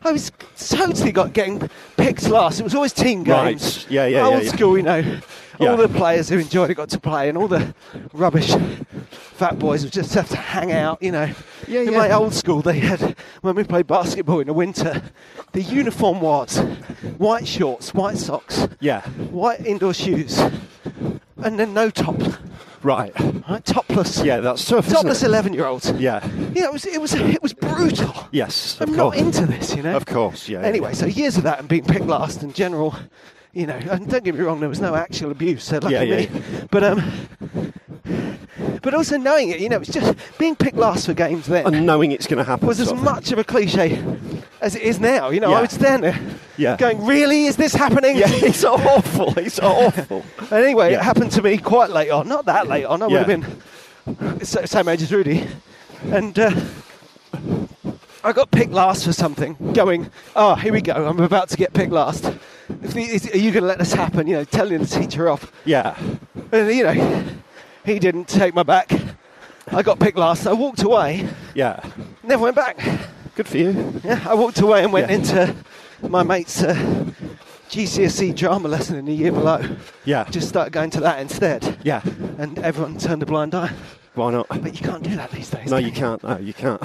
[SPEAKER 1] I was totally got getting picked last. It was always team
[SPEAKER 2] Right.
[SPEAKER 1] games,
[SPEAKER 2] Yeah, yeah, yeah,
[SPEAKER 1] old
[SPEAKER 2] yeah.
[SPEAKER 1] school, you know.
[SPEAKER 2] Yeah.
[SPEAKER 1] All the players who enjoyed it got to play, and all the rubbish fat boys would just have to hang out, you know.
[SPEAKER 2] Yeah,
[SPEAKER 1] in
[SPEAKER 2] yeah.
[SPEAKER 1] my old school, they had, when we played basketball in the winter, the uniform was white shorts, white socks,
[SPEAKER 2] Yeah,
[SPEAKER 1] white indoor shoes, and then no top,
[SPEAKER 2] right.
[SPEAKER 1] right? Topless.
[SPEAKER 2] Yeah, that's tough. isn't
[SPEAKER 1] Topless
[SPEAKER 2] it?
[SPEAKER 1] 11 year olds.
[SPEAKER 2] Yeah.
[SPEAKER 1] Yeah, it was, it was, it was brutal.
[SPEAKER 2] Yes.
[SPEAKER 1] I'm
[SPEAKER 2] of
[SPEAKER 1] not
[SPEAKER 2] course.
[SPEAKER 1] into this, you know.
[SPEAKER 2] Of course, yeah. yeah,
[SPEAKER 1] Anyway, so years of that and being picked last and general, you know, and don't get me wrong, there was no actual abuse, so lucky
[SPEAKER 2] Yeah, yeah,
[SPEAKER 1] me. But um, but also knowing it, you know, it's just being picked last for games then
[SPEAKER 2] yeah. And knowing it's going to happen.
[SPEAKER 1] was as
[SPEAKER 2] sort of.
[SPEAKER 1] much of a cliche as it is now. You know,
[SPEAKER 2] Yeah.
[SPEAKER 1] I would stand there,
[SPEAKER 2] Yeah. (laughs)
[SPEAKER 1] going, "Really, is this happening?"
[SPEAKER 2] Yeah,
[SPEAKER 1] (laughs)
[SPEAKER 2] it's awful. It's awful.
[SPEAKER 1] And anyway, it
[SPEAKER 2] Yeah.
[SPEAKER 1] happened to me quite late on. Not that late on. I would have
[SPEAKER 2] Yeah.
[SPEAKER 1] been sa- same age as Rudy, and uh, I got picked last for something. Going, oh, here we go. I'm about to get picked last. If the, is, are you going to let this happen? You know, telling the teacher off.
[SPEAKER 2] Yeah.
[SPEAKER 1] And you know, he didn't take my back. I got picked last. I walked away.
[SPEAKER 2] Yeah.
[SPEAKER 1] Never went back.
[SPEAKER 2] Good for you.
[SPEAKER 1] Yeah, I walked away and went
[SPEAKER 2] Yeah.
[SPEAKER 1] into my mate's uh, GCSE E drama lesson in the year below.
[SPEAKER 2] Yeah.
[SPEAKER 1] Just started going to that instead
[SPEAKER 2] Yeah.
[SPEAKER 1] and everyone turned a blind eye.
[SPEAKER 2] Why not?
[SPEAKER 1] But you can't do that these days.
[SPEAKER 2] No,
[SPEAKER 1] can
[SPEAKER 2] you can't. No, you can't.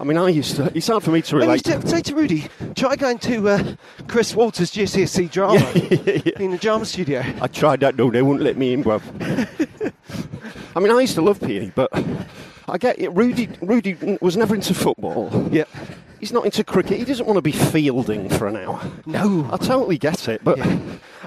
[SPEAKER 2] I mean, I used to. It's hard for me to
[SPEAKER 1] I used
[SPEAKER 2] relate.
[SPEAKER 1] to Oh, say to Rudy, try going to uh, Chris Walters' GCSE E drama
[SPEAKER 2] (laughs)
[SPEAKER 1] in the drama studio.
[SPEAKER 2] I
[SPEAKER 1] (laughs)
[SPEAKER 2] tried that, no, they wouldn't let me in, bruv. I mean, I used to love PE, but I get it. Rudy, Rudy was never into football.
[SPEAKER 1] Yep.
[SPEAKER 2] He's not into cricket. He doesn't want to be fielding for an hour.
[SPEAKER 1] No.
[SPEAKER 2] I totally get it, but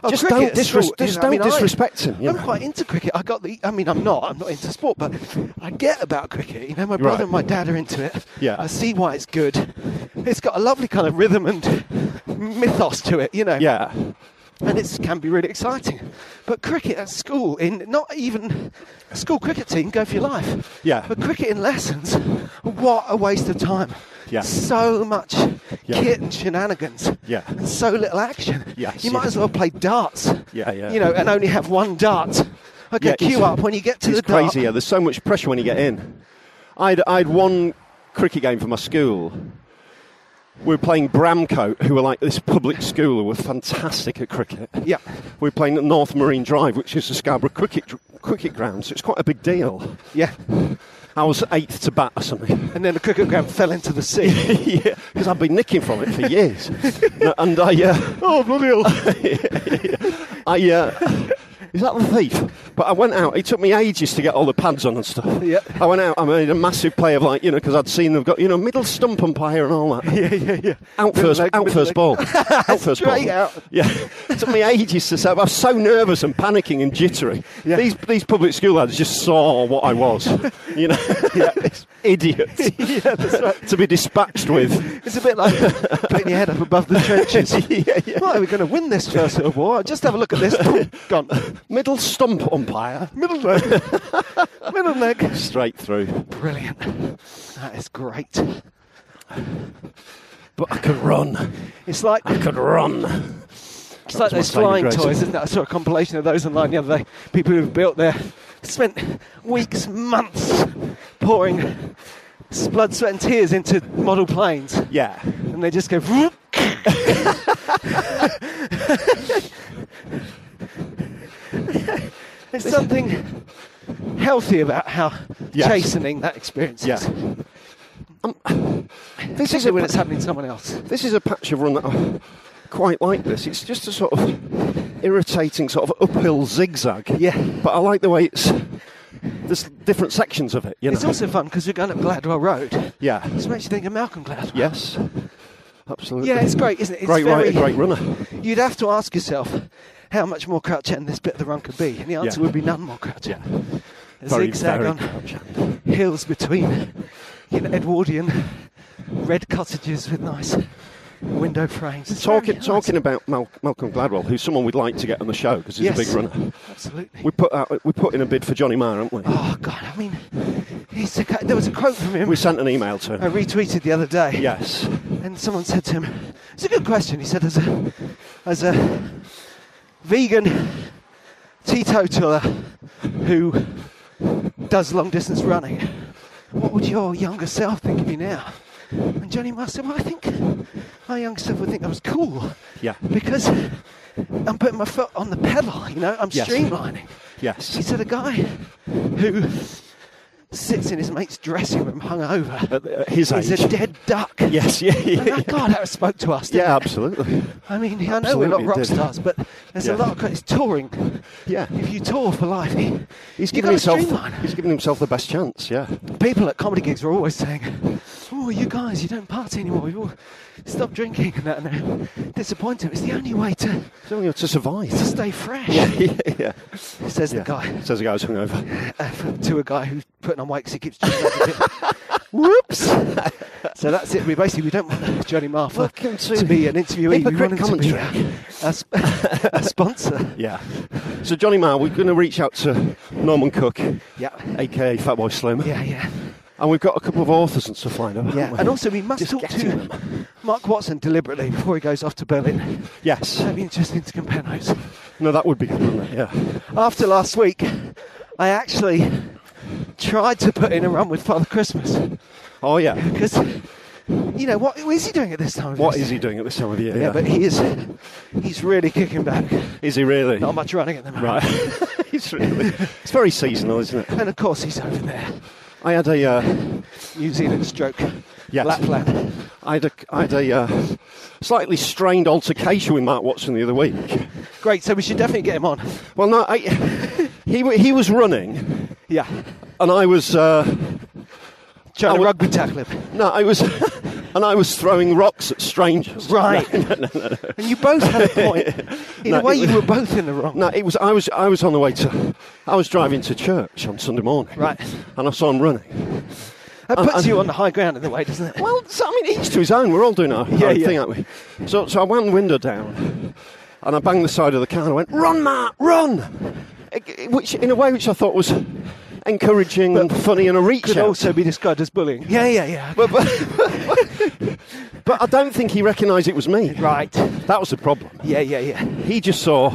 [SPEAKER 1] Oh,
[SPEAKER 2] just
[SPEAKER 1] cricket
[SPEAKER 2] don't,
[SPEAKER 1] at
[SPEAKER 2] disres-
[SPEAKER 1] school is-
[SPEAKER 2] just
[SPEAKER 1] I
[SPEAKER 2] don't
[SPEAKER 1] mean, I-
[SPEAKER 2] disrespect him. you
[SPEAKER 1] I'm
[SPEAKER 2] know.
[SPEAKER 1] quite into cricket. I got the. I mean, I'm not. I'm not into sport, but I get about cricket. You know, my brother
[SPEAKER 2] Right.
[SPEAKER 1] and my dad are into it.
[SPEAKER 2] Yeah.
[SPEAKER 1] I see why it's good. It's got a lovely kind of rhythm and mythos to it. You know.
[SPEAKER 2] Yeah.
[SPEAKER 1] And it can be really exciting. But cricket at school, in not even a school cricket team, go for your life.
[SPEAKER 2] Yeah.
[SPEAKER 1] But cricket in lessons, what a waste of time.
[SPEAKER 2] Yeah.
[SPEAKER 1] So much
[SPEAKER 2] Yeah.
[SPEAKER 1] kit and shenanigans.
[SPEAKER 2] Yeah.
[SPEAKER 1] And so little action.
[SPEAKER 2] Yes,
[SPEAKER 1] You might
[SPEAKER 2] yeah.
[SPEAKER 1] as well play darts.
[SPEAKER 2] Yeah, yeah.
[SPEAKER 1] You know, and only have one dart. Okay,
[SPEAKER 2] Yeah,
[SPEAKER 1] queue
[SPEAKER 2] it's-
[SPEAKER 1] up when you get to the
[SPEAKER 2] It's
[SPEAKER 1] dart.
[SPEAKER 2] crazy. Yeah, there's so much pressure when you get in. I'd I'd one cricket game for my school. We were playing Bramcote, who were like this public school who were fantastic at cricket.
[SPEAKER 1] Yeah.
[SPEAKER 2] We were playing at North Marine Drive, which is the Scarborough cricket cricket ground, so it's quite a big deal.
[SPEAKER 1] Yeah.
[SPEAKER 2] I was eighth to bat or something.
[SPEAKER 1] And then the cricket ground fell into the sea.
[SPEAKER 2] yeah, (laughs) because I've been nicking from it for years. No, and I,
[SPEAKER 1] (laughs)
[SPEAKER 2] uh, oh bloody hell! (laughs) I, uh, is that the thief? But I went out. It took me ages to get all the pads on and stuff.
[SPEAKER 1] Yeah.
[SPEAKER 2] I went out. I made a massive play of like you know because I'd seen them got you know middle stump umpire and all
[SPEAKER 1] (laughs)
[SPEAKER 2] that.
[SPEAKER 1] yeah, yeah, yeah.
[SPEAKER 2] Out
[SPEAKER 1] Middle
[SPEAKER 2] first,
[SPEAKER 1] leg,
[SPEAKER 2] out
[SPEAKER 1] middle
[SPEAKER 2] first
[SPEAKER 1] leg. (laughs)
[SPEAKER 2] ball. Out first
[SPEAKER 1] Straight
[SPEAKER 2] ball.
[SPEAKER 1] out.
[SPEAKER 2] Yeah, (laughs) it took me ages to set. up. I was so nervous and panicking and jittery.
[SPEAKER 1] Yeah.
[SPEAKER 2] These these public school lads just saw what I was. (laughs) You know, (laughs) It's
[SPEAKER 1] (laughs)
[SPEAKER 2] idiots (laughs) to be dispatched with.
[SPEAKER 1] It's a bit like putting your head up above the trenches.
[SPEAKER 2] (laughs)
[SPEAKER 1] Right, we're going to win this First World War. Just have a look at this.
[SPEAKER 2] (laughs)
[SPEAKER 1] Boom, Gone.
[SPEAKER 2] Middle stump umpire. (laughs)
[SPEAKER 1] Middle leg. Middle leg.
[SPEAKER 2] Straight through.
[SPEAKER 1] Brilliant. That is great.
[SPEAKER 2] But I could run.
[SPEAKER 1] It's like
[SPEAKER 2] I could run.
[SPEAKER 1] it's like
[SPEAKER 2] my
[SPEAKER 1] those
[SPEAKER 2] favourite
[SPEAKER 1] flying
[SPEAKER 2] grade.
[SPEAKER 1] toys, isn't it? I saw a compilation of those online the other day. People who've built their spent weeks, months pouring s- blood, sweat, and tears into model planes,
[SPEAKER 2] Yeah.
[SPEAKER 1] and they just go. Whoop. (laughs) There's something healthy about how
[SPEAKER 2] Yes.
[SPEAKER 1] chastening that experience is.
[SPEAKER 2] Yeah. This is
[SPEAKER 1] Particularly
[SPEAKER 2] a
[SPEAKER 1] when it's happening to someone else.
[SPEAKER 2] this is a patch of run that I quite like. This it's just a sort of irritating sort of uphill zigzag.
[SPEAKER 1] Yeah.
[SPEAKER 2] But I like the way it's. There's different sections of it. You know.
[SPEAKER 1] It's also fun because you're going up Gladwell Road.
[SPEAKER 2] yeah.
[SPEAKER 1] This makes you think of Malcolm Gladwell.
[SPEAKER 2] Yes. Absolutely.
[SPEAKER 1] Yeah, it's great, isn't it? It's
[SPEAKER 2] great
[SPEAKER 1] very,
[SPEAKER 2] writer, great runner.
[SPEAKER 1] You'd have to ask yourself how much more crouch end this bit of the run could be, and the answer
[SPEAKER 2] Yeah.
[SPEAKER 1] would be none more crouch end. A
[SPEAKER 2] Very,
[SPEAKER 1] zigzag
[SPEAKER 2] very
[SPEAKER 1] on
[SPEAKER 2] crouch-end.
[SPEAKER 1] hills between you know, Edwardian red cottages with nice window frames. It's very
[SPEAKER 2] Talking,
[SPEAKER 1] nice.
[SPEAKER 2] talking about Mal- Malcolm Gladwell, who's someone we'd like to get on the show because he's
[SPEAKER 1] Yes.
[SPEAKER 2] a big runner.
[SPEAKER 1] Absolutely.
[SPEAKER 2] We put out, we put in a bid for Johnny Marr, haven't we?
[SPEAKER 1] Oh God, I mean, he's a, guy- there was a quote from him
[SPEAKER 2] We sent an email to
[SPEAKER 1] I
[SPEAKER 2] him.
[SPEAKER 1] retweeted the other day.
[SPEAKER 2] Yes.
[SPEAKER 1] And someone said to him, "It's a good question." He said, "As a, as a vegan teetotaler who does long distance running, what would your younger self think of you now?" And Johnny Marr said, "Well, I think my younger self would think I was cool
[SPEAKER 2] Yeah.
[SPEAKER 1] because I'm putting my foot on the pedal. You know, I'm
[SPEAKER 2] Yes.
[SPEAKER 1] streamlining." He
[SPEAKER 2] Yes.
[SPEAKER 1] said, "A guy who." Sits in his mate's dressing room hungover.
[SPEAKER 2] At, at his age.
[SPEAKER 1] He's a dead duck.
[SPEAKER 2] Yes. (laughs) Yeah.
[SPEAKER 1] And
[SPEAKER 2] Yeah.
[SPEAKER 1] that God, that spoke to us. Didn't
[SPEAKER 2] yeah
[SPEAKER 1] yeah.
[SPEAKER 2] absolutely.
[SPEAKER 1] I mean, I know we're not
[SPEAKER 2] Absolutely
[SPEAKER 1] rock
[SPEAKER 2] did.
[SPEAKER 1] stars, but there's a
[SPEAKER 2] Yeah.
[SPEAKER 1] lot of it's touring.
[SPEAKER 2] Yeah.
[SPEAKER 1] If you tour for life,
[SPEAKER 2] He's
[SPEAKER 1] you
[SPEAKER 2] given himself.
[SPEAKER 1] Streamline.
[SPEAKER 2] He's given himself the best chance. Yeah.
[SPEAKER 1] People at comedy gigs are always saying, "Oh, you guys, you don't party anymore. You all stop drinking and that." And they're disappointed. It's the only way to,
[SPEAKER 2] So you know, to
[SPEAKER 1] to
[SPEAKER 2] survive.
[SPEAKER 1] stay fresh.
[SPEAKER 2] (laughs) yeah. Yeah.
[SPEAKER 1] (laughs) Says
[SPEAKER 2] yeah.
[SPEAKER 1] the guy
[SPEAKER 2] (laughs) Says the guy who's hungover.
[SPEAKER 1] uh, f- to a guy who's putting on weight because he keeps drinking. like a bit. (laughs) Whoops. so that's it. We basically we don't want Johnny Martha
[SPEAKER 2] Welcome
[SPEAKER 1] (laughs)
[SPEAKER 2] to
[SPEAKER 1] be an interviewee. We want him
[SPEAKER 2] Hypocrite
[SPEAKER 1] to be a, a sp- a sponsor.
[SPEAKER 2] Yeah. So Johnny Marr, we're going to reach out to Norman Cook,
[SPEAKER 1] Yeah.
[SPEAKER 2] aka Fatboy Slim,
[SPEAKER 1] Yeah, yeah,
[SPEAKER 2] and we've got a couple of authors and stuff lined up. haven't
[SPEAKER 1] yeah.
[SPEAKER 2] we?
[SPEAKER 1] And also, we must
[SPEAKER 2] Just
[SPEAKER 1] talk to
[SPEAKER 2] getting them.
[SPEAKER 1] Mark Watson deliberately before he goes off to Berlin.
[SPEAKER 2] Yes.
[SPEAKER 1] That'd be interesting to compare notes.
[SPEAKER 2] No, that would be good, wouldn't it? Yeah.
[SPEAKER 1] After last week, I actually tried to put in a run with Father Christmas
[SPEAKER 2] Oh yeah.
[SPEAKER 1] because, you know, what is he doing at this time? Of
[SPEAKER 2] What
[SPEAKER 1] year?
[SPEAKER 2] is he doing at this time of year?
[SPEAKER 1] Yeah, but he is. He's really kicking back.
[SPEAKER 2] is he really?
[SPEAKER 1] Not much running at the moment. (laughs)
[SPEAKER 2] Right. (laughs) it's really. It's very seasonal, isn't it?
[SPEAKER 1] And of course, he's over there,
[SPEAKER 2] I had a. Uh,
[SPEAKER 1] New Zealand stroke,
[SPEAKER 2] Yes.
[SPEAKER 1] Lapland.
[SPEAKER 2] I had a, I had a uh, slightly strained altercation with Mark Watson the other week.
[SPEAKER 1] Great. So we should definitely get him on.
[SPEAKER 2] Well, no, I, he wa- he was running,
[SPEAKER 1] Yeah.
[SPEAKER 2] and I was uh,
[SPEAKER 1] Trying
[SPEAKER 2] I
[SPEAKER 1] to
[SPEAKER 2] would-
[SPEAKER 1] rugby tackle him.
[SPEAKER 2] No, I was, (laughs) and I was throwing rocks at
[SPEAKER 1] (laughs) (laughs)
[SPEAKER 2] strangers.
[SPEAKER 1] Right. And you both had a point. (laughs) In a way,
[SPEAKER 2] No, it was-
[SPEAKER 1] you were both in the wrong.
[SPEAKER 2] No, it was. I was. I was on the way to. I was driving to church on Sunday morning.
[SPEAKER 1] Right.
[SPEAKER 2] And I saw him running.
[SPEAKER 1] That
[SPEAKER 2] and-
[SPEAKER 1] puts
[SPEAKER 2] and-
[SPEAKER 1] you on the high ground in the way, doesn't it?
[SPEAKER 2] Well, so, I mean, each to his own. We're all doing our,
[SPEAKER 1] Yeah,
[SPEAKER 2] our
[SPEAKER 1] yeah.
[SPEAKER 2] thing, aren't we? So, so I wound the window down, and I banged the side of the car, and I went, "Run, Matt, run!" It- it- Which, in a way, which I thought was encouraging and funny and a reach
[SPEAKER 1] Could
[SPEAKER 2] out.
[SPEAKER 1] also be described as bullying. Yeah, yeah, (laughs) yeah.
[SPEAKER 2] but, but, but I don't think he recognised it was me.
[SPEAKER 1] right.
[SPEAKER 2] That was the problem.
[SPEAKER 1] Yeah, yeah, yeah.
[SPEAKER 2] He just saw.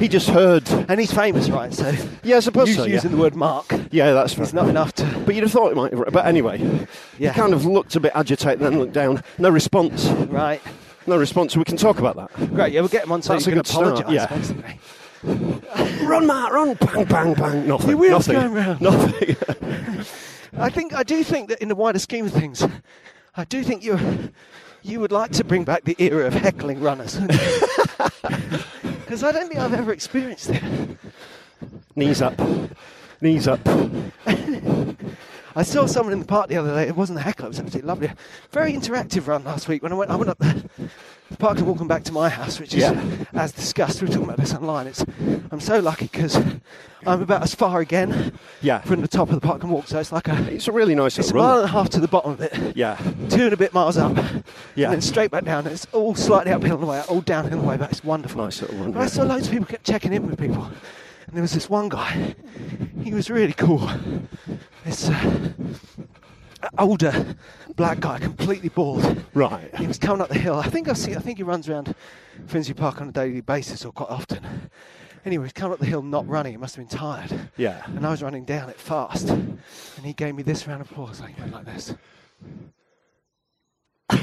[SPEAKER 2] He just heard.
[SPEAKER 1] And he's famous, right? So
[SPEAKER 2] Yeah, I suppose
[SPEAKER 1] us
[SPEAKER 2] so, yeah.
[SPEAKER 1] using the word mark
[SPEAKER 2] Yeah, that's
[SPEAKER 1] is
[SPEAKER 2] right.
[SPEAKER 1] not enough to.
[SPEAKER 2] But you'd have thought it might. But anyway,
[SPEAKER 1] Yeah.
[SPEAKER 2] he kind of looked a bit agitated and then looked down. No response.
[SPEAKER 1] Right.
[SPEAKER 2] No response. We can talk about that.
[SPEAKER 1] Great. Yeah, we'll get him on so
[SPEAKER 2] That's
[SPEAKER 1] you
[SPEAKER 2] a
[SPEAKER 1] can
[SPEAKER 2] good start,
[SPEAKER 1] apologise.
[SPEAKER 2] yeah.
[SPEAKER 1] basically.
[SPEAKER 2] Run, Matt, run! Bang, bang, bang! Nothing.
[SPEAKER 1] Your wheels
[SPEAKER 2] nothing.
[SPEAKER 1] going round.
[SPEAKER 2] Nothing. (laughs)
[SPEAKER 1] I think I do think that in the wider scheme of things, I do think you you would like to bring back the era of heckling runners. (laughs) Because I don't think I've ever experienced it.
[SPEAKER 2] Knees up. Knees up.
[SPEAKER 1] I saw someone in the park the other day. It wasn't a heckler. It was absolutely lovely. Very interactive run last week when I went. I went up the, the park and walking back to my house, which is,
[SPEAKER 2] Yeah.
[SPEAKER 1] as discussed, we were talking about this online. It's I'm so lucky because I'm about as far again
[SPEAKER 2] Yeah.
[SPEAKER 1] from the top of the park and walk. So it's like a
[SPEAKER 2] It's a really nice
[SPEAKER 1] it's a
[SPEAKER 2] little
[SPEAKER 1] mile and
[SPEAKER 2] run.
[SPEAKER 1] a half to the bottom of it.
[SPEAKER 2] Yeah.
[SPEAKER 1] two and a bit miles up,
[SPEAKER 2] Yeah.
[SPEAKER 1] and then straight back down. It's all slightly uphill on the way out, all downhill on the way back. It's wonderful.
[SPEAKER 2] Nice little run,
[SPEAKER 1] But I
[SPEAKER 2] yeah.
[SPEAKER 1] saw loads of people kept checking in with people, and there was this one guy. He was really cool. This uh, older black guy, completely bald.
[SPEAKER 2] Right.
[SPEAKER 1] He was coming up the hill. I think I see. I think he runs around Finsbury Park on a daily basis or quite often. Anyway, he's coming up the hill not running. He must have been tired.
[SPEAKER 2] Mm. Yeah.
[SPEAKER 1] And I was running down it fast, and he gave me this round of applause. Like, he went like this.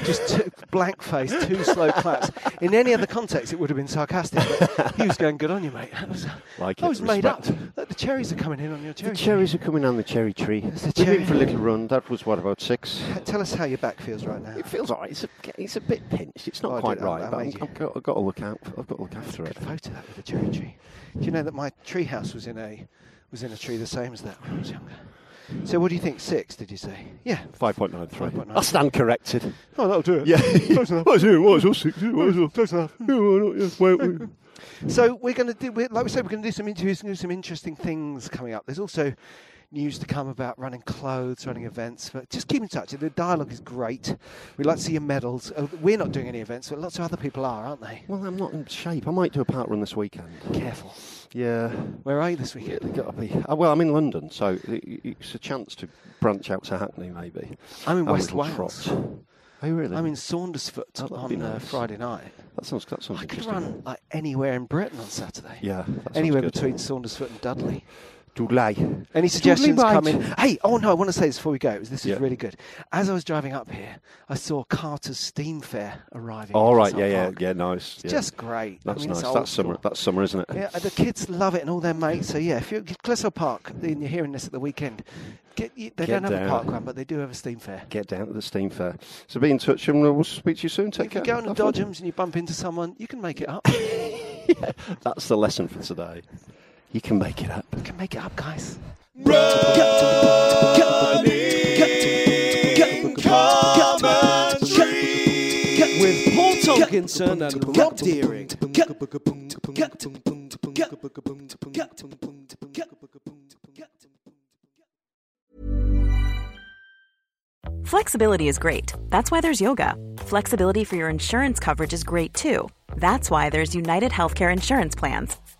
[SPEAKER 1] Just
[SPEAKER 2] (laughs)
[SPEAKER 1] two, blank face, two slow claps. In any other context, it would have been sarcastic. But he was going, "Good on you, mate." I was,
[SPEAKER 2] Like
[SPEAKER 1] I
[SPEAKER 2] it,
[SPEAKER 1] was Oh, made up.
[SPEAKER 2] respect.
[SPEAKER 1] Look, the cherries are coming in on your cherry.
[SPEAKER 2] The cherries are coming on the cherry tree.
[SPEAKER 1] It's a
[SPEAKER 2] We've
[SPEAKER 1] cherry.
[SPEAKER 2] been for a little run. That was what about six.
[SPEAKER 1] Tell us how your back feels right now.
[SPEAKER 2] It feels alright. It's a, it's a bit pinched. It's not
[SPEAKER 1] Oh, I
[SPEAKER 2] quite
[SPEAKER 1] did that,
[SPEAKER 2] right,
[SPEAKER 1] that
[SPEAKER 2] but
[SPEAKER 1] made
[SPEAKER 2] I'm,
[SPEAKER 1] you-
[SPEAKER 2] I've, got, I've got to look out. I've got to look after it.
[SPEAKER 1] Good photo that with the cherry tree. Do you know that my tree house was in a was in a tree the same as that when I was younger? So what do you think? Six? Did you say? Yeah.
[SPEAKER 2] Five point nine three.
[SPEAKER 1] 5.93.
[SPEAKER 2] I stand corrected.
[SPEAKER 1] Oh, that'll do it.
[SPEAKER 2] Yeah.
[SPEAKER 1] (laughs)
[SPEAKER 2] What's it? What's it? Six? What's it?
[SPEAKER 1] Close
[SPEAKER 2] (laughs)
[SPEAKER 1] enough.
[SPEAKER 2] Yeah, why not? Yeah, wait, wait.
[SPEAKER 1] So we're going to do, we're, like we said, we're going to do some interviews and do some interesting things coming up. There's also news to come about running clothes, running events, but just keep in touch. The dialogue is great. We'd like to see your medals. Uh, We're not doing any events, but lots of other people are, aren't they?
[SPEAKER 2] Well, I'm not in shape. I might do a part run this weekend.
[SPEAKER 1] Careful.
[SPEAKER 2] Yeah.
[SPEAKER 1] Where are you this weekend?
[SPEAKER 2] Gotta be. Uh, well, I'm in London, so i- i- it's a chance to branch out to Hackney, maybe.
[SPEAKER 1] I'm in
[SPEAKER 2] Have a
[SPEAKER 1] West
[SPEAKER 2] little
[SPEAKER 1] Wales.
[SPEAKER 2] trot. Oh, really?
[SPEAKER 1] I'm in Saundersfoot
[SPEAKER 2] Oh, that'd
[SPEAKER 1] on
[SPEAKER 2] be
[SPEAKER 1] uh,
[SPEAKER 2] nice.
[SPEAKER 1] Friday night.
[SPEAKER 2] that sounds that sounds
[SPEAKER 1] I could
[SPEAKER 2] interesting.
[SPEAKER 1] run like anywhere in Britain on Saturday.
[SPEAKER 2] Yeah, that sounds
[SPEAKER 1] Anywhere
[SPEAKER 2] good.
[SPEAKER 1] between Saundersfoot and Dudley.
[SPEAKER 2] Dudley.
[SPEAKER 1] Any suggestions
[SPEAKER 2] right.
[SPEAKER 1] coming? Hey, oh no, I want to say this before we go. This is
[SPEAKER 2] Yeah.
[SPEAKER 1] really good. As I was driving up here, I saw Carter's Steam Fair arriving.
[SPEAKER 2] All
[SPEAKER 1] at
[SPEAKER 2] right.
[SPEAKER 1] Hyde
[SPEAKER 2] Yeah, yeah,
[SPEAKER 1] Park.
[SPEAKER 2] yeah. Nice.
[SPEAKER 1] It's
[SPEAKER 2] yeah.
[SPEAKER 1] just great. I
[SPEAKER 2] That's
[SPEAKER 1] mean, it's
[SPEAKER 2] nice.
[SPEAKER 1] old
[SPEAKER 2] That's summer.
[SPEAKER 1] school.
[SPEAKER 2] That's summer, isn't it?
[SPEAKER 1] yeah, the kids love it and all their mates. So yeah, if you're Clissold Park and you're hearing this at the weekend, get, you, they
[SPEAKER 2] Get
[SPEAKER 1] don't have a
[SPEAKER 2] down.
[SPEAKER 1] park run, but they do have a Steam Fair.
[SPEAKER 2] Get down to the steam fair. So be in touch, and we'll speak to you soon. Take
[SPEAKER 1] If you
[SPEAKER 2] care.
[SPEAKER 1] go into
[SPEAKER 2] Have fun.
[SPEAKER 1] Dodgems and you bump into someone, you can make it up.
[SPEAKER 2] That's the lesson for today. You can make it up.
[SPEAKER 1] You can make it up, guys.
[SPEAKER 5] With Paul Tolkinson and Rob Deering.
[SPEAKER 6] Flexibility is great. That's why there's yoga. Flexibility for your insurance coverage is great too. That's why there's United Healthcare Insurance Plans.